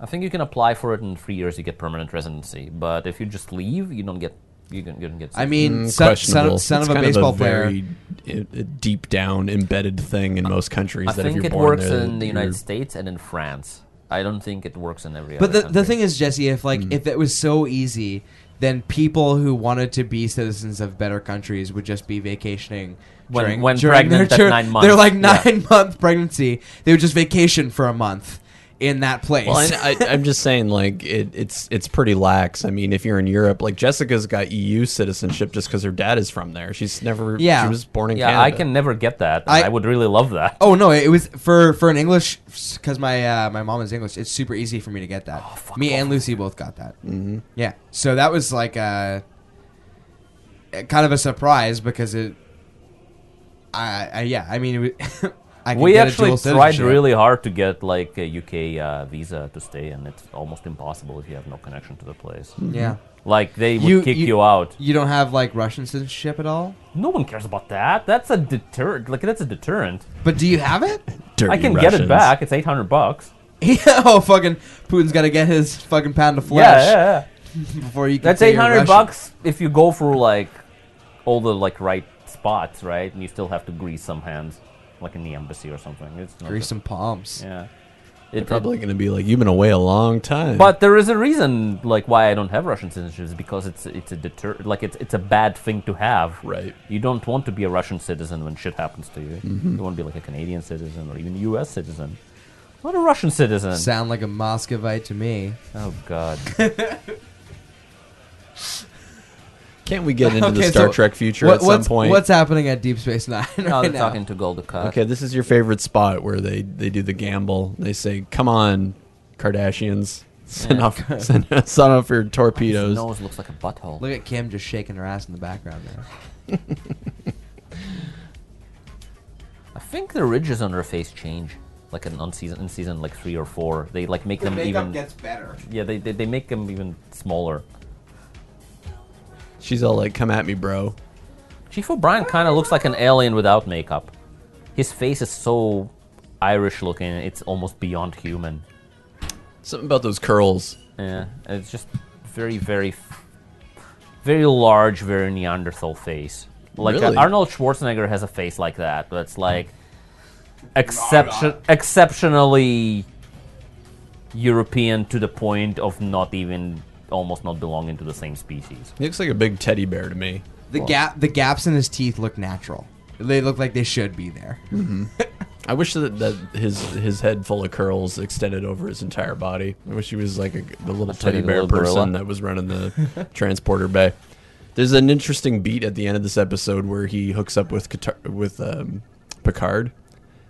[SPEAKER 7] I think you can apply for it in three years. You get permanent residency, but if you just leave, you don't get you don't, you don't get.
[SPEAKER 5] I mean,
[SPEAKER 6] Mm,
[SPEAKER 5] son, son,
[SPEAKER 6] questionable.
[SPEAKER 5] of- son
[SPEAKER 6] It's
[SPEAKER 5] of a
[SPEAKER 6] kind
[SPEAKER 5] baseball
[SPEAKER 6] very,
[SPEAKER 5] player.
[SPEAKER 6] uh, uh, deep down embedded thing in most countries.
[SPEAKER 7] I
[SPEAKER 6] that if
[SPEAKER 7] think
[SPEAKER 6] you're
[SPEAKER 7] it
[SPEAKER 6] born
[SPEAKER 7] works
[SPEAKER 6] there,
[SPEAKER 7] in the
[SPEAKER 6] you're-
[SPEAKER 7] United States and in France. I don't think it works in every.
[SPEAKER 5] But
[SPEAKER 7] other
[SPEAKER 5] the, the
[SPEAKER 7] country.
[SPEAKER 5] thing is, Jesse, if like if it was so easy then people who wanted to be citizens of better countries would just be vacationing
[SPEAKER 7] When-
[SPEAKER 5] during,
[SPEAKER 7] when
[SPEAKER 5] during their
[SPEAKER 7] pregnant at
[SPEAKER 5] tur-
[SPEAKER 7] nine months.
[SPEAKER 5] They're like
[SPEAKER 7] Yeah.
[SPEAKER 5] nine <laughs> month pregnancy. They would just vacation for a month in that place.
[SPEAKER 6] Well, and I, I'm just saying, like it, it's it's pretty lax. I mean, if you're in Europe, like Jessica's got EU citizenship just because her dad is from there. She's never.
[SPEAKER 5] Yeah.
[SPEAKER 6] She was born in
[SPEAKER 7] Yeah,
[SPEAKER 6] Canada.
[SPEAKER 7] I can never get that. and
[SPEAKER 5] I-
[SPEAKER 7] I, would really love that.
[SPEAKER 5] Oh no! It was for for an English because my uh, my mom is English. It's super easy for me to get
[SPEAKER 7] Oh,
[SPEAKER 5] that. me and Lucy both got that. Mm-hmm. Yeah, so that was like a, a kind of a surprise because it. I, I yeah, I mean, it was, <laughs> I could
[SPEAKER 7] We
[SPEAKER 5] get a
[SPEAKER 7] actually
[SPEAKER 5] dual
[SPEAKER 7] tried
[SPEAKER 5] citizenship.
[SPEAKER 7] really hard to get like a UK uh, visa to stay, and it's almost impossible if you have no connection to the place.
[SPEAKER 5] Yeah,
[SPEAKER 7] Like they would
[SPEAKER 5] Hmm. You-
[SPEAKER 7] kick
[SPEAKER 5] you-
[SPEAKER 7] you, out.
[SPEAKER 5] you don't have like Russian citizenship at all.
[SPEAKER 7] No one cares about that. That's a deterrent. Like that's a deterrent.
[SPEAKER 5] But do you have it? <laughs>
[SPEAKER 6] Dirty
[SPEAKER 7] I can get
[SPEAKER 6] Russians.
[SPEAKER 7] it back. It's eight hundred bucks.
[SPEAKER 5] yeah. Oh fucking Putin's got to get his fucking pound of
[SPEAKER 7] Yeah,
[SPEAKER 5] flesh
[SPEAKER 7] yeah, yeah.
[SPEAKER 5] before you. Can
[SPEAKER 7] That's
[SPEAKER 5] say
[SPEAKER 7] eight
[SPEAKER 5] you're
[SPEAKER 7] hundred
[SPEAKER 5] Russian.
[SPEAKER 7] bucks if you go through like all the like right spots, right? And you still have to grease some hands, like in the embassy or something. It's not
[SPEAKER 5] Grease
[SPEAKER 7] just-
[SPEAKER 5] some palms.
[SPEAKER 7] Yeah.
[SPEAKER 6] They're
[SPEAKER 7] It,
[SPEAKER 6] probably going to be like, you've been away a long time.
[SPEAKER 7] But there is a reason, like why I don't have Russian citizenship, is because it's it's a deter, like it's it's a bad thing to have.
[SPEAKER 6] Right.
[SPEAKER 7] You don't want to be a Russian citizen when shit happens to you. You want to be like a Canadian citizen or even a U.S. citizen, not a Russian citizen.
[SPEAKER 5] Sound like a Moscovite to me.
[SPEAKER 7] oh God.
[SPEAKER 6] can't
[SPEAKER 7] <laughs>
[SPEAKER 6] we get into the
[SPEAKER 5] Okay,
[SPEAKER 6] Star
[SPEAKER 5] so
[SPEAKER 6] Trek future
[SPEAKER 5] What-
[SPEAKER 6] at some
[SPEAKER 5] what's,
[SPEAKER 6] point?
[SPEAKER 5] What's happening at Deep Space Nine <laughs> right
[SPEAKER 7] now Oh, they're
[SPEAKER 5] now?
[SPEAKER 7] talking to Goldukat.
[SPEAKER 6] okay, this is your favorite spot where they they do the gamble. They say, "Come on, Kardashians, send off send, <laughs> send off your
[SPEAKER 7] His <laughs>
[SPEAKER 6] torpedoes."
[SPEAKER 7] nose looks like a butthole.
[SPEAKER 5] Look at Kim just shaking her ass in the background there.
[SPEAKER 7] I think the ridges on her face change, like in on season in season like three or four. They like make them even.
[SPEAKER 5] better.
[SPEAKER 7] yeah, they, they they make them even smaller.
[SPEAKER 6] She's all like, "Come at me, bro."
[SPEAKER 7] Chief O'Brien kind of looks like an alien without makeup. His face is so Irish looking, it's almost beyond human.
[SPEAKER 6] Something about those curls.
[SPEAKER 7] Yeah, and it's just very, very, very large, very Neanderthal face. Like uh,
[SPEAKER 6] Really?
[SPEAKER 7] Arnold Schwarzenegger has a face like that, but it's like
[SPEAKER 6] Hmm.
[SPEAKER 7] exception, exceptionally European to the point of not even almost not belonging to the same species.
[SPEAKER 6] He looks like a big teddy bear to me.
[SPEAKER 5] The gap, the gaps in his teeth look natural. They look like they should be there.
[SPEAKER 6] I wish that, that his his head full of curls extended over his entire body. I wish he was like a, the little
[SPEAKER 7] tell
[SPEAKER 6] teddy
[SPEAKER 7] you, the
[SPEAKER 6] bear
[SPEAKER 7] little gorilla.
[SPEAKER 6] person that was running the transporter bay. There's an interesting beat at the end of this episode where he hooks up with Qatar- with um, Picard,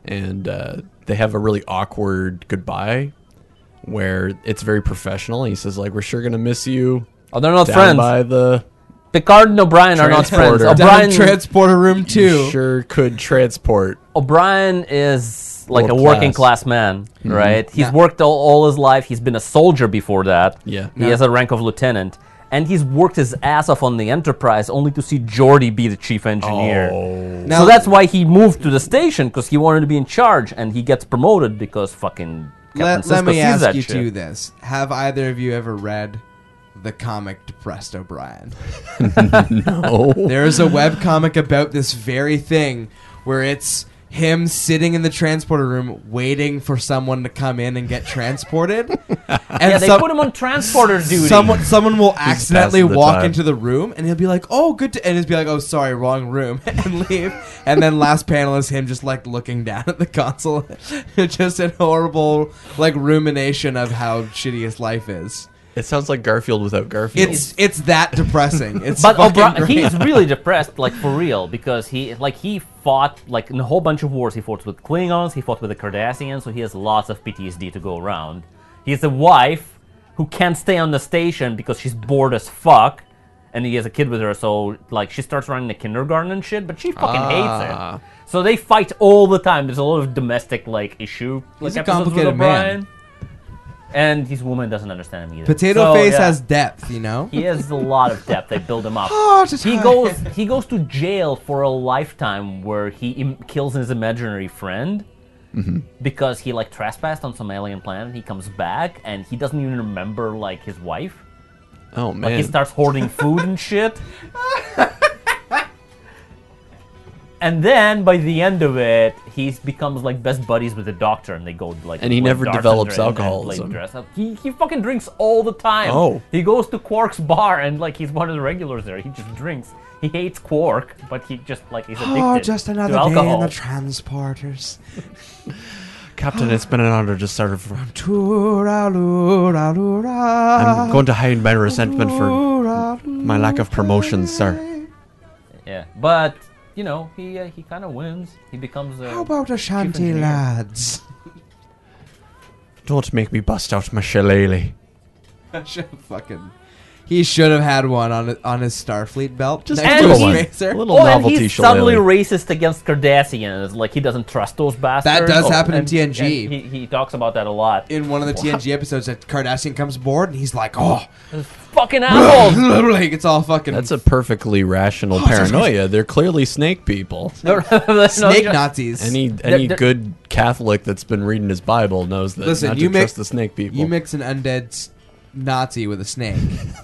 [SPEAKER 6] and uh, they have a really awkward goodbye where it's very professional. He says like, "We're sure gonna miss you."
[SPEAKER 7] Oh, they're not
[SPEAKER 6] Down
[SPEAKER 7] friends.
[SPEAKER 6] by the
[SPEAKER 7] Picard and O'Brien are not friends.
[SPEAKER 6] Transporter.
[SPEAKER 5] Down
[SPEAKER 7] O'Brien
[SPEAKER 5] in transporter room
[SPEAKER 6] you
[SPEAKER 5] two.
[SPEAKER 6] sure could transport.
[SPEAKER 7] O'Brien is like
[SPEAKER 6] World
[SPEAKER 7] a working
[SPEAKER 6] class. Mm-hmm.
[SPEAKER 7] class man, right? He's
[SPEAKER 5] Yeah.
[SPEAKER 7] worked all, all his life. He's been a soldier before that.
[SPEAKER 6] Yeah.
[SPEAKER 7] He
[SPEAKER 6] Yeah.
[SPEAKER 7] has a rank of lieutenant. And he's worked his ass off on the Enterprise only to see Geordi be the chief engineer.
[SPEAKER 6] Oh.
[SPEAKER 5] Now-
[SPEAKER 7] so that's why he moved to the station because he wanted to be in charge and he gets promoted because fucking Captain
[SPEAKER 5] Let,
[SPEAKER 7] Sisko
[SPEAKER 5] let me
[SPEAKER 7] sees
[SPEAKER 5] ask
[SPEAKER 7] that
[SPEAKER 5] you
[SPEAKER 7] shit.
[SPEAKER 5] two this: Have either of you ever read the comic Depressed
[SPEAKER 7] <laughs>
[SPEAKER 5] O'Brien?
[SPEAKER 6] Oh,
[SPEAKER 5] There is a webcomic about this very thing where it's him sitting in the transporter room waiting for someone to come in and get transported.
[SPEAKER 7] <laughs>
[SPEAKER 5] and
[SPEAKER 7] Yeah, they
[SPEAKER 5] some-
[SPEAKER 7] put him on transporter duty.
[SPEAKER 6] <laughs>
[SPEAKER 5] Someone, someone will accidentally
[SPEAKER 6] passing the
[SPEAKER 5] walk
[SPEAKER 6] time.
[SPEAKER 5] into the room, and he'll be like, "Oh, good," to, and he'll be like, "Oh, sorry, wrong room," <laughs> and leave. And then last panel is him just like looking down at the console, <laughs> just an horrible like rumination of how shitty his life is.
[SPEAKER 6] it sounds like Garfield without Garfield.
[SPEAKER 5] It's it's that depressing. It's
[SPEAKER 7] But
[SPEAKER 5] fucking
[SPEAKER 7] O'Brien,
[SPEAKER 5] great.
[SPEAKER 7] he's really depressed, like for real, because he like he fought like in a whole bunch of wars. He fought with Klingons, he fought with the Cardassians, so he has lots of PTSD to go around. He has a wife who can't stay on the station because she's bored as fuck, and he has a kid with her, so like she starts running the kindergarten and shit, but she fucking
[SPEAKER 6] Ah.
[SPEAKER 7] hates it. So they fight all the time. There's a lot of domestic like issue. Like
[SPEAKER 5] He's a
[SPEAKER 7] episodes with
[SPEAKER 5] complicated man.
[SPEAKER 7] O'Brien. And his woman doesn't understand him either.
[SPEAKER 5] Potato
[SPEAKER 7] So,
[SPEAKER 5] Face
[SPEAKER 7] yeah.
[SPEAKER 5] has depth, you know. Oh,
[SPEAKER 7] He has a lot of depth. They build him
[SPEAKER 5] <gasps>
[SPEAKER 7] up.
[SPEAKER 5] Heart
[SPEAKER 7] he
[SPEAKER 5] attack.
[SPEAKER 7] goes. He goes to jail for a lifetime, where he Im- kills his imaginary friend because he like trespassed on some alien planet. He comes back and he doesn't even remember like his wife.
[SPEAKER 6] oh man,
[SPEAKER 7] He starts hoarding food and shit. And then by the end of it, he becomes like best buddies with the doctor, and they go like.
[SPEAKER 6] And he
[SPEAKER 7] play
[SPEAKER 6] never
[SPEAKER 7] darts
[SPEAKER 6] develops
[SPEAKER 7] and dra- and- and, like,
[SPEAKER 6] alcoholism.
[SPEAKER 7] dress up. He, he fucking drinks all the time.
[SPEAKER 6] Oh.
[SPEAKER 7] He goes to Quark's bar and like he's one of the regulars there. He just drinks. He hates Quark, but he just like he's addicted
[SPEAKER 5] Oh,
[SPEAKER 6] Oh,
[SPEAKER 7] to alcohol.
[SPEAKER 5] transporters.
[SPEAKER 6] Captain, it's been an honor to serve.
[SPEAKER 5] I'm
[SPEAKER 6] I'm going to hide my resentment for my lack of promotion, sir.
[SPEAKER 7] yeah, but you know he uh, he kind of wins. He becomes. Uh,
[SPEAKER 5] How about Ashanti
[SPEAKER 7] engineer.
[SPEAKER 5] lads?
[SPEAKER 6] Don't make me bust out my shillelagh.
[SPEAKER 5] <laughs> Fucking. He should have had one on on his Starfleet belt. Just
[SPEAKER 7] And
[SPEAKER 5] to his
[SPEAKER 7] he-
[SPEAKER 5] razor.
[SPEAKER 6] little
[SPEAKER 7] Oh, and
[SPEAKER 6] novelty
[SPEAKER 7] he's
[SPEAKER 6] shillelagh.
[SPEAKER 7] suddenly racist against Cardassians. Like he doesn't trust those bastards. Oh,
[SPEAKER 5] does happen in
[SPEAKER 7] and-
[SPEAKER 5] TNG.
[SPEAKER 7] and he, he talks about that a lot.
[SPEAKER 5] In one of the TNG episodes, that Cardassian comes aboard and he's like, "Oh, <laughs>
[SPEAKER 6] <laughs>
[SPEAKER 7] Fucking assholes.
[SPEAKER 5] like it's all fucking
[SPEAKER 6] That's a perfectly rational
[SPEAKER 5] Oh,
[SPEAKER 6] paranoia. They're clearly snake people.
[SPEAKER 7] <laughs>
[SPEAKER 5] snake Nazis."
[SPEAKER 6] Any any
[SPEAKER 7] they're-
[SPEAKER 6] good Catholic that's been reading his Bible knows that
[SPEAKER 5] Listen,
[SPEAKER 6] not
[SPEAKER 5] you
[SPEAKER 6] to
[SPEAKER 5] mix-
[SPEAKER 6] trust the snake people.
[SPEAKER 5] you mix an undead s- Nazi with a snake,
[SPEAKER 6] <laughs>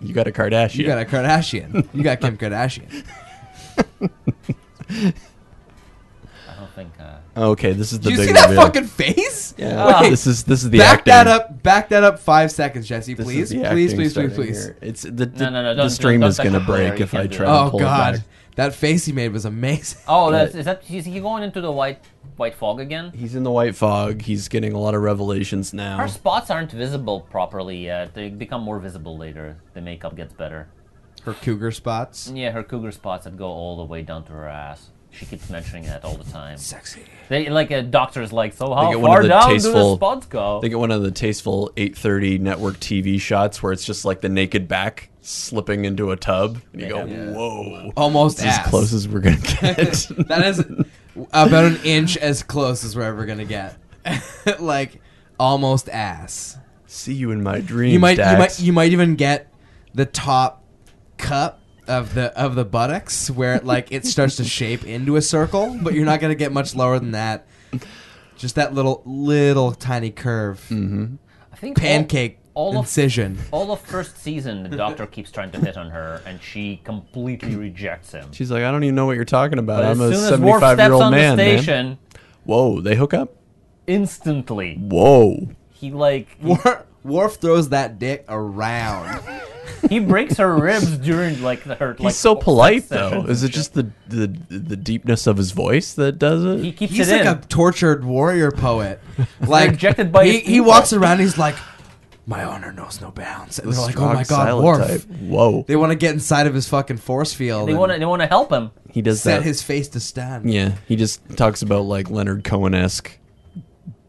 [SPEAKER 6] You got a Kardashian.
[SPEAKER 5] you got a Kardashian. You got Kim
[SPEAKER 6] <laughs>
[SPEAKER 5] Kardashian.
[SPEAKER 7] I don't think. Uh,
[SPEAKER 6] Okay, this is the
[SPEAKER 5] Did you
[SPEAKER 6] big
[SPEAKER 5] see that
[SPEAKER 6] reveal.
[SPEAKER 5] fucking face?
[SPEAKER 6] Yeah. Ah,
[SPEAKER 5] Wait,
[SPEAKER 6] this is this is the
[SPEAKER 5] back
[SPEAKER 6] acting.
[SPEAKER 5] that up. Back that up five seconds, Jesse.
[SPEAKER 6] This is
[SPEAKER 5] Please,
[SPEAKER 6] the
[SPEAKER 5] please,
[SPEAKER 6] acting
[SPEAKER 5] please, please,
[SPEAKER 6] starting
[SPEAKER 5] please.
[SPEAKER 6] here. It's the, the,
[SPEAKER 7] No, no, no,
[SPEAKER 6] the
[SPEAKER 7] don't-
[SPEAKER 6] stream
[SPEAKER 7] don't
[SPEAKER 6] is going to
[SPEAKER 7] touch the
[SPEAKER 6] break
[SPEAKER 7] player,
[SPEAKER 6] if
[SPEAKER 7] you
[SPEAKER 6] I
[SPEAKER 7] can't do
[SPEAKER 6] try
[SPEAKER 7] that.
[SPEAKER 6] to
[SPEAKER 5] Oh
[SPEAKER 6] pull it
[SPEAKER 5] god,
[SPEAKER 6] back.
[SPEAKER 5] that face he made was amazing. <laughs>
[SPEAKER 7] oh, that's, is that is he going into the white white fog again?
[SPEAKER 6] He's in the white fog. He's getting a lot of revelations now.
[SPEAKER 7] Our spots aren't visible properly yet. They become more visible later. The makeup gets better.
[SPEAKER 5] Her cougar spots.
[SPEAKER 6] Mm.
[SPEAKER 7] Yeah, her cougar spots that go all the way down to her ass. She keeps mentioning that all the time.
[SPEAKER 5] Sexy.
[SPEAKER 7] They like a doctor's like, so how
[SPEAKER 6] get one
[SPEAKER 7] far
[SPEAKER 6] of the
[SPEAKER 7] down do the
[SPEAKER 6] tasteful-
[SPEAKER 7] spots go?
[SPEAKER 6] They get one of the tasteful 8:30 network TV shots where it's just like the naked back slipping into a tub, and you go, "Whoa!"
[SPEAKER 5] Almost
[SPEAKER 6] This is
[SPEAKER 5] ass.
[SPEAKER 6] as close as we're <laughs> gonna get.
[SPEAKER 5] That is about an inch as close as we're ever gonna get. <laughs> like almost ass.
[SPEAKER 6] See you in my dreams,
[SPEAKER 5] You might you
[SPEAKER 6] Dax.
[SPEAKER 5] might you might even get the top cup of the of the buttocks where it, like it starts to shape into a circle, but you're not gonna get much lower than that. Just that little little tiny curve
[SPEAKER 7] I think all-
[SPEAKER 5] pancake
[SPEAKER 7] all of-
[SPEAKER 5] incision.
[SPEAKER 7] All of first season, the
[SPEAKER 6] <laughs>
[SPEAKER 7] doctor keeps trying to hit on her, and she completely rejects him.
[SPEAKER 6] She's like, "I don't even know what you're talking about.
[SPEAKER 7] But
[SPEAKER 6] I'm a
[SPEAKER 7] as soon as Worf
[SPEAKER 6] 75 year
[SPEAKER 7] steps
[SPEAKER 6] old
[SPEAKER 7] on
[SPEAKER 6] man,
[SPEAKER 7] the
[SPEAKER 6] man."
[SPEAKER 7] station,
[SPEAKER 6] Whoa, they hook up.
[SPEAKER 7] instantly
[SPEAKER 6] Whoa.
[SPEAKER 7] he like he,
[SPEAKER 5] Worf, Worf throws that dick around.
[SPEAKER 7] he breaks her ribs during like the her.
[SPEAKER 6] He's so polite though. Is it just the, the the deepness of his voice that does it?
[SPEAKER 7] He keeps
[SPEAKER 5] He's
[SPEAKER 7] it
[SPEAKER 5] like
[SPEAKER 7] in.
[SPEAKER 5] a tortured warrior
[SPEAKER 7] <laughs>
[SPEAKER 5] poet. Like
[SPEAKER 7] Rejected by
[SPEAKER 5] he,
[SPEAKER 7] his
[SPEAKER 5] he
[SPEAKER 7] people.
[SPEAKER 5] walks around. He's like, my honor knows no bounds, and they're like, oh
[SPEAKER 6] Strong,
[SPEAKER 5] my god,
[SPEAKER 6] silent
[SPEAKER 5] Worf.
[SPEAKER 6] type. Whoa.
[SPEAKER 5] They want to get inside of his fucking force field.
[SPEAKER 7] They want to. They want to help him.
[SPEAKER 6] He does
[SPEAKER 5] set
[SPEAKER 6] that.
[SPEAKER 5] his face to stand.
[SPEAKER 6] yeah, he just talks about like Leonard Cohen esque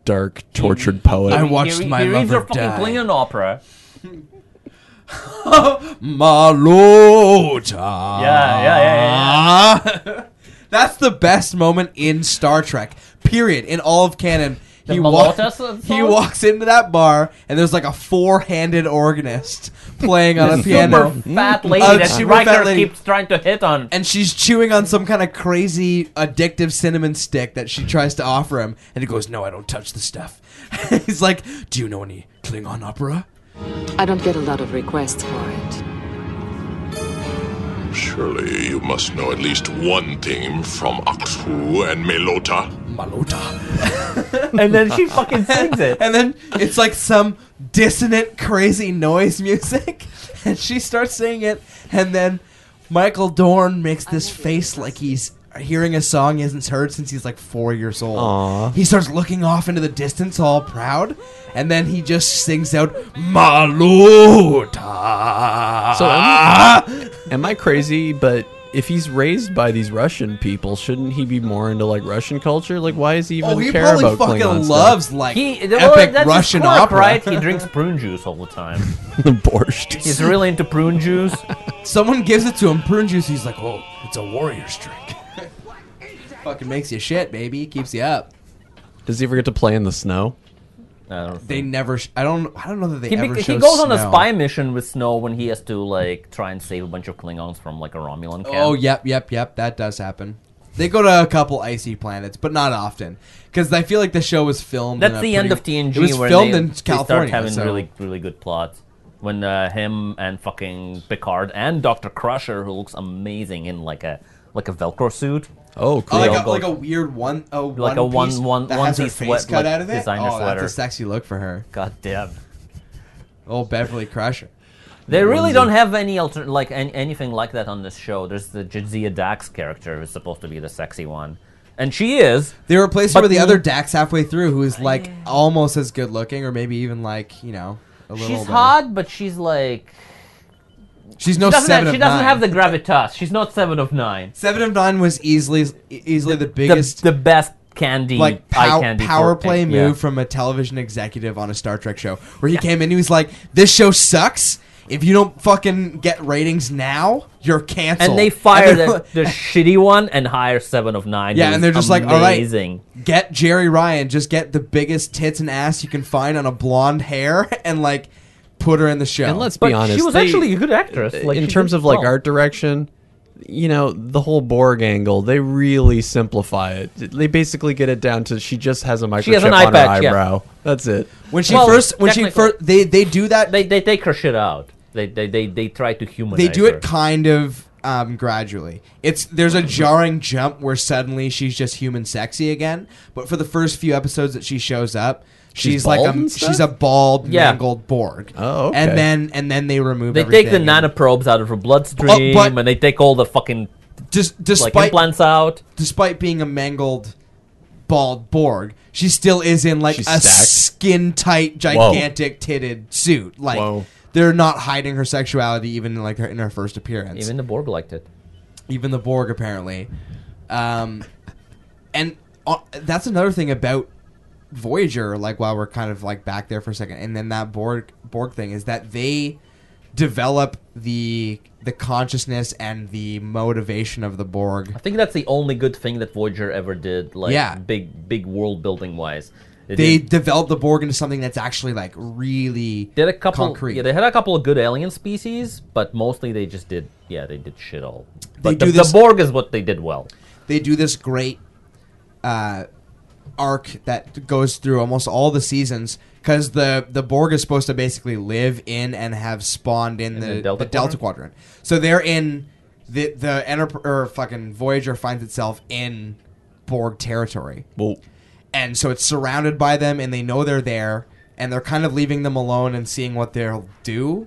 [SPEAKER 6] dark tortured poet.
[SPEAKER 5] I
[SPEAKER 7] He-
[SPEAKER 5] watched
[SPEAKER 7] he,
[SPEAKER 5] my
[SPEAKER 7] he reads
[SPEAKER 5] lover
[SPEAKER 7] her fucking
[SPEAKER 5] die.
[SPEAKER 7] Klingon opera.
[SPEAKER 5] Malota.
[SPEAKER 7] Yeah, yeah, yeah,
[SPEAKER 5] Mm.
[SPEAKER 7] yeah,
[SPEAKER 5] <laughs> That's the best moment in Star Trek. Period. In all of canon. He,
[SPEAKER 7] Malota
[SPEAKER 5] walks.
[SPEAKER 7] song?
[SPEAKER 5] he walks into that bar and there's like a four-handed organist playing on a piano.
[SPEAKER 7] Super fat lady
[SPEAKER 5] Uh,
[SPEAKER 7] that
[SPEAKER 5] super
[SPEAKER 7] Riker
[SPEAKER 5] fat lady.
[SPEAKER 7] keeps trying to hit on.
[SPEAKER 5] and she's chewing on some kind of crazy addictive cinnamon stick that she tries to offer him, and he goes, "No, I don't touch the stuff." <laughs> He's like, "Do you know any Klingon opera?"
[SPEAKER 14] I don't get a lot of requests for it.
[SPEAKER 1] Surely you must know at least one theme from Aksu and Melota.
[SPEAKER 5] Malota.
[SPEAKER 7] and then she fucking sings it.
[SPEAKER 5] <laughs> And then it's like some dissonant, crazy noise music, <laughs> and she starts singing it, and then Michael Dorn makes this face like he's hearing a song he hasn't heard since he's like four years old.
[SPEAKER 6] Aw.
[SPEAKER 5] He starts looking off into the distance, all proud, and then he just sings out Malota.
[SPEAKER 6] So um, am, am I crazy? But if he's raised by these Russian people, shouldn't he be more into like Russian culture? Like, why is he even
[SPEAKER 5] Oh, he
[SPEAKER 6] care
[SPEAKER 5] probably
[SPEAKER 6] about
[SPEAKER 5] fucking
[SPEAKER 6] Klingon stuff? <laughs>
[SPEAKER 5] loves like
[SPEAKER 7] He, well,
[SPEAKER 5] epic
[SPEAKER 7] that's his
[SPEAKER 5] Russian
[SPEAKER 7] quirk,
[SPEAKER 5] opera.
[SPEAKER 7] right? He drinks prune juice all the time.
[SPEAKER 6] borscht.
[SPEAKER 7] He's really into prune juice.
[SPEAKER 5] <laughs> Someone gives it to him prune juice. He's like, oh, it's a warrior's drink. <laughs> fucking makes you shit, baby. Keeps you up.
[SPEAKER 6] Does he ever get to play in the snow?
[SPEAKER 7] I don't
[SPEAKER 5] They never. Sh- I don't. I don't know that they
[SPEAKER 7] He,
[SPEAKER 5] ever.
[SPEAKER 7] bec-
[SPEAKER 5] show
[SPEAKER 7] he goes on a
[SPEAKER 5] snow.
[SPEAKER 7] spy mission with Snow when he has to like try and save a bunch of Klingons from like a Romulan camp.
[SPEAKER 5] Oh, yep, yep, yep. That does happen. They go to a couple icy planets, but not often, because I feel like the show was filmed. in a
[SPEAKER 7] that's the end of
[SPEAKER 5] pretty-
[SPEAKER 7] TNG
[SPEAKER 5] It was
[SPEAKER 7] where
[SPEAKER 5] filmed
[SPEAKER 7] they,
[SPEAKER 5] in
[SPEAKER 7] they
[SPEAKER 5] California.
[SPEAKER 7] start having
[SPEAKER 5] so-
[SPEAKER 7] really really good plots. When uh, him and fucking Picard and Doctor Crusher, who looks amazing in like a like a Velcro suit, Oh, cool.
[SPEAKER 5] Oh, like,
[SPEAKER 7] I'll
[SPEAKER 5] a,
[SPEAKER 7] go-
[SPEAKER 5] like a weird one, oh, one
[SPEAKER 7] Like a one-
[SPEAKER 5] piece
[SPEAKER 7] one-
[SPEAKER 5] that has her
[SPEAKER 7] onesie
[SPEAKER 5] face
[SPEAKER 7] sweat-
[SPEAKER 5] cut
[SPEAKER 7] like
[SPEAKER 5] out of it.
[SPEAKER 7] designer
[SPEAKER 5] oh,
[SPEAKER 7] sweater.
[SPEAKER 5] that's a sexy look for her.
[SPEAKER 7] God damn.
[SPEAKER 5] Old Beverly Crusher.
[SPEAKER 7] They really don't have any alter- like an- anything like that on this show. There's the Jadzia Dax character who's supposed to be the sexy one, and she is.
[SPEAKER 5] They replaced her
[SPEAKER 7] But
[SPEAKER 5] with the
[SPEAKER 7] me-
[SPEAKER 5] other Dax halfway through, who
[SPEAKER 7] Oh,
[SPEAKER 5] is like almost as good looking, or maybe even like you know a little.
[SPEAKER 7] She's
[SPEAKER 5] better.
[SPEAKER 7] hot, but she's like
[SPEAKER 5] She's no
[SPEAKER 7] she doesn't.
[SPEAKER 5] seven.
[SPEAKER 7] Have, she
[SPEAKER 5] of
[SPEAKER 7] doesn't
[SPEAKER 5] nine.
[SPEAKER 7] have the gravitas. She's not seven of nine.
[SPEAKER 5] seven of nine was easily e- easily the, biggest
[SPEAKER 7] the, the best candy
[SPEAKER 5] like
[SPEAKER 7] eye
[SPEAKER 5] pow-
[SPEAKER 7] candy
[SPEAKER 5] power
[SPEAKER 7] for-
[SPEAKER 5] play
[SPEAKER 7] yeah.
[SPEAKER 5] move from a television executive on a Star Trek show, where he came in, he was like, "This show sucks. If you don't fucking get ratings now, you're canceled."
[SPEAKER 7] And they fire
[SPEAKER 5] they're
[SPEAKER 7] the,
[SPEAKER 5] like, <laughs>
[SPEAKER 7] the shitty one and hire seven of nine.
[SPEAKER 5] Yeah,
[SPEAKER 7] who's
[SPEAKER 5] and they're just like, "All right."
[SPEAKER 7] amazing.
[SPEAKER 5] Get Jerry Ryan, just get the biggest tits and ass you can find on a blonde hair, <laughs> and like put her in the show.
[SPEAKER 6] And let's
[SPEAKER 7] But
[SPEAKER 6] be honest,
[SPEAKER 7] she was
[SPEAKER 6] they-
[SPEAKER 7] actually a good actress. Like,
[SPEAKER 6] in
[SPEAKER 7] she
[SPEAKER 6] terms
[SPEAKER 7] did
[SPEAKER 6] of like
[SPEAKER 7] well.
[SPEAKER 6] art direction, you know, the whole Borg angle, they really simplify it. They basically get it down to she just has a microchip
[SPEAKER 7] has an eye
[SPEAKER 6] on her
[SPEAKER 7] patch, yeah.
[SPEAKER 6] eyebrow. That's it.
[SPEAKER 5] when she
[SPEAKER 7] Well,
[SPEAKER 5] first, when she
[SPEAKER 7] technically-
[SPEAKER 5] first, they they do that
[SPEAKER 7] They, they take her shit out. They they they, they try to humanize.
[SPEAKER 5] they do
[SPEAKER 7] her.
[SPEAKER 5] it kind of um, gradually. It's there's a jarring jump where suddenly she's just human sexy again. But for the first few episodes that she shows up, she's, like
[SPEAKER 6] bald
[SPEAKER 5] a
[SPEAKER 6] and stuff?
[SPEAKER 5] she's a bald
[SPEAKER 7] Yeah.
[SPEAKER 5] mangled Borg.
[SPEAKER 6] Oh, okay.
[SPEAKER 5] and then and then they remove.
[SPEAKER 7] They take the
[SPEAKER 5] everything. Oh,
[SPEAKER 7] nanoprobes out of her bloodstream,
[SPEAKER 5] but-
[SPEAKER 7] and they take all the fucking
[SPEAKER 5] Dis-
[SPEAKER 7] like
[SPEAKER 5] despite
[SPEAKER 7] implants out.
[SPEAKER 5] despite being a mangled bald Borg, she still is in like
[SPEAKER 6] She's
[SPEAKER 5] a
[SPEAKER 6] stacked.
[SPEAKER 5] skin tight, gigantic titted suit. Like
[SPEAKER 6] Whoa.
[SPEAKER 5] they're not hiding her sexuality even in like her in her first appearance.
[SPEAKER 7] Even the Borg liked it.
[SPEAKER 5] even the Borg apparently. Um, and uh, that's another thing about Voyager. Like while we're kind of like back there for a second, and then that Borg Borg thing is that they develop the the consciousness and the motivation of the Borg.
[SPEAKER 7] I think that's the only good thing that Voyager ever did. Like
[SPEAKER 5] Yeah.
[SPEAKER 7] big big world building wise. It
[SPEAKER 5] They
[SPEAKER 7] did-
[SPEAKER 5] develop the Borg into something that's actually like really
[SPEAKER 7] did a couple.
[SPEAKER 5] concrete.
[SPEAKER 7] Yeah, they had a couple of good alien species, but mostly they just did. Yeah, they did shit all. But
[SPEAKER 5] do
[SPEAKER 7] the,
[SPEAKER 5] this-
[SPEAKER 7] the Borg is what they did well.
[SPEAKER 5] they do this great uh, arc that goes through almost all the seasons because the the Borg is supposed to basically live in and have spawned in, the, the Delta, Quadrant. So they're in the the Enter- or fucking Voyager finds itself in Borg territory,
[SPEAKER 6] Well,
[SPEAKER 5] and so it's surrounded by them, and they know they're there, and they're kind of leaving them alone and seeing what they'll do.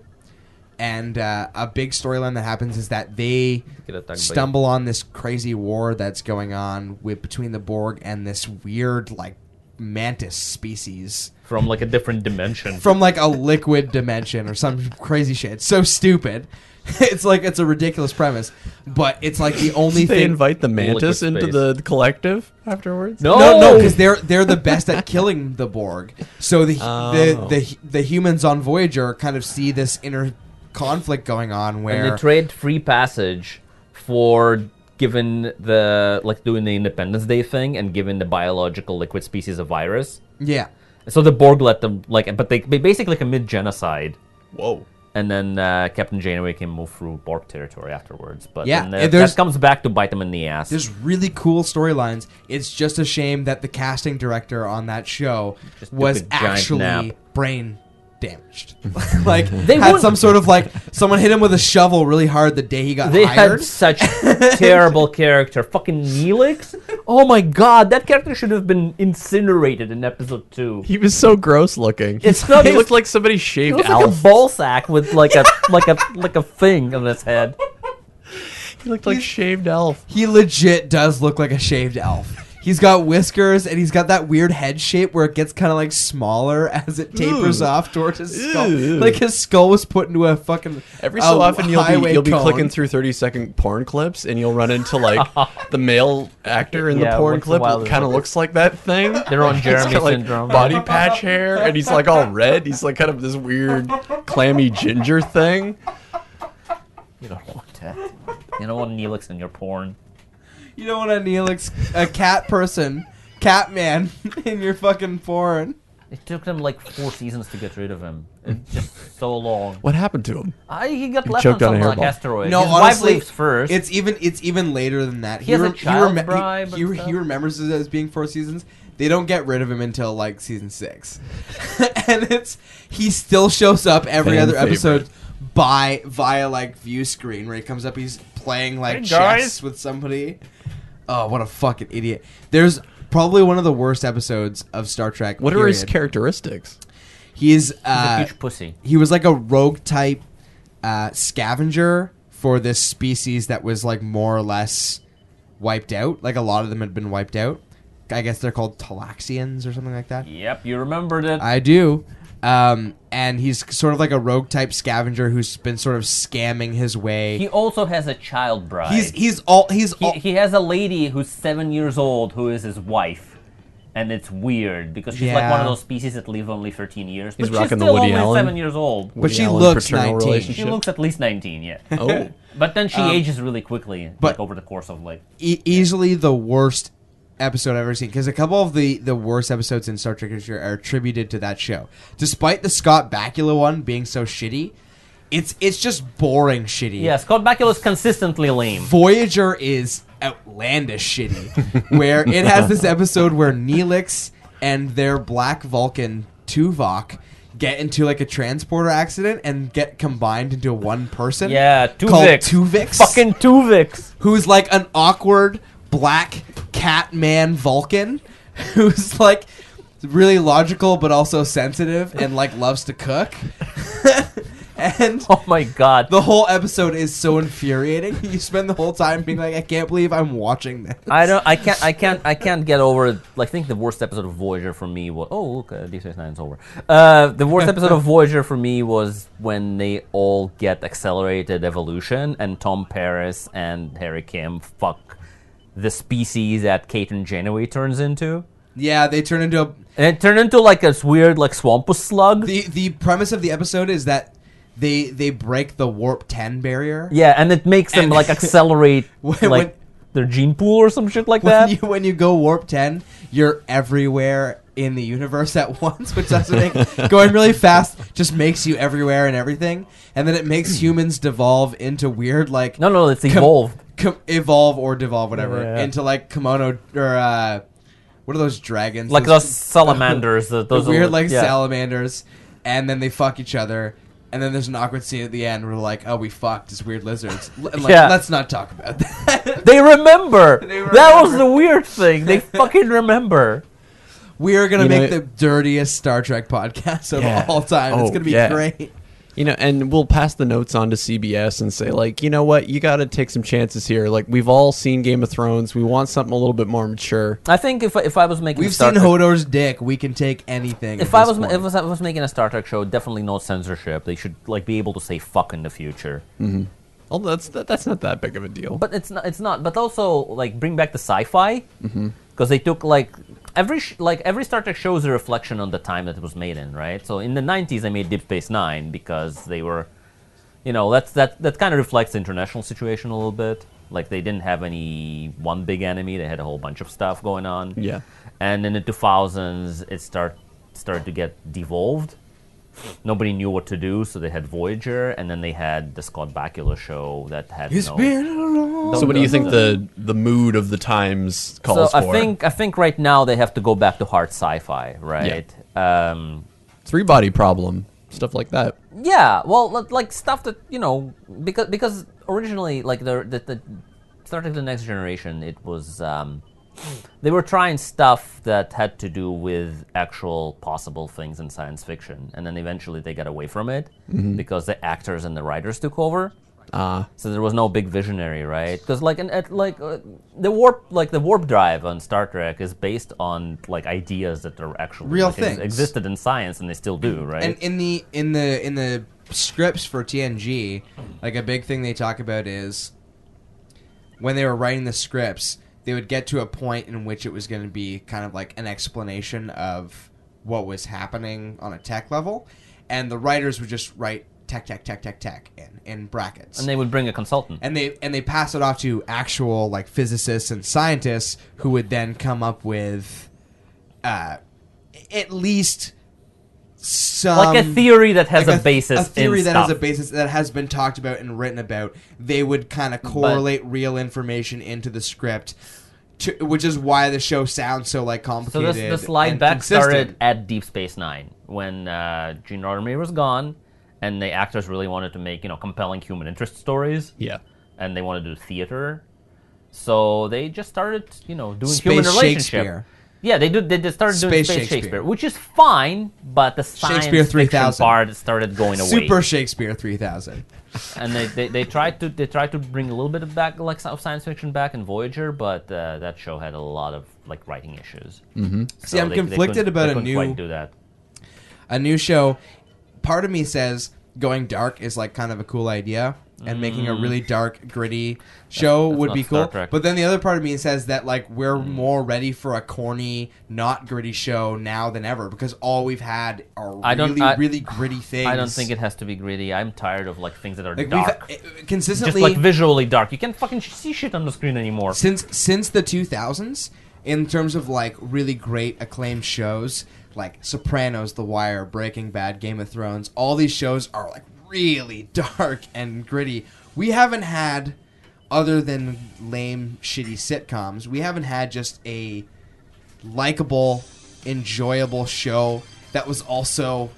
[SPEAKER 5] And uh, a big storyline that happens is that they
[SPEAKER 7] Get attacked by-
[SPEAKER 5] stumble on this crazy war that's going on with between the Borg and this weird like mantis species
[SPEAKER 7] From like a different dimension.
[SPEAKER 5] from like a liquid dimension or some crazy shit. It's so stupid. <laughs> it's like it's a ridiculous premise, but it's like the only
[SPEAKER 6] they
[SPEAKER 5] thing
[SPEAKER 6] invite the mantis
[SPEAKER 7] Liquid
[SPEAKER 6] into
[SPEAKER 7] space.
[SPEAKER 6] the collective afterwards.
[SPEAKER 5] No,
[SPEAKER 7] Oh.
[SPEAKER 5] no, because they're they're the best at killing the Borg. So the,
[SPEAKER 7] Oh.
[SPEAKER 5] the the the humans on Voyager kind of see this inner conflict going on
[SPEAKER 7] and
[SPEAKER 5] where
[SPEAKER 7] they trade free passage for given the like doing the Independence Day thing and giving the biological liquid species a virus.
[SPEAKER 5] yeah,
[SPEAKER 7] So the Borg let them like, but they, they basically commit genocide,
[SPEAKER 6] Whoa.
[SPEAKER 7] and then uh, Captain Janeway can move through Borg territory afterwards. But
[SPEAKER 5] Yeah,
[SPEAKER 7] then uh,
[SPEAKER 5] and
[SPEAKER 7] that,
[SPEAKER 5] there's-
[SPEAKER 7] that comes back to bite them in the ass.
[SPEAKER 5] there's really cool storylines. It's just a shame that the casting director on that show
[SPEAKER 7] Just took
[SPEAKER 5] was
[SPEAKER 7] a giant
[SPEAKER 5] actually
[SPEAKER 7] nap.
[SPEAKER 5] brain
[SPEAKER 7] <laughs>
[SPEAKER 5] damaged. like they had
[SPEAKER 7] weren't-
[SPEAKER 5] some sort of like someone hit him with a shovel really hard the day he got
[SPEAKER 7] <laughs> They
[SPEAKER 5] hired.
[SPEAKER 7] had such terrible character. Fucking Neelix. Oh my god, that character should have been incinerated in episode two.
[SPEAKER 6] He was so gross looking.
[SPEAKER 7] It's not-
[SPEAKER 6] he looked like somebody shaved
[SPEAKER 7] He looks
[SPEAKER 6] Alf.
[SPEAKER 7] like a ball sack with like a like a like a thing on his head.
[SPEAKER 6] he looked like shaved Alf.
[SPEAKER 5] he legit does look like a shaved elf. He's got whiskers and he's got that weird head shape where it gets kind of like smaller <laughs> as it tapers
[SPEAKER 6] Ew.
[SPEAKER 5] off towards his skull.
[SPEAKER 6] Ew.
[SPEAKER 5] Like his skull was put into a fucking
[SPEAKER 6] Every so
[SPEAKER 5] a
[SPEAKER 6] often you'll be
[SPEAKER 5] highway
[SPEAKER 6] you'll be
[SPEAKER 5] cone.
[SPEAKER 6] clicking through thirty second porn clips and you'll run into like <laughs> the male actor in
[SPEAKER 7] Yeah,
[SPEAKER 6] the porn
[SPEAKER 7] once in a
[SPEAKER 6] clip
[SPEAKER 7] while
[SPEAKER 6] kind of
[SPEAKER 7] there's-
[SPEAKER 6] looks like that thing.
[SPEAKER 7] <laughs> They're on
[SPEAKER 6] He's
[SPEAKER 7] Jeremy
[SPEAKER 6] got, like,
[SPEAKER 7] syndrome.
[SPEAKER 6] Body patch hair and he's like all red. He's like kind of this weird clammy ginger thing.
[SPEAKER 7] You don't want that. You don't want Neelix in your porn.
[SPEAKER 5] You don't want a Neelix, a cat person, cat man <laughs> in your fucking porn.
[SPEAKER 7] It took them like four seasons to get rid of him. It's just so long.
[SPEAKER 6] What happened to him?
[SPEAKER 7] I, he got left on
[SPEAKER 6] choked on a
[SPEAKER 7] something like
[SPEAKER 6] hairball.
[SPEAKER 7] asteroid.
[SPEAKER 5] No,
[SPEAKER 7] His
[SPEAKER 5] honestly,
[SPEAKER 7] wife leaves first.
[SPEAKER 5] It's even it's even later than that. He,
[SPEAKER 7] has a child
[SPEAKER 5] remem-
[SPEAKER 7] bribe
[SPEAKER 5] He,
[SPEAKER 7] and
[SPEAKER 5] he,
[SPEAKER 7] stuff.
[SPEAKER 5] he remembers it as being four seasons. They don't get rid of him until like season six, <laughs> and it's he still shows up every
[SPEAKER 6] Fan
[SPEAKER 5] other episode
[SPEAKER 6] favorite.
[SPEAKER 5] by via like view screen where he comes up. He's playing like
[SPEAKER 7] Hey,
[SPEAKER 5] chess
[SPEAKER 7] guys.
[SPEAKER 5] with somebody. Oh, what a fucking idiot! There's probably one of the worst episodes of Star Trek.
[SPEAKER 6] What are his
[SPEAKER 5] period.
[SPEAKER 6] characteristics?
[SPEAKER 5] He is
[SPEAKER 15] He's a
[SPEAKER 5] uh,
[SPEAKER 15] huge pussy.
[SPEAKER 5] he was like a rogue type uh, scavenger for this species that was like more or less wiped out. Like a lot of them had been wiped out. I guess they're called Talaxians or something like that.
[SPEAKER 15] Yep, you remembered it.
[SPEAKER 5] I do. Um, and he's sort of like a rogue type scavenger who's been sort of scamming his way.
[SPEAKER 15] he also has a child bride.
[SPEAKER 5] he's oh. he's all he's
[SPEAKER 15] he,
[SPEAKER 5] all,
[SPEAKER 15] he has a lady who's seven years old who is his wife. And it's weird because she's like one
[SPEAKER 5] Yeah.
[SPEAKER 15] of those species that live only 13 years. But
[SPEAKER 6] He's
[SPEAKER 15] she's
[SPEAKER 6] rocking the
[SPEAKER 15] still
[SPEAKER 6] Woody
[SPEAKER 15] only
[SPEAKER 6] Allen.
[SPEAKER 15] seven years old.
[SPEAKER 5] but she
[SPEAKER 6] Allen
[SPEAKER 5] looks
[SPEAKER 6] paternal
[SPEAKER 5] 19.
[SPEAKER 15] She
[SPEAKER 6] relationship.
[SPEAKER 15] looks at least 19, yeah.
[SPEAKER 6] <laughs> Oh,
[SPEAKER 15] But then she ages really quickly, like
[SPEAKER 5] but-
[SPEAKER 15] over the course of like.
[SPEAKER 5] e- easily the worst episode I've ever seen because a couple of the the worst episodes in Star Trek history are attributed to that show. Despite the Scott Bakula one being so shitty, it's it's just boring shitty.
[SPEAKER 15] Yeah, Scott Bakula is consistently lame.
[SPEAKER 5] Voyager is outlandish
[SPEAKER 7] <laughs>
[SPEAKER 5] shitty, where it has this episode where Neelix and their black Vulcan Tuvok get into like a transporter accident and get combined into one person.
[SPEAKER 7] Yeah,
[SPEAKER 5] called
[SPEAKER 7] Tuvix.
[SPEAKER 5] Tuvix
[SPEAKER 15] <laughs>
[SPEAKER 7] Fucking Tuvix.
[SPEAKER 5] who's like an awkward black cat man Vulcan <laughs> who's like really logical but also sensitive and like loves to cook. <laughs> and
[SPEAKER 7] Oh my god.
[SPEAKER 5] the whole episode is so infuriating. <laughs> You spend the whole time being like, I can't believe I'm watching this.
[SPEAKER 7] I don't. I can't. I can't. I can't get over. it. Like, I think the worst episode of Voyager for me was. Oh, look, uh, Deep Space Nine's over. Uh, the worst
[SPEAKER 5] <laughs>
[SPEAKER 7] episode of Voyager for me was when they all get accelerated evolution, and Tom Paris and Harry Kim fuck the species that Kate and Janeway turns into,
[SPEAKER 5] Yeah, they turn into a
[SPEAKER 7] and it turned into like this weird like swampus slug.
[SPEAKER 5] the the premise of the episode is that they they break the warp ten barrier.
[SPEAKER 7] yeah, and it makes them
[SPEAKER 5] And- <laughs>
[SPEAKER 7] like accelerate
[SPEAKER 5] When-
[SPEAKER 7] like
[SPEAKER 5] when-
[SPEAKER 7] their gene pool or some shit like
[SPEAKER 5] When
[SPEAKER 7] that.
[SPEAKER 5] you, when you go warp 10, you're everywhere in the universe at <laughs> once, which doesn't make going really fast just makes you everywhere and everything. And then it makes
[SPEAKER 7] <clears throat>
[SPEAKER 5] humans devolve into weird like
[SPEAKER 7] no, no, it's evolved.
[SPEAKER 5] com- evolve or devolve whatever
[SPEAKER 7] Yeah.
[SPEAKER 5] into like kimono or uh what are those dragons?
[SPEAKER 7] Like those salamanders, the- those
[SPEAKER 5] the weird
[SPEAKER 7] little-
[SPEAKER 5] like
[SPEAKER 7] yeah.
[SPEAKER 5] salamanders and then they fuck each other. And then there's an awkward scene at the end where like, oh, we fucked as weird lizards. L- and, like,
[SPEAKER 7] <laughs> Yeah.
[SPEAKER 5] Let's not talk about that. <laughs>
[SPEAKER 7] They remember. That was
[SPEAKER 5] remember.
[SPEAKER 7] the weird
[SPEAKER 5] <laughs>
[SPEAKER 7] thing. They fucking remember.
[SPEAKER 5] We are gonna
[SPEAKER 6] You know,
[SPEAKER 5] make the
[SPEAKER 6] it-
[SPEAKER 5] dirtiest Star Trek podcast of
[SPEAKER 6] Yeah.
[SPEAKER 5] all time. it's
[SPEAKER 6] Oh,
[SPEAKER 5] gonna be
[SPEAKER 6] yeah.
[SPEAKER 5] great.
[SPEAKER 6] You know, and we'll pass the notes on to CBS and say, like, you know what, you got to take some chances here. Like, we've all seen Game of Thrones. We want something a little bit more mature.
[SPEAKER 7] I think if if I was making
[SPEAKER 5] We've
[SPEAKER 7] a Star
[SPEAKER 5] seen
[SPEAKER 7] Trek,
[SPEAKER 5] Hodor's dick. We can take anything.
[SPEAKER 7] if
[SPEAKER 5] at
[SPEAKER 7] I
[SPEAKER 5] this
[SPEAKER 7] was ma-
[SPEAKER 5] point.
[SPEAKER 7] if I was making a Star Trek show, definitely no censorship. They should like be able to say fuck in the future.
[SPEAKER 6] Although that's that, that's not that big of a deal.
[SPEAKER 7] But it's not. It's not. But also like bring back the sci-fi because they took like every sh- like every Star Trek show is a reflection on the time that it was made in, right? So in the '90s, they made Deep Space Nine because they were, you know, that's that that kind of reflects the international situation a little bit. Like they didn't have any one big enemy; they had a whole bunch of stuff going on.
[SPEAKER 6] Yeah.
[SPEAKER 7] And in the 2000s, it start started to get devolved nobody knew what to do, so they had Voyager, and then they had the Scott Bakula show that had.
[SPEAKER 5] It's
[SPEAKER 7] no,
[SPEAKER 5] been a long-
[SPEAKER 6] so, what do you think the the mood of the times
[SPEAKER 7] So
[SPEAKER 6] calls
[SPEAKER 7] I
[SPEAKER 6] for?
[SPEAKER 7] think I think right now they have to go back to hard sci-fi, right? Um,
[SPEAKER 6] three body problem stuff like that.
[SPEAKER 7] yeah. Well, li- like stuff that you know because because originally like the the, the Star Trek: The Next Generation, it was. Um, they were trying stuff that had to do with actual possible things in science fiction, and then eventually they got away from it
[SPEAKER 5] Mm-hmm.
[SPEAKER 7] because the actors and the writers took over.
[SPEAKER 5] Uh.
[SPEAKER 7] So there was no big visionary, right? Because like an, at, like uh, the warp like the warp drive on Star Trek is based on like ideas that are actually
[SPEAKER 5] Real
[SPEAKER 7] like, ex-
[SPEAKER 5] things.
[SPEAKER 7] existed in science and they still do, right?
[SPEAKER 5] and in the in the in the scripts for TNG, like a big thing they talk about is when they were writing the scripts, they would get to a point in which it was going to be kind of like an explanation of what was happening on a tech level, and the writers would just write tech tech tech tech tech in in brackets.
[SPEAKER 7] And they would bring a consultant.
[SPEAKER 5] and they and they pass it off to actual like physicists and scientists who would then come up with uh, at least some
[SPEAKER 7] like a theory that has
[SPEAKER 5] Um, like
[SPEAKER 7] a
[SPEAKER 5] th-
[SPEAKER 7] basis.
[SPEAKER 5] a theory
[SPEAKER 7] in
[SPEAKER 5] that
[SPEAKER 7] stuff.
[SPEAKER 5] has a basis that has been talked about and written about. They would kind of correlate real information into the script. To, which is why the show sounds so like
[SPEAKER 7] So
[SPEAKER 5] complicated.
[SPEAKER 7] this the slide
[SPEAKER 5] and
[SPEAKER 7] back started
[SPEAKER 5] consistent.
[SPEAKER 7] at Deep Space Nine when uh, Gene Roddenberry was gone, and the actors really wanted to make you know compelling human interest stories.
[SPEAKER 6] Yeah.
[SPEAKER 7] and they want to do theater.
[SPEAKER 10] So they just started, you know, doing
[SPEAKER 5] Space
[SPEAKER 10] human relationship.
[SPEAKER 5] Shakespeare.
[SPEAKER 10] Yeah, they do. They just started doing
[SPEAKER 5] Space
[SPEAKER 10] space Shakespeare.
[SPEAKER 5] Shakespeare.
[SPEAKER 10] which is fine, but the science
[SPEAKER 5] Shakespeare
[SPEAKER 10] fiction
[SPEAKER 5] 3000.
[SPEAKER 10] part started going away.
[SPEAKER 5] Super Shakespeare 3000.
[SPEAKER 10] and they, they, they tried to they tried to bring a little bit of back like of science fiction back in Voyager, but uh, that show had a lot of like writing issues. Mm-hmm.
[SPEAKER 5] See, I'm conflicted about a new-
[SPEAKER 10] Quite do that.
[SPEAKER 5] a new show. Part of me says going dark is like kind of a cool idea, and making a really dark, gritty show
[SPEAKER 10] Mm. that's
[SPEAKER 5] would
[SPEAKER 10] not
[SPEAKER 5] be
[SPEAKER 10] Star
[SPEAKER 5] cool.
[SPEAKER 10] Trek. Mm.
[SPEAKER 5] But then the other part of me says that like we're more ready for a corny, not gritty show now than ever because all we've had are really,
[SPEAKER 10] I don't- I-
[SPEAKER 5] really gritty things.
[SPEAKER 10] I don't think it has to be gritty. I'm tired of like things that are
[SPEAKER 5] like
[SPEAKER 10] dark,
[SPEAKER 5] we've eh,
[SPEAKER 10] just
[SPEAKER 5] consistently
[SPEAKER 10] like visually dark. You can't fucking sh- see shit on the screen anymore.
[SPEAKER 5] since since the 2000s in terms of like really great acclaimed shows like Sopranos, The Wire, Breaking Bad, Game of Thrones, all these shows are like really <laughs> dark and gritty. We haven't had other than lame shitty sitcoms. We haven't had just a likable, enjoyable show that was also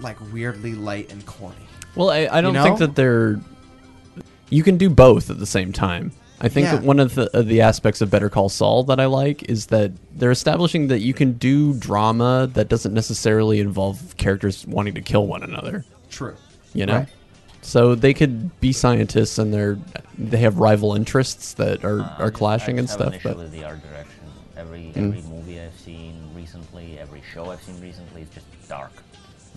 [SPEAKER 5] like weirdly light and corny.
[SPEAKER 6] Well, I, I don't
[SPEAKER 5] know?
[SPEAKER 6] think that they're. You can do both at the same time. I think
[SPEAKER 5] Yeah.
[SPEAKER 6] that one of the, of the aspects of Better Call Saul that I like is that they're establishing that you can do drama that doesn't necessarily involve characters wanting to kill one another.
[SPEAKER 5] True.
[SPEAKER 6] You know,
[SPEAKER 5] Right.
[SPEAKER 6] so they could be scientists and they're they have rival interests that are, are clashing
[SPEAKER 7] Uh, I
[SPEAKER 6] and
[SPEAKER 7] just have an
[SPEAKER 6] stuff.
[SPEAKER 7] issue
[SPEAKER 6] But Mm.
[SPEAKER 7] with the art direction. Every every movie I've seen recently, every show I've seen recently is just dark.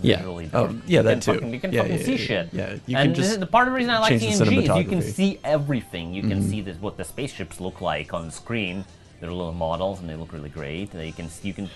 [SPEAKER 6] yeah,
[SPEAKER 7] Visually dark.
[SPEAKER 6] oh yeah,
[SPEAKER 7] You
[SPEAKER 6] that
[SPEAKER 7] can
[SPEAKER 6] too.
[SPEAKER 7] Fucking, you can
[SPEAKER 6] yeah,
[SPEAKER 7] fucking
[SPEAKER 6] yeah,
[SPEAKER 7] see
[SPEAKER 6] yeah,
[SPEAKER 7] shit.
[SPEAKER 6] Yeah, you
[SPEAKER 7] and
[SPEAKER 6] can
[SPEAKER 7] this
[SPEAKER 6] just
[SPEAKER 7] is the part of the reason I like
[SPEAKER 6] change the
[SPEAKER 7] TNG is you can
[SPEAKER 6] cinematography. Mm-hmm.
[SPEAKER 7] see everything. You can see this what the spaceships look like on screen. They're little models and they look really great. They can see, you can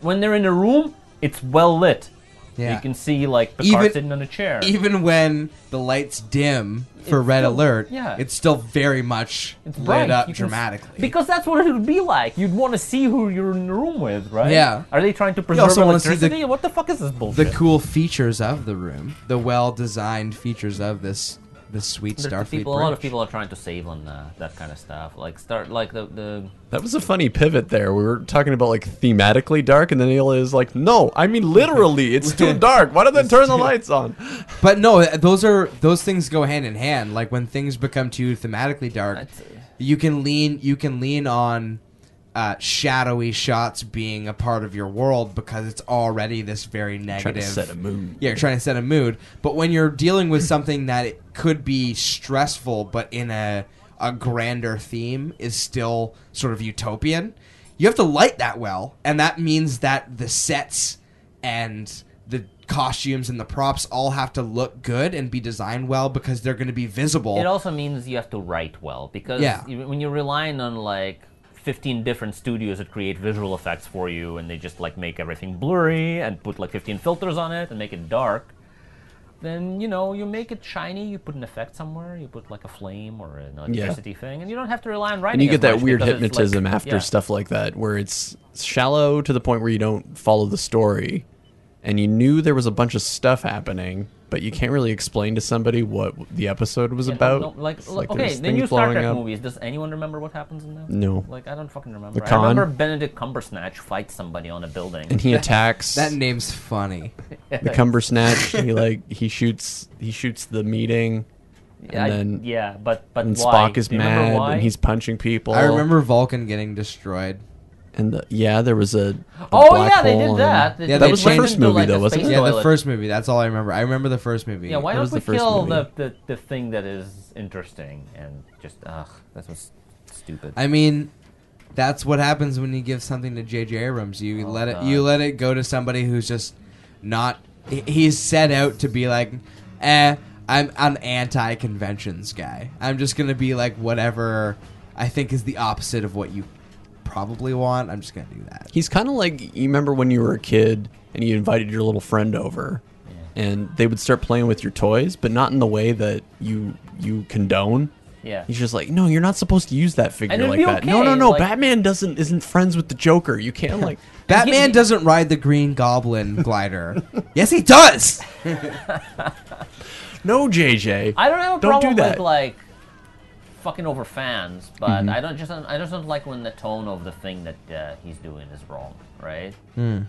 [SPEAKER 7] when they're in a room, it's well lit.
[SPEAKER 5] Yeah.
[SPEAKER 7] You can see like Picard
[SPEAKER 5] Even-
[SPEAKER 7] sitting on a chair.
[SPEAKER 5] even when the lights dim for
[SPEAKER 7] It's
[SPEAKER 5] red
[SPEAKER 7] still-
[SPEAKER 5] alert,
[SPEAKER 7] yeah.
[SPEAKER 5] it's still very much
[SPEAKER 7] It's bright.
[SPEAKER 5] lit up
[SPEAKER 7] You can s-
[SPEAKER 5] dramatically.
[SPEAKER 7] because that's what it would be like. You'd want to see who you're in the room with, right?
[SPEAKER 5] Yeah.
[SPEAKER 7] Are they trying to preserve
[SPEAKER 5] also wanna see the-
[SPEAKER 7] electricity? what the fuck is this
[SPEAKER 5] the
[SPEAKER 7] bullshit?
[SPEAKER 5] cool features of the room, the well-designed features of this this sweet
[SPEAKER 7] There's
[SPEAKER 5] Starfleet
[SPEAKER 7] people, a lot of
[SPEAKER 5] bridge.
[SPEAKER 7] people are trying to save on uh, that kind of stuff. Like start like the the
[SPEAKER 6] That was a funny pivot there. We were talking about like thematically dark, and then Neil is like, "No, I mean literally,
[SPEAKER 7] <laughs>
[SPEAKER 6] it's too dark. Why don't they turn the lights on?"
[SPEAKER 5] But no, those are those things go hand in hand. Like when things become too thematically dark,
[SPEAKER 7] That's-
[SPEAKER 5] you can lean you can lean on uh, shadowy shots being a part of your world because it's already this very negative.
[SPEAKER 6] mood.
[SPEAKER 5] Yeah, you're trying to set a mood. But when you're dealing with something that it could be stressful, but in a a grander theme is still sort of utopian, you have to light that well, and that means that the sets and the costumes and the props all have to look good and be designed well because they're going to be visible.
[SPEAKER 6] Oh.
[SPEAKER 7] It also means you have to write well because
[SPEAKER 5] Yeah.
[SPEAKER 7] you- when you're relying on like 15 different studios that create visual effects for you and they just like make everything blurry and put like 15 filters on it and make it dark, then you know you make it shiny. You put an effect somewhere. You put like a flame or an electricity thing, and you don't have to rely on writing.
[SPEAKER 6] And you
[SPEAKER 7] as
[SPEAKER 6] get that
[SPEAKER 7] much
[SPEAKER 6] weird
[SPEAKER 7] because it's, like,
[SPEAKER 6] hypnotism after
[SPEAKER 7] yeah.
[SPEAKER 6] stuff like that, where it's shallow to the point where you don't follow the story, and you knew there was a bunch of stuff happening, but you can't really explain to somebody what the episode was
[SPEAKER 7] Yeah,
[SPEAKER 6] about.
[SPEAKER 7] no, no, like,
[SPEAKER 6] It's
[SPEAKER 7] like okay,
[SPEAKER 6] there's
[SPEAKER 7] the
[SPEAKER 6] things
[SPEAKER 7] new Star
[SPEAKER 6] blowing
[SPEAKER 7] Trek
[SPEAKER 6] up.
[SPEAKER 7] movies. Does anyone remember what happens in them?
[SPEAKER 6] No.
[SPEAKER 7] Like I don't fucking remember.
[SPEAKER 6] Khan?
[SPEAKER 7] I remember Benedict Cumbersnatch fights somebody on a
[SPEAKER 6] <laughs>
[SPEAKER 7] building. <laughs>
[SPEAKER 6] And he attacks
[SPEAKER 5] that name's funny.
[SPEAKER 6] the cumber snatch.
[SPEAKER 7] <laughs>
[SPEAKER 6] he like he shoots he shoots the meeting.
[SPEAKER 7] yeah,
[SPEAKER 6] and
[SPEAKER 7] I-
[SPEAKER 6] then
[SPEAKER 7] yeah, but but
[SPEAKER 6] and
[SPEAKER 7] why?
[SPEAKER 6] Spock is
[SPEAKER 7] Do you remember
[SPEAKER 6] mad
[SPEAKER 7] why?
[SPEAKER 6] and he's punching people.
[SPEAKER 5] I remember Vulcan getting destroyed.
[SPEAKER 6] And the, yeah, there was a. a
[SPEAKER 7] Oh
[SPEAKER 6] black
[SPEAKER 7] yeah, they
[SPEAKER 6] hole
[SPEAKER 7] did
[SPEAKER 6] and-
[SPEAKER 7] that. They-
[SPEAKER 5] Yeah,
[SPEAKER 7] they
[SPEAKER 5] that was the
[SPEAKER 7] went
[SPEAKER 5] first
[SPEAKER 7] into,
[SPEAKER 6] movie,
[SPEAKER 7] like, a
[SPEAKER 6] though, wasn't
[SPEAKER 7] space
[SPEAKER 6] it?
[SPEAKER 5] Yeah, the
[SPEAKER 7] toilet.
[SPEAKER 5] first movie. That's all I remember. I remember the first movie.
[SPEAKER 7] Yeah, why
[SPEAKER 6] That was
[SPEAKER 7] don't
[SPEAKER 6] the
[SPEAKER 7] we
[SPEAKER 6] first
[SPEAKER 7] kill
[SPEAKER 6] movie.
[SPEAKER 7] the, the the thing that is interesting and just ugh, that's what's stupid.
[SPEAKER 5] I mean, that's what happens when you give something to J.J. Abrams. You let it you let it go to somebody who's just not. he- He's set out to be like, eh, I'm an anti conventions guy. I'm just gonna be like whatever I think is the opposite of what you probably want. I'm just gonna do that.
[SPEAKER 6] He's kind of like you remember when you were a kid and you invited your little friend over, and they would start playing with your toys, but not in the way that you you condone.
[SPEAKER 7] yeah.
[SPEAKER 6] He's just like, no, you're not supposed to use that figure
[SPEAKER 7] it'd
[SPEAKER 6] like
[SPEAKER 7] be
[SPEAKER 6] that. no,
[SPEAKER 7] okay,
[SPEAKER 6] no, no.
[SPEAKER 7] like-
[SPEAKER 6] Batman doesn't isn't friends with the Joker. You
[SPEAKER 7] <laughs>
[SPEAKER 6] can't like.
[SPEAKER 5] Batman doesn't ride the Green Goblin glider. yes, he does.
[SPEAKER 6] no, JJ.
[SPEAKER 7] I don't have a
[SPEAKER 6] Don't
[SPEAKER 7] problem
[SPEAKER 6] do that.
[SPEAKER 7] with
[SPEAKER 6] Mm-hmm.
[SPEAKER 7] like fucking over fans, but I don't just I just don't like when the tone of the thing that uh, he's doing is wrong, right?
[SPEAKER 6] Hmm.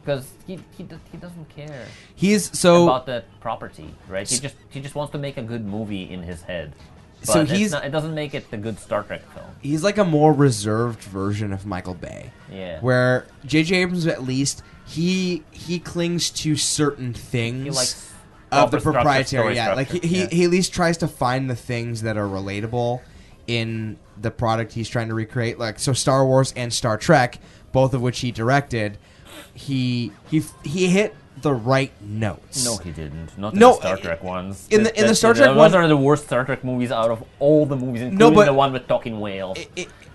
[SPEAKER 7] Because he, he do- he doesn't care
[SPEAKER 5] He's so
[SPEAKER 7] about the property, right? He just he just wants to make a good movie in his head.
[SPEAKER 5] so
[SPEAKER 7] but it's
[SPEAKER 5] he's
[SPEAKER 7] not- it doesn't make it the good Star Trek film.
[SPEAKER 5] he's like a more reserved version of Michael Bay.
[SPEAKER 7] Yeah.
[SPEAKER 5] Where J.J. Abrams, at least, he he clings to certain things
[SPEAKER 7] likes
[SPEAKER 5] of
[SPEAKER 7] proper
[SPEAKER 5] the
[SPEAKER 7] structure,
[SPEAKER 5] proprietary.
[SPEAKER 7] story
[SPEAKER 5] Yeah, like he,
[SPEAKER 7] structure,
[SPEAKER 5] he,
[SPEAKER 7] yeah.
[SPEAKER 5] he at least tries to find the things that are relatable in the product he's trying to recreate. Like so, Star Wars and Star Trek, both of which he directed, he he he hit the right notes.
[SPEAKER 7] No, he didn't. Not
[SPEAKER 5] No,
[SPEAKER 7] in the Star
[SPEAKER 5] i-
[SPEAKER 7] Trek ones.
[SPEAKER 5] in the- in the Star Trek
[SPEAKER 7] ones
[SPEAKER 5] one-
[SPEAKER 7] are the worst Star Trek movies out of all the movies, including
[SPEAKER 5] but-
[SPEAKER 7] the one with talking whales.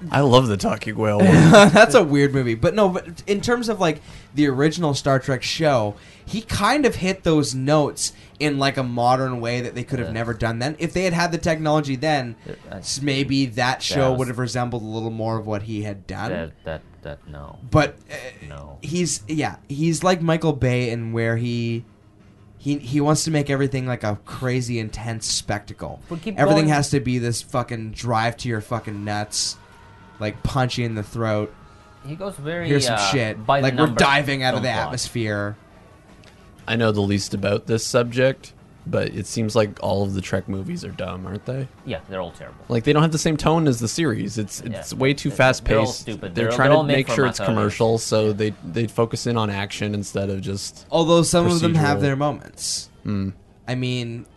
[SPEAKER 6] I love the talking whale. One.
[SPEAKER 7] <laughs>
[SPEAKER 5] That's a weird movie. But no, but in terms of like the original Star Trek show, he kind of hit those notes in like a modern way that they could have never done then. If they had had the technology then, s- maybe that show
[SPEAKER 7] was-
[SPEAKER 5] would have resembled a little more of what he had done.
[SPEAKER 7] that that that no.
[SPEAKER 5] But uh,
[SPEAKER 7] No.
[SPEAKER 5] he's yeah, he's like Michael Bay in where he he, he wants to make everything like a crazy intense spectacle.
[SPEAKER 7] But keep
[SPEAKER 5] everything
[SPEAKER 7] going-
[SPEAKER 5] has to be this fucking drive to your fucking nuts, like punch you in the throat
[SPEAKER 7] He goes very
[SPEAKER 5] here's
[SPEAKER 7] uh,
[SPEAKER 5] some shit.
[SPEAKER 7] By the
[SPEAKER 5] like we're
[SPEAKER 7] numbers
[SPEAKER 5] diving out of
[SPEAKER 7] film
[SPEAKER 5] the
[SPEAKER 7] plot.
[SPEAKER 5] atmosphere.
[SPEAKER 6] I know the least about this subject, but it seems like all of the Trek movies are dumb, aren't they?
[SPEAKER 7] Yeah, they're all terrible.
[SPEAKER 6] Like they don't have the same tone as the series. It's it's
[SPEAKER 7] Yeah.
[SPEAKER 6] way too
[SPEAKER 7] They're-
[SPEAKER 6] fast
[SPEAKER 7] they're all
[SPEAKER 6] paced.
[SPEAKER 7] stupid.
[SPEAKER 6] They're
[SPEAKER 7] They're-
[SPEAKER 6] trying
[SPEAKER 7] they're all
[SPEAKER 6] to
[SPEAKER 7] made
[SPEAKER 6] make
[SPEAKER 7] for
[SPEAKER 6] sure it's
[SPEAKER 7] mass audience.
[SPEAKER 6] commercial, so they they focus in on action instead of just.
[SPEAKER 7] Oh,
[SPEAKER 5] Although some of them have
[SPEAKER 6] Procedural.
[SPEAKER 5] their moments. I mean,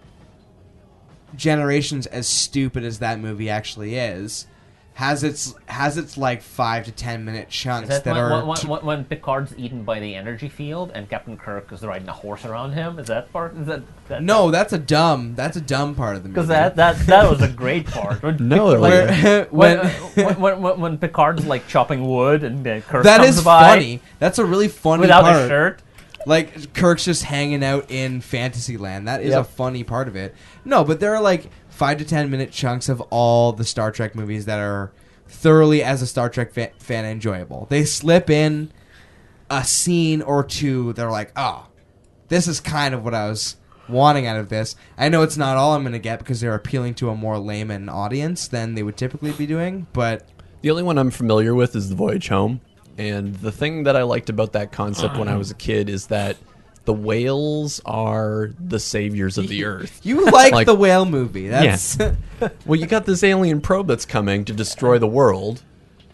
[SPEAKER 5] Generations, as stupid as that movie actually is, has its has its like five to ten minute chunks
[SPEAKER 7] Is
[SPEAKER 5] that,
[SPEAKER 7] that when,
[SPEAKER 5] are
[SPEAKER 7] when- when, when, when Picard's eaten by the energy field and Captain Kirk is riding a horse around him? Is that part? Is that, that
[SPEAKER 5] no. That's a dumb. That's a dumb part of the movie.
[SPEAKER 7] Because that, that that was a great <laughs> part. When,
[SPEAKER 6] <laughs> No, it
[SPEAKER 5] <laughs>
[SPEAKER 7] like, <laughs>
[SPEAKER 6] wasn't.
[SPEAKER 5] when,
[SPEAKER 7] when, uh,
[SPEAKER 10] <laughs>
[SPEAKER 7] when, when, when, when Picard's like chopping wood and uh, Kirk
[SPEAKER 5] that
[SPEAKER 7] comes
[SPEAKER 5] is
[SPEAKER 7] by
[SPEAKER 5] funny. That's a really funny
[SPEAKER 7] without
[SPEAKER 5] part.
[SPEAKER 7] a shirt.
[SPEAKER 5] Like Kirk's just hanging out in Fantasyland. That is a
[SPEAKER 7] Yep.
[SPEAKER 5] funny part of it. No, but there are like five to ten minute chunks of all the Star Trek movies that are thoroughly, as a Star Trek fan, fan enjoyable. They slip in a scene or two. They're like, oh, this is kind of what I was wanting out of this. I know it's not all I'm going to get because they're appealing to a more layman audience than they would typically be doing. But
[SPEAKER 6] The only one I'm familiar with is The Voyage Home. And the thing that I liked about that concept when I was a kid is that the whales are the saviors
[SPEAKER 7] <laughs>
[SPEAKER 6] of the earth. <laughs>
[SPEAKER 5] you like,
[SPEAKER 6] Like-
[SPEAKER 5] the whale movie. That's <laughs>
[SPEAKER 6] Well, you got this alien probe that's coming to destroy the world,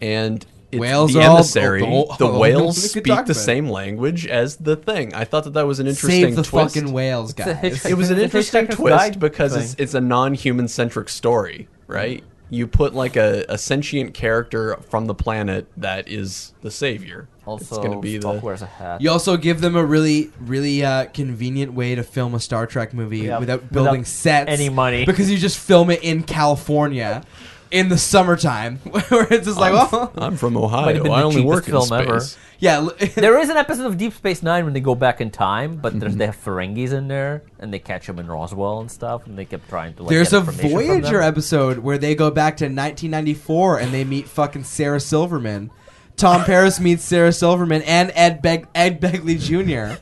[SPEAKER 6] and it's
[SPEAKER 5] Whales
[SPEAKER 6] the
[SPEAKER 5] are all-
[SPEAKER 6] emissary.
[SPEAKER 5] oh, <laughs>
[SPEAKER 6] the
[SPEAKER 5] oh,
[SPEAKER 6] whales
[SPEAKER 5] we could
[SPEAKER 6] speak
[SPEAKER 5] talk
[SPEAKER 6] the
[SPEAKER 5] about it.
[SPEAKER 6] same language as the thing. I thought that that was an interesting
[SPEAKER 5] save the
[SPEAKER 6] twist.
[SPEAKER 5] fucking whales, guys.
[SPEAKER 6] It was an
[SPEAKER 7] Hitchhiker's
[SPEAKER 6] interesting
[SPEAKER 7] Guide
[SPEAKER 6] twist because
[SPEAKER 7] thing.
[SPEAKER 6] it's it's a non-human centric story, right? You put like a, a sentient character from the planet that is the savior. it's
[SPEAKER 10] Also,
[SPEAKER 6] gonna be
[SPEAKER 10] Spock
[SPEAKER 6] the
[SPEAKER 10] wears a hat.
[SPEAKER 5] You also give them a really, really uh, convenient way to film a Star Trek movie
[SPEAKER 7] Yeah,
[SPEAKER 5] without
[SPEAKER 7] without
[SPEAKER 5] building sets,
[SPEAKER 7] any money.
[SPEAKER 5] because you just film it in California in the summertime, <laughs> where it's just like, well, <laughs>
[SPEAKER 6] <laughs> I'm from
[SPEAKER 10] Might have
[SPEAKER 6] Ohio.
[SPEAKER 10] been
[SPEAKER 6] I
[SPEAKER 10] the
[SPEAKER 6] only
[SPEAKER 10] cheapest
[SPEAKER 6] work in
[SPEAKER 10] film ever.
[SPEAKER 6] space.
[SPEAKER 5] yeah, l-
[SPEAKER 10] There is an episode of Deep Space Nine when they go back in time, but there's, they have Ferengis in there, and they catch them in Roswell and stuff, and they kept trying to. Like,
[SPEAKER 5] <laughs> there's
[SPEAKER 10] get
[SPEAKER 5] a
[SPEAKER 10] information from them.
[SPEAKER 5] Voyager episode where they go back to 1994 and they meet fucking Sarah Silverman. Tom Paris meets Sarah Silverman and Ed Beg- Ed Begley Jr.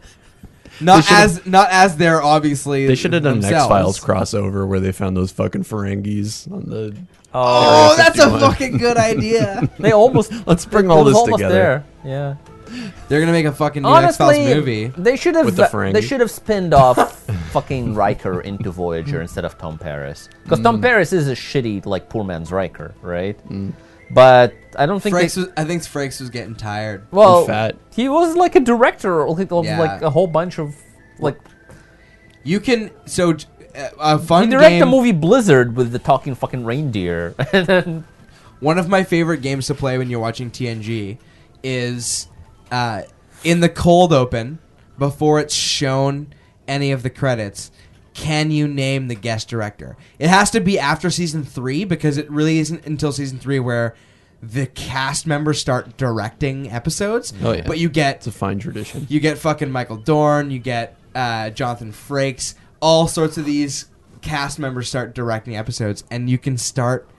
[SPEAKER 5] Not as not as they're obviously
[SPEAKER 6] They should have done an X
[SPEAKER 5] themselves.
[SPEAKER 6] Files crossover where they found those fucking Ferengis on the.
[SPEAKER 5] Oh,
[SPEAKER 6] Area
[SPEAKER 5] that's a
[SPEAKER 6] 51.
[SPEAKER 5] fucking good idea.
[SPEAKER 10] They almost
[SPEAKER 6] Let's bring
[SPEAKER 10] it
[SPEAKER 6] all
[SPEAKER 10] was
[SPEAKER 6] this
[SPEAKER 10] almost
[SPEAKER 6] together.
[SPEAKER 10] There. Yeah.
[SPEAKER 5] They're gonna make a fucking new X Files
[SPEAKER 10] Honestly,
[SPEAKER 5] movie.
[SPEAKER 10] they should have
[SPEAKER 6] With the Ferengi.
[SPEAKER 10] they should have spinned off <laughs> fucking Riker into Voyager instead of Tom Paris because
[SPEAKER 5] Mm.
[SPEAKER 10] Tom Paris is a shitty like poor man's Riker, right? But I don't think
[SPEAKER 5] Frakes
[SPEAKER 10] they,
[SPEAKER 5] was, I think Frakes was getting tired.
[SPEAKER 10] well
[SPEAKER 6] fat.
[SPEAKER 10] he was like a director of like, of,
[SPEAKER 5] Yeah.
[SPEAKER 10] like a whole bunch of like
[SPEAKER 5] You can so uh, a fun
[SPEAKER 10] he directed
[SPEAKER 5] game.
[SPEAKER 10] the movie Blizzard with the talking fucking reindeer. <laughs> And then-
[SPEAKER 5] One of my favorite games to play when you're watching TNG is uh, in the cold open before it's shown any of the credits. Can you name the guest director? It has to be after season three because it really isn't until season three where the cast members start directing episodes.
[SPEAKER 6] Oh, yeah.
[SPEAKER 5] But you get
[SPEAKER 6] It's a fine tradition.
[SPEAKER 5] You get fucking Michael Dorn. You get uh, Jonathan Frakes. All sorts of these cast members start directing episodes, and you can start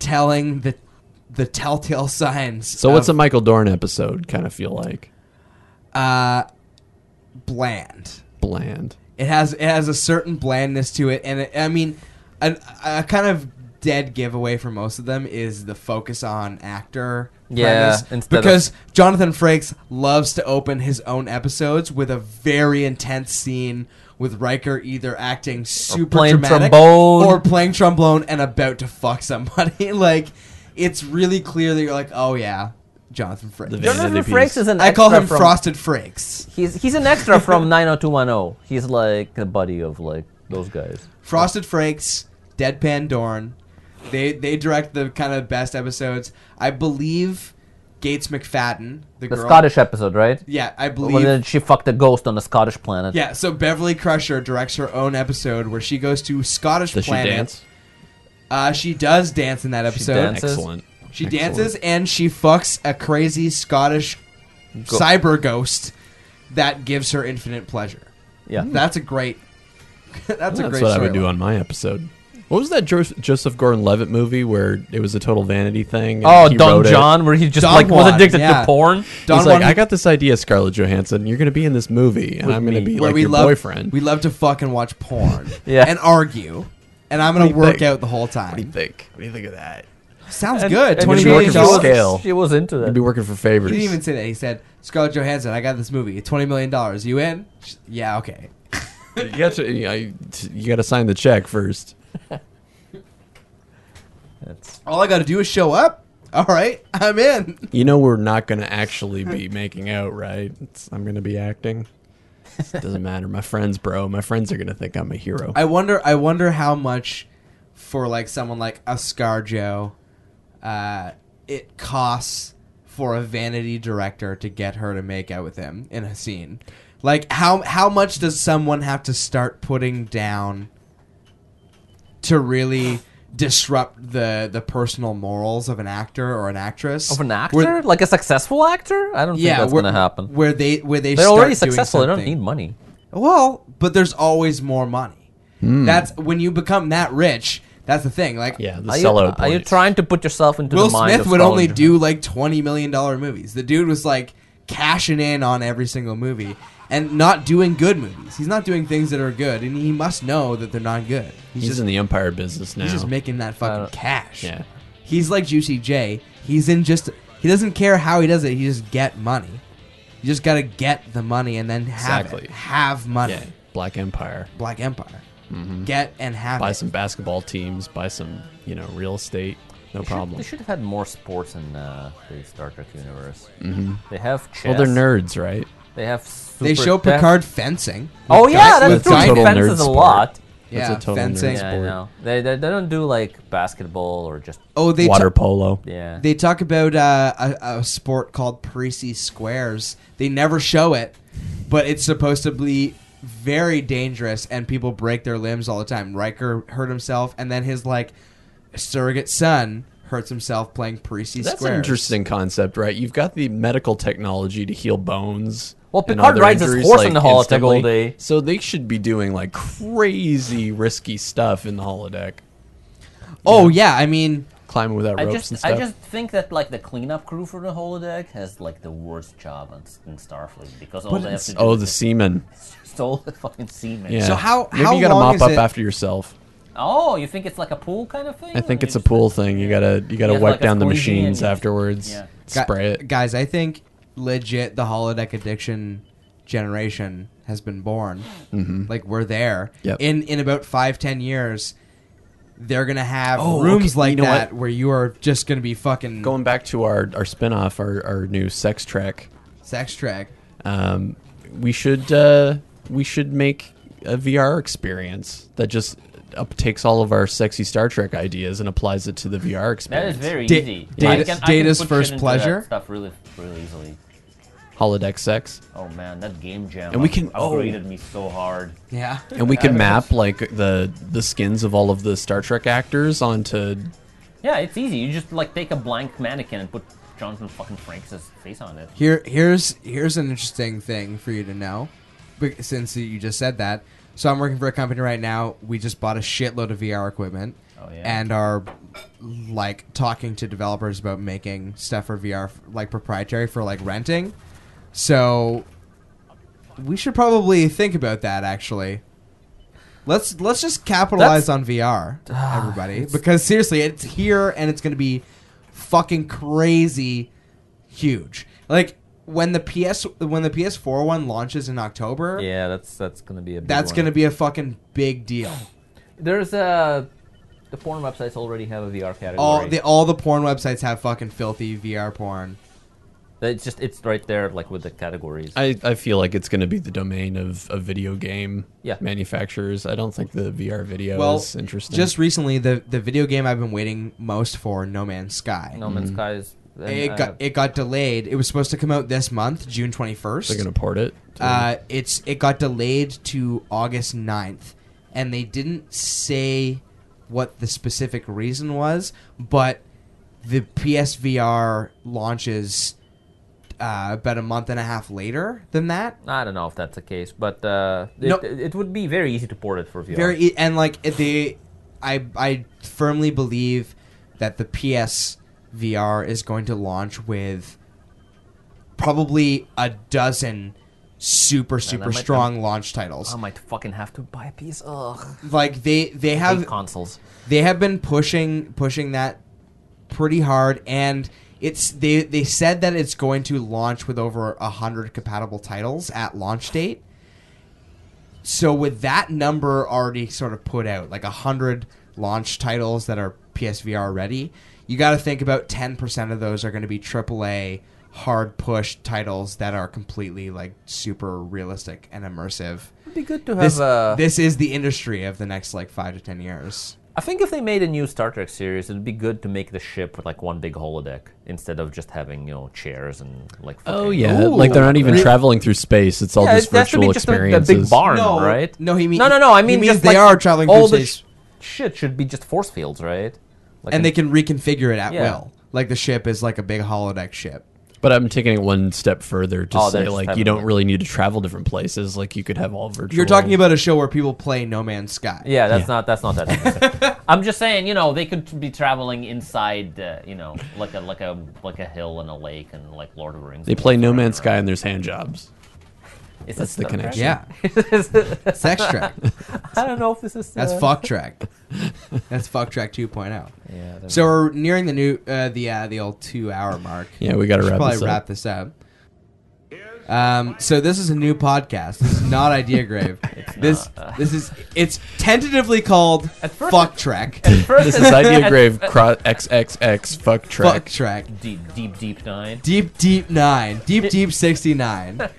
[SPEAKER 5] telling the the telltale <laughs> signs.
[SPEAKER 6] So what's a
[SPEAKER 5] of,
[SPEAKER 6] Michael Dorn episode kind of feel like?
[SPEAKER 5] bland?
[SPEAKER 6] Bland.
[SPEAKER 5] It has it has a certain blandness to it, and it, I mean, a, a kind of dead giveaway for most of them is the focus on actor.
[SPEAKER 10] Yeah,
[SPEAKER 5] premise,
[SPEAKER 10] instead of-
[SPEAKER 5] because Jonathan Frakes loves to open his own episodes with a very intense scene with Riker either acting super
[SPEAKER 10] playing
[SPEAKER 5] dramatic
[SPEAKER 10] trombone.
[SPEAKER 5] or playing trombone and about to fuck somebody. <laughs> like it's really clear that you're like, oh yeah, Jonathan Frakes.
[SPEAKER 6] video-
[SPEAKER 10] Jonathan
[SPEAKER 6] Vanity
[SPEAKER 10] Frakes
[SPEAKER 6] piece.
[SPEAKER 10] is an
[SPEAKER 5] I call
[SPEAKER 10] extra
[SPEAKER 5] him
[SPEAKER 10] from-
[SPEAKER 5] Frosted Frakes.
[SPEAKER 10] He's he's an extra from <laughs> 90210. He's like the buddy of like those guys.
[SPEAKER 5] Frosted Frakes, Deadpan Dorn. They they direct the kind of best episodes. I believe Gates McFadden, the,
[SPEAKER 10] The
[SPEAKER 5] girl.
[SPEAKER 10] Scottish episode, right?
[SPEAKER 5] Yeah, I
[SPEAKER 10] When
[SPEAKER 5] believe.
[SPEAKER 10] then she fucked a ghost on a Scottish planet.
[SPEAKER 5] yeah, so Beverly Crusher directs her own episode where she goes to Scottish
[SPEAKER 6] Does she
[SPEAKER 5] planet.
[SPEAKER 6] dance?
[SPEAKER 5] Uh, she does dance in that episode.
[SPEAKER 10] dances.
[SPEAKER 6] Excellent.
[SPEAKER 5] She
[SPEAKER 6] Excellent.
[SPEAKER 5] dances and she fucks a crazy Scottish cyber ghost that gives her infinite pleasure.
[SPEAKER 10] Yeah.
[SPEAKER 5] That's a great. <laughs> that's a
[SPEAKER 6] Hmm. That's
[SPEAKER 5] great.
[SPEAKER 6] what I would do
[SPEAKER 5] storyline.
[SPEAKER 6] on my episode. What was that Jos- Joseph Gordon-Levitt movie where it was a total vanity thing? and
[SPEAKER 10] Oh,
[SPEAKER 6] he
[SPEAKER 10] Don
[SPEAKER 6] wrote it?
[SPEAKER 10] John, where he just
[SPEAKER 5] Don
[SPEAKER 10] like was
[SPEAKER 5] Juan,
[SPEAKER 10] addicted
[SPEAKER 5] yeah.
[SPEAKER 10] to porn.
[SPEAKER 5] Don
[SPEAKER 6] He's like,
[SPEAKER 5] Juan-
[SPEAKER 6] I got this idea, Scarlett Johansson. You're going to be in this movie, and I'm going to
[SPEAKER 10] me.
[SPEAKER 6] be
[SPEAKER 5] where
[SPEAKER 6] like
[SPEAKER 5] we
[SPEAKER 6] your
[SPEAKER 5] love
[SPEAKER 6] boyfriend.
[SPEAKER 5] we love to fucking watch porn
[SPEAKER 6] <laughs>
[SPEAKER 10] Yeah.
[SPEAKER 5] and argue and i'm gonna
[SPEAKER 6] What do you
[SPEAKER 5] work
[SPEAKER 6] think?
[SPEAKER 5] out the whole
[SPEAKER 6] what do you
[SPEAKER 5] time
[SPEAKER 6] think? What do you think of that?
[SPEAKER 5] sounds good
[SPEAKER 10] And
[SPEAKER 5] $20
[SPEAKER 10] she-
[SPEAKER 6] you're
[SPEAKER 10] she
[SPEAKER 5] million
[SPEAKER 6] working for
[SPEAKER 10] was-
[SPEAKER 5] dollars
[SPEAKER 6] scale.
[SPEAKER 10] She was into
[SPEAKER 6] You'd be
[SPEAKER 10] that.
[SPEAKER 6] working for
[SPEAKER 5] he
[SPEAKER 6] favors.
[SPEAKER 5] didn't even say that he said scarlett johansson i got this movie 20 million dollars you in She- yeah okay
[SPEAKER 6] you got to you, know, you- you got to sign the check first.
[SPEAKER 5] all i gotta do is show up all right i'm in
[SPEAKER 6] You know we're not going to actually
[SPEAKER 10] <laughs>
[SPEAKER 6] be making out, right? It's, I'm going to be acting. It doesn't matter. My friends, bro. My friends are going to think I'm a hero.
[SPEAKER 5] i wonder i wonder how much for like someone like a scarjo uh it costs for a vanity director to get her to make out with him in a scene like how how much does someone have to start putting down to really disrupt the the personal morals of an actor or an actress
[SPEAKER 10] Of an actor,
[SPEAKER 5] Where-
[SPEAKER 10] like a successful actor. I don't
[SPEAKER 5] yeah
[SPEAKER 10] think that's
[SPEAKER 5] where-
[SPEAKER 10] gonna happen.
[SPEAKER 5] where they where they
[SPEAKER 10] They're
[SPEAKER 5] start
[SPEAKER 10] already
[SPEAKER 5] doing
[SPEAKER 10] successful. They don't
[SPEAKER 5] something.
[SPEAKER 10] need money.
[SPEAKER 5] Well, but there's always more money. That's when you become that rich. That's the thing. Like
[SPEAKER 6] Hmm. yeah, the
[SPEAKER 10] Are you,
[SPEAKER 6] sellout.
[SPEAKER 10] are you
[SPEAKER 6] point.
[SPEAKER 10] trying to put yourself into
[SPEAKER 5] Will
[SPEAKER 10] the mind
[SPEAKER 5] Smith
[SPEAKER 10] of
[SPEAKER 5] would
[SPEAKER 10] Scarlett
[SPEAKER 5] only
[SPEAKER 10] Johansson?
[SPEAKER 5] do like twenty million dollar movies. The dude was like cashing in on every single movie and not doing good movies. He's not doing things that are good, and he must know that they're not good. He's,
[SPEAKER 6] He's
[SPEAKER 5] just
[SPEAKER 6] in the umpire business now.
[SPEAKER 5] he's just making that fucking
[SPEAKER 10] don't-
[SPEAKER 5] cash.
[SPEAKER 6] Yeah.
[SPEAKER 5] He's like Juicy J. He's in just he doesn't care how he does it. He just get money. You just gotta get the money and then have it.
[SPEAKER 6] Exactly.
[SPEAKER 5] Have money.
[SPEAKER 6] yeah. Black Empire.
[SPEAKER 5] Black Empire. Get and have
[SPEAKER 6] Mm-hmm. Buy
[SPEAKER 5] it.
[SPEAKER 6] some basketball teams. Buy some you know real estate. No
[SPEAKER 10] Should,
[SPEAKER 6] problem.
[SPEAKER 10] they should have had more sports in uh, the Star Trek universe. They have chess.
[SPEAKER 6] Well, they're nerds, right?
[SPEAKER 10] They have. Super
[SPEAKER 5] Mm-hmm. They show
[SPEAKER 10] they have-
[SPEAKER 5] Picard fencing.
[SPEAKER 10] Oh yeah,
[SPEAKER 5] With
[SPEAKER 10] that's true.
[SPEAKER 5] giant-
[SPEAKER 10] He
[SPEAKER 6] Total
[SPEAKER 10] fences
[SPEAKER 6] nerd
[SPEAKER 10] a
[SPEAKER 6] sport.
[SPEAKER 10] lot.
[SPEAKER 5] Yeah,
[SPEAKER 6] That's a total
[SPEAKER 5] fencing.
[SPEAKER 6] nerd
[SPEAKER 10] Yeah, I
[SPEAKER 6] sport.
[SPEAKER 10] know. They, they they don't do like basketball or just
[SPEAKER 5] Oh, they
[SPEAKER 6] Water
[SPEAKER 5] ta-
[SPEAKER 6] polo.
[SPEAKER 10] yeah.
[SPEAKER 5] they talk about uh, a, a sport called Parisi squares. They never show it, but it's supposed to be very dangerous, and people break their limbs all the time. Riker hurt himself, and then his like surrogate son hurts himself playing Parisi
[SPEAKER 6] That's
[SPEAKER 5] squares.
[SPEAKER 6] an interesting concept, right? You've got the medical technology to heal bones.
[SPEAKER 10] Well,
[SPEAKER 6] and
[SPEAKER 10] Picard
[SPEAKER 6] other
[SPEAKER 10] rides his
[SPEAKER 6] injuries,
[SPEAKER 10] horse in the holodeck
[SPEAKER 6] instantly.
[SPEAKER 10] all day.
[SPEAKER 6] So they should be doing like crazy risky stuff in the holodeck,
[SPEAKER 5] Oh yeah, I mean,
[SPEAKER 6] climbing without
[SPEAKER 7] I
[SPEAKER 6] ropes and
[SPEAKER 7] just,
[SPEAKER 6] stuff.
[SPEAKER 7] I just think that like the cleanup crew for the holodeck has like the worst job in, in Starfleet because all they have to do
[SPEAKER 6] oh,
[SPEAKER 7] is <laughs>
[SPEAKER 6] the semen.
[SPEAKER 7] stole the fucking semen.
[SPEAKER 6] Yeah.
[SPEAKER 5] So how-
[SPEAKER 6] Maybe
[SPEAKER 5] how
[SPEAKER 6] you gotta
[SPEAKER 5] long
[SPEAKER 6] mop
[SPEAKER 5] is
[SPEAKER 6] up
[SPEAKER 5] it-
[SPEAKER 6] after yourself.
[SPEAKER 7] Oh, you think it's like a pool kind of thing?
[SPEAKER 6] I think
[SPEAKER 7] You
[SPEAKER 6] it's a
[SPEAKER 7] just-
[SPEAKER 6] pool thing. You gotta you
[SPEAKER 7] You
[SPEAKER 6] gotta
[SPEAKER 7] have,
[SPEAKER 6] wipe
[SPEAKER 7] like, a
[SPEAKER 6] down the
[SPEAKER 7] squeegee and
[SPEAKER 6] machines
[SPEAKER 7] you-
[SPEAKER 6] afterwards.
[SPEAKER 7] yeah.
[SPEAKER 5] gu-
[SPEAKER 6] Spray it.
[SPEAKER 5] guys. I think legit the holodeck addiction generation has been born. Like we're there.
[SPEAKER 6] Mm-hmm. Yep.
[SPEAKER 5] In in about five ten years, they're gonna have
[SPEAKER 6] Oh,
[SPEAKER 5] rooms
[SPEAKER 6] okay,
[SPEAKER 5] like
[SPEAKER 6] you know
[SPEAKER 5] that
[SPEAKER 6] what?
[SPEAKER 5] where you are just gonna be fucking
[SPEAKER 6] Going back to our our spinoff, our our new sex track.
[SPEAKER 5] sex track.
[SPEAKER 6] um, we should uh, we should make a VR experience that just up takes all of our sexy Star Trek ideas and applies it to the VR
[SPEAKER 7] That is
[SPEAKER 6] experience.
[SPEAKER 7] very
[SPEAKER 5] Da-
[SPEAKER 7] easy.
[SPEAKER 5] data-
[SPEAKER 7] I can- I can
[SPEAKER 5] data's
[SPEAKER 7] put shit
[SPEAKER 5] first
[SPEAKER 7] into that
[SPEAKER 5] pleasure?
[SPEAKER 7] stuff really, really easily.
[SPEAKER 6] holodeck sex,
[SPEAKER 7] Oh man, that game jam.
[SPEAKER 6] And we can- oh.
[SPEAKER 7] upgraded me so hard.
[SPEAKER 5] Yeah.
[SPEAKER 6] and we can map like the the skins of all of the Star Trek actors onto.
[SPEAKER 7] Yeah, it's easy. You just like take a blank mannequin and put Jonathan fucking Franks' face on it.
[SPEAKER 5] Here here's here's an interesting thing for you to know, be- since you just said that. So I'm working for a company right now. We just bought a shitload of VR equipment,
[SPEAKER 7] Oh, yeah.
[SPEAKER 5] and are like talking to developers about making stuff for VR f- like proprietary for like renting. So we should probably think about that actually. Let's let's just capitalize
[SPEAKER 10] That's-
[SPEAKER 5] on VR, everybody, because seriously, it's here and it's going to be fucking crazy huge. Like when the PS when the PS4 one launches in October,
[SPEAKER 7] Yeah, that's that's gonna be a. Big
[SPEAKER 5] that's
[SPEAKER 7] one.
[SPEAKER 5] gonna be a fucking big
[SPEAKER 7] <sighs>
[SPEAKER 5] deal.
[SPEAKER 7] There's a. The porn websites already have a VR category.
[SPEAKER 5] All Oh, the all the porn websites have fucking filthy VR porn.
[SPEAKER 7] It's just it's right there, like with the categories.
[SPEAKER 6] I, I feel like it's going to be the domain of, of video game
[SPEAKER 7] Yeah.
[SPEAKER 6] manufacturers. I don't think the VR video
[SPEAKER 5] well,
[SPEAKER 6] is interesting.
[SPEAKER 5] just recently the the video game I've been waiting most for, No Man's Sky.
[SPEAKER 7] no Man's Sky is. and,
[SPEAKER 5] Mm-hmm. It
[SPEAKER 7] uh,
[SPEAKER 5] got it got delayed. It was supposed to come out this month, June twenty first.
[SPEAKER 6] they're going to port it. to-
[SPEAKER 5] Uh, it's it got delayed to August 9th, and they didn't say what the specific reason was, but the PSVR launches uh, about a month and a half later than that.
[SPEAKER 7] I don't know if that's the case, but uh, it,
[SPEAKER 5] No.
[SPEAKER 7] it would be very easy to port it for VR.
[SPEAKER 5] Very e- and like it- they, I I firmly believe that the PSVR is going to launch with probably a dozen super super
[SPEAKER 7] might- Um,
[SPEAKER 5] strong launch titles.
[SPEAKER 7] I might fucking have to buy a piece. Ugh.
[SPEAKER 5] like they they
[SPEAKER 7] Have
[SPEAKER 5] have
[SPEAKER 7] consoles.
[SPEAKER 5] they have been pushing pushing that pretty hard and it's they they said that it's going to launch with over 100 compatible titles at launch date so with that number already sort of put out like 100 launch titles that are psvr ready you got to think about 10% of those are going to be aaa hard push titles that are completely like super realistic and immersive
[SPEAKER 7] It'd be good to have uh,
[SPEAKER 5] this,
[SPEAKER 7] a.
[SPEAKER 5] this is the industry of the next like five to ten years
[SPEAKER 7] I think if they made a new Star Trek series, it'd be good to make the ship with like one big holodeck instead of just having you know chairs and like.
[SPEAKER 6] oh,
[SPEAKER 7] fucking-
[SPEAKER 6] yeah. like they're not even traveling through space. It's all
[SPEAKER 7] Yeah,
[SPEAKER 6] just
[SPEAKER 7] it has to be
[SPEAKER 6] virtual
[SPEAKER 7] just a, a
[SPEAKER 6] experiences.
[SPEAKER 7] big barn,
[SPEAKER 5] No,
[SPEAKER 7] right?
[SPEAKER 5] no, he mean-
[SPEAKER 7] no, no, no. I
[SPEAKER 5] he
[SPEAKER 7] mean,
[SPEAKER 5] means
[SPEAKER 7] just
[SPEAKER 5] they
[SPEAKER 7] like
[SPEAKER 5] are traveling
[SPEAKER 7] all
[SPEAKER 5] through
[SPEAKER 7] the
[SPEAKER 5] space.
[SPEAKER 7] sh- shit should be just force fields, right? Like
[SPEAKER 5] and they can reconfigure it at
[SPEAKER 7] Yeah.
[SPEAKER 5] will. Like the ship is like a big holodeck ship.
[SPEAKER 6] But I'm taking it one step further to
[SPEAKER 7] Oh, they're
[SPEAKER 6] say,
[SPEAKER 7] just
[SPEAKER 6] like,
[SPEAKER 7] having
[SPEAKER 6] you don't
[SPEAKER 7] it.
[SPEAKER 6] really need to travel different places. Like, you could have all virtual.
[SPEAKER 5] You're talking about a show where people play No Man's Sky.
[SPEAKER 7] <laughs> Yeah, that's not that's not that.
[SPEAKER 5] <laughs>
[SPEAKER 7] expensive. I'm just saying, you know, they could be traveling inside, uh, you know, like a like a like a hill and a lake and like Lord of the Rings.
[SPEAKER 6] They play No Man's Sky and there's hand jobs.
[SPEAKER 7] Is this
[SPEAKER 6] That's the
[SPEAKER 7] Star
[SPEAKER 5] <laughs>
[SPEAKER 6] connection.
[SPEAKER 5] Yeah. Sex track.
[SPEAKER 7] Trek? <laughs> I don't know if this is.
[SPEAKER 5] That's
[SPEAKER 7] uh,
[SPEAKER 5] fuck track. That's fuck track 2.0.
[SPEAKER 7] Yeah, there
[SPEAKER 5] oh. So we're nearing the new uh, the uh, the old 2 hour mark.
[SPEAKER 6] Yeah, we got to
[SPEAKER 5] should
[SPEAKER 6] wrap
[SPEAKER 5] probably
[SPEAKER 6] this
[SPEAKER 5] wrap
[SPEAKER 6] up.
[SPEAKER 5] this up. Um, so this is a new podcast. This is not Idea <laughs> Grave. this this is it's tentatively called
[SPEAKER 7] first
[SPEAKER 5] Fuck Track.
[SPEAKER 7] <laughs> First,
[SPEAKER 6] This is
[SPEAKER 5] <laughs>
[SPEAKER 6] Idea Grave cro- XXX fuck
[SPEAKER 5] Fuck
[SPEAKER 6] track.
[SPEAKER 5] Track.
[SPEAKER 7] deep, deep, deep nine.
[SPEAKER 5] Deep Deep 9. Deep Deep 69.
[SPEAKER 7] <laughs>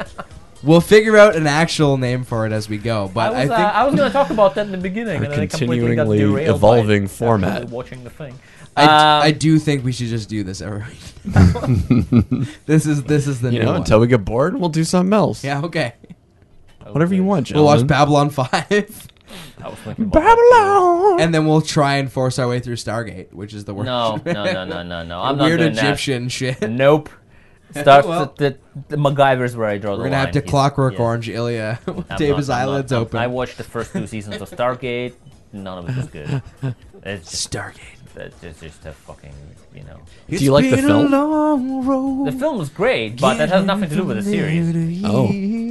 [SPEAKER 5] we'll figure out an actual name for it as we go,
[SPEAKER 16] I
[SPEAKER 5] but I,
[SPEAKER 16] was, uh, I was going to talk about that in the beginning,
[SPEAKER 6] Our
[SPEAKER 16] and then I completely got
[SPEAKER 6] continuingly
[SPEAKER 16] derailed by
[SPEAKER 6] evolving
[SPEAKER 16] actually
[SPEAKER 6] format.
[SPEAKER 16] Watching the thing.
[SPEAKER 5] think I,
[SPEAKER 16] Um,
[SPEAKER 5] I do think we should just do this every week.
[SPEAKER 7] <laughs>
[SPEAKER 5] this is this is the
[SPEAKER 6] You
[SPEAKER 5] new
[SPEAKER 6] know,
[SPEAKER 5] one.
[SPEAKER 6] until we get bored, we'll do something else.
[SPEAKER 5] yeah, okay.
[SPEAKER 6] Whatever you want,
[SPEAKER 5] We'll watch Babylon
[SPEAKER 6] gentlemen.
[SPEAKER 5] 5
[SPEAKER 16] I was thinking about that.
[SPEAKER 5] <laughs>
[SPEAKER 6] Babylon.
[SPEAKER 5] and then we'll try and force our way through Stargate, which is the worst.
[SPEAKER 7] No,
[SPEAKER 5] <laughs>
[SPEAKER 7] no, no, no, no, no. I'm
[SPEAKER 5] Weird
[SPEAKER 7] not doing
[SPEAKER 5] Egyptian shit. <laughs>
[SPEAKER 7] that. Nope. Start
[SPEAKER 5] Well.
[SPEAKER 7] the, the, the MacGyver's where I draw
[SPEAKER 5] We're
[SPEAKER 7] the line.
[SPEAKER 5] gonna have to
[SPEAKER 7] He's-
[SPEAKER 5] clockwork
[SPEAKER 7] yeah.
[SPEAKER 5] orange Ilya.
[SPEAKER 7] I'm not-
[SPEAKER 5] Davis
[SPEAKER 7] I'm not-
[SPEAKER 5] eyelids
[SPEAKER 7] I'm-
[SPEAKER 5] open.
[SPEAKER 7] I watched the first two seasons of Stargate. None of it was good.
[SPEAKER 5] <laughs>
[SPEAKER 7] It's just,
[SPEAKER 5] Stargate.
[SPEAKER 7] it's just, just a fucking, you know.
[SPEAKER 6] Do you like the film?
[SPEAKER 7] The film was great, but that has nothing to do with the series.
[SPEAKER 6] Oh,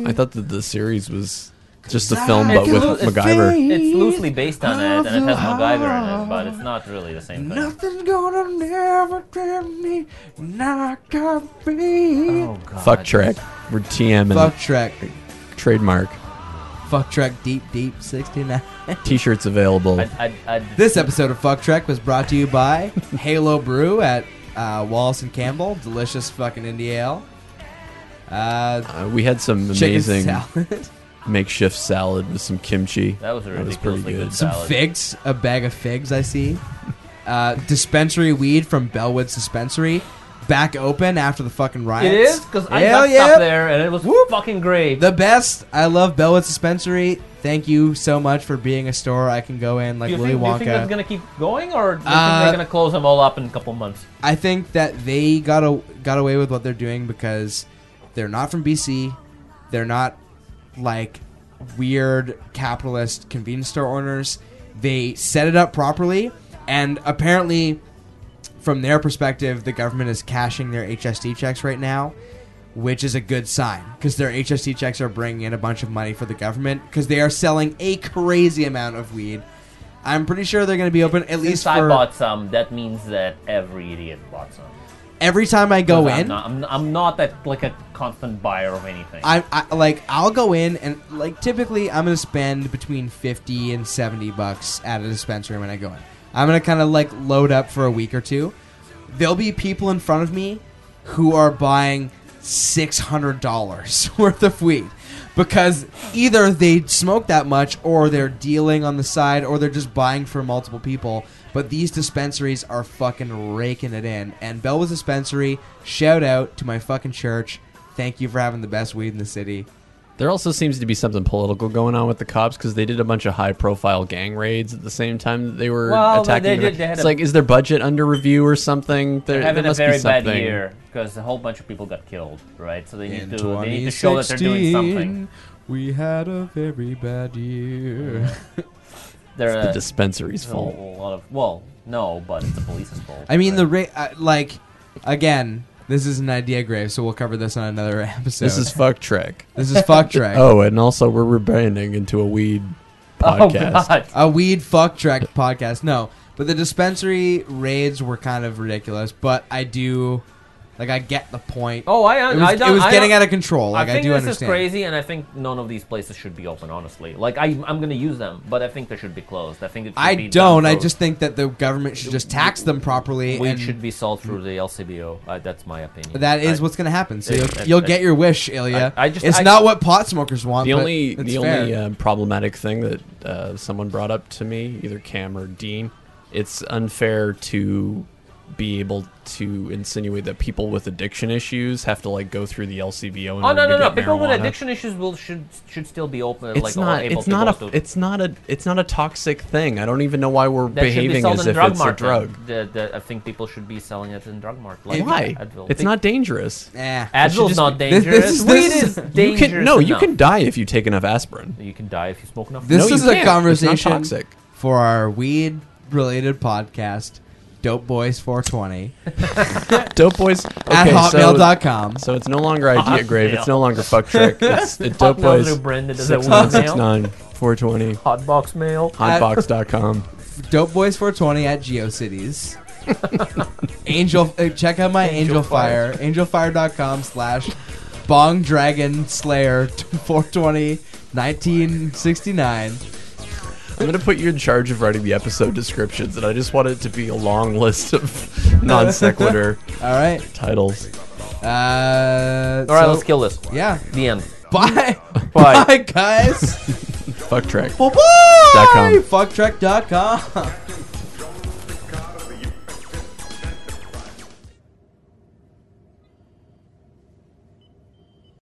[SPEAKER 6] I thought that the series was just a film,
[SPEAKER 5] I
[SPEAKER 6] but
[SPEAKER 5] can
[SPEAKER 6] with
[SPEAKER 5] lose-
[SPEAKER 6] MacGyver.
[SPEAKER 7] It's loosely based on it, and it has MacGyver in it, but it's not really the same thing.
[SPEAKER 5] Nothing's gonna never tell me not got me.
[SPEAKER 7] Oh god.
[SPEAKER 6] Fuck track. We're TM and
[SPEAKER 5] Fuck Trek.
[SPEAKER 6] trademark.
[SPEAKER 5] Fuck Trek Deep Deep 69.
[SPEAKER 6] T-shirts available.
[SPEAKER 16] I'd, I'd, I'd,
[SPEAKER 5] <laughs> This episode of Fuck Trek was brought to you by Halo Brew at uh, Wallace and Campbell. Delicious fucking India ale. Uh,
[SPEAKER 6] Uh, we had some
[SPEAKER 5] chicken
[SPEAKER 6] amazing
[SPEAKER 5] salad. <laughs>
[SPEAKER 6] makeshift salad with some kimchi.
[SPEAKER 16] that was a
[SPEAKER 6] That was pretty
[SPEAKER 16] ridiculously good
[SPEAKER 6] good.
[SPEAKER 16] salad.
[SPEAKER 5] figs. A bag of figs, I see. Uh, dispensary weed from Bellwoods Dispensary. Back open after the fucking
[SPEAKER 16] It
[SPEAKER 5] riots.
[SPEAKER 16] is because I
[SPEAKER 5] Hell
[SPEAKER 16] got
[SPEAKER 5] yeah.
[SPEAKER 16] stuff there, and it was fucking great.
[SPEAKER 5] The best. I love Bellwoods Dispensary. Thank you so much for being a store I can go in like
[SPEAKER 16] do, you
[SPEAKER 5] Willy
[SPEAKER 16] think, do you
[SPEAKER 5] Wonka.
[SPEAKER 16] think that's gonna keep going, or do you
[SPEAKER 5] Uh,
[SPEAKER 16] think they're gonna close them all up in a couple months?
[SPEAKER 5] I think that they got a, got away with what they're doing because they're not from BC. They're not like weird capitalist convenience store owners. They set it up properly, and apparently, from their perspective, the government is cashing their HST checks right now, which is a good sign because their HST checks are bringing in a bunch of money for the government because they are selling a crazy amount of weed. I'm pretty sure they're going to be open at least
[SPEAKER 16] Since I
[SPEAKER 5] for
[SPEAKER 16] bought some, that means that every idiot bought some.
[SPEAKER 5] every time I go
[SPEAKER 7] I'm
[SPEAKER 5] in,
[SPEAKER 7] not, I'm, I'm not that like a constant buyer of anything.
[SPEAKER 5] I, I like I'll go in and like typically I'm gonna spend between fifty and seventy bucks at a dispensary when I go in. I'm gonna kind of like load up for a week or two. There'll be people in front of me who are buying six hundred dollars <laughs> worth of weed because either they smoke that much or they're dealing on the side or they're just buying for multiple people. But these dispensaries are fucking raking it in. And Bellwoods Dispensary, shout out to my fucking church. Thank you for having the best weed in the city.
[SPEAKER 6] There also seems to be something political going on with the cops because they did a bunch of high-profile gang raids at the same time that they were
[SPEAKER 7] Well, they-
[SPEAKER 6] attacking.
[SPEAKER 7] they
[SPEAKER 6] the-
[SPEAKER 7] did- they had
[SPEAKER 6] it's
[SPEAKER 7] a-
[SPEAKER 6] like, is their budget under review or something? There,
[SPEAKER 7] They're having
[SPEAKER 6] there
[SPEAKER 7] a
[SPEAKER 6] must
[SPEAKER 7] very
[SPEAKER 6] be something.
[SPEAKER 7] bad year because a whole bunch of people got killed, right? So they need
[SPEAKER 5] In
[SPEAKER 7] to they need to show that they're doing something.
[SPEAKER 5] 2016, We had a very bad year.
[SPEAKER 7] They're
[SPEAKER 6] The
[SPEAKER 7] uh,
[SPEAKER 6] dispensary's
[SPEAKER 7] a
[SPEAKER 6] fault.
[SPEAKER 7] lot of well, no, but it's the police's fault.
[SPEAKER 5] I mean, the
[SPEAKER 7] right?
[SPEAKER 5] ra- uh, like again. This is an idea grave, so we'll cover this on another <laughs> episode.
[SPEAKER 6] This is fuck Trek.
[SPEAKER 5] this is fuck
[SPEAKER 6] <laughs>
[SPEAKER 5] track.
[SPEAKER 6] Oh, and also we're rebranding into a weed podcast.
[SPEAKER 7] <laughs> oh god,
[SPEAKER 5] a weed fuck track podcast. No, but the dispensary raids were kind of ridiculous. But I do, like, I get the point.
[SPEAKER 10] Oh, I,
[SPEAKER 5] it
[SPEAKER 10] un-
[SPEAKER 5] was,
[SPEAKER 10] I don't,
[SPEAKER 5] it was
[SPEAKER 10] I
[SPEAKER 5] getting
[SPEAKER 10] don't-
[SPEAKER 5] out of control. Like I,
[SPEAKER 10] I think
[SPEAKER 5] do
[SPEAKER 10] this
[SPEAKER 5] understand.
[SPEAKER 10] is crazy, and I think none of these places should be open. Honestly, like I, I'm gonna use them, but I think they should be closed. I think it should
[SPEAKER 5] I
[SPEAKER 10] be
[SPEAKER 5] don't.
[SPEAKER 10] done
[SPEAKER 5] I
[SPEAKER 10] through-
[SPEAKER 5] just think that the government should just tax them properly.
[SPEAKER 10] weed
[SPEAKER 5] and
[SPEAKER 10] should be sold through the LCBO. Uh, that's my opinion.
[SPEAKER 5] That is
[SPEAKER 10] I-
[SPEAKER 5] what's going to happen. So
[SPEAKER 10] I-
[SPEAKER 5] you'll,
[SPEAKER 10] I-
[SPEAKER 5] you'll
[SPEAKER 10] I-
[SPEAKER 5] get your wish, Ilya.
[SPEAKER 10] I- I just-
[SPEAKER 5] it's
[SPEAKER 10] I-
[SPEAKER 5] not what pot smokers want.
[SPEAKER 6] The
[SPEAKER 5] but
[SPEAKER 6] only
[SPEAKER 5] it's
[SPEAKER 6] the
[SPEAKER 5] fair.
[SPEAKER 6] only uh, problematic thing that uh, someone brought up to me, either Cam or Dean, it's unfair to be able to insinuate that people with addiction issues have to like go through the LCBO. In
[SPEAKER 10] Oh no
[SPEAKER 6] order
[SPEAKER 10] no no!
[SPEAKER 6] to get
[SPEAKER 10] People with
[SPEAKER 6] marijuana.
[SPEAKER 10] addiction issues will should should still be open.
[SPEAKER 6] It's
[SPEAKER 10] like,
[SPEAKER 6] not.
[SPEAKER 10] Or able
[SPEAKER 6] It's
[SPEAKER 10] to
[SPEAKER 6] not
[SPEAKER 10] go
[SPEAKER 6] a.
[SPEAKER 10] to,
[SPEAKER 6] It's not a. It's not a toxic thing. I don't even know why we're
[SPEAKER 10] that should be
[SPEAKER 6] behaving
[SPEAKER 10] sold
[SPEAKER 6] as
[SPEAKER 10] in
[SPEAKER 6] if
[SPEAKER 10] drug
[SPEAKER 6] it's
[SPEAKER 10] mart.
[SPEAKER 6] a drug.
[SPEAKER 10] The, the, I think people should be selling it in drug mart. Like
[SPEAKER 6] Why?
[SPEAKER 10] Advil.
[SPEAKER 6] It's not dangerous.
[SPEAKER 5] Eh.
[SPEAKER 6] should
[SPEAKER 10] Advil's
[SPEAKER 6] just
[SPEAKER 10] not
[SPEAKER 6] be-
[SPEAKER 5] this-
[SPEAKER 10] dangerous.
[SPEAKER 5] this is-
[SPEAKER 10] Weed
[SPEAKER 5] this
[SPEAKER 10] is
[SPEAKER 5] is-
[SPEAKER 6] You
[SPEAKER 10] dangerous.
[SPEAKER 6] can no. You
[SPEAKER 10] enough.
[SPEAKER 6] can die if you take enough aspirin.
[SPEAKER 10] You can die if you smoke enough.
[SPEAKER 5] This
[SPEAKER 6] No,
[SPEAKER 5] is
[SPEAKER 6] you
[SPEAKER 5] a
[SPEAKER 6] can't. It's not
[SPEAKER 5] conversation
[SPEAKER 6] toxic.
[SPEAKER 5] for our weed related podcast, Dope Boys 420
[SPEAKER 6] Dope boys
[SPEAKER 5] at
[SPEAKER 6] okay, so-
[SPEAKER 5] hotmail.com.
[SPEAKER 6] So it's no longer idea grave. It's no longer fuck
[SPEAKER 10] <laughs>
[SPEAKER 6] trick. It's it dope
[SPEAKER 10] Hotmail
[SPEAKER 6] boys.
[SPEAKER 10] through Brenda does
[SPEAKER 6] six
[SPEAKER 10] that
[SPEAKER 6] nine
[SPEAKER 10] one
[SPEAKER 6] six
[SPEAKER 10] mail.
[SPEAKER 6] nine four twenty
[SPEAKER 10] Hotbox mail.
[SPEAKER 6] hotbox.com.
[SPEAKER 5] Dope Boys 420
[SPEAKER 10] <laughs>
[SPEAKER 5] at GeoCities. Angel, uh, check out my Angel, Fire, angelfire.com slash Bong Dragon Slayer 420 1969.
[SPEAKER 6] I'm gonna put you in charge of writing the episode descriptions, and I just want it to be a long list of non sequitur
[SPEAKER 5] All right.
[SPEAKER 6] titles.
[SPEAKER 5] Uh,
[SPEAKER 10] All right,
[SPEAKER 5] so-
[SPEAKER 10] let's kill this.
[SPEAKER 5] Yeah.
[SPEAKER 10] The
[SPEAKER 6] <laughs>
[SPEAKER 10] end.
[SPEAKER 5] Bye.
[SPEAKER 10] Bye.
[SPEAKER 5] Bye, guys.
[SPEAKER 10] <laughs>
[SPEAKER 6] Fuck track.
[SPEAKER 5] Bye-bye.
[SPEAKER 6] com.
[SPEAKER 5] Fucktrek.com.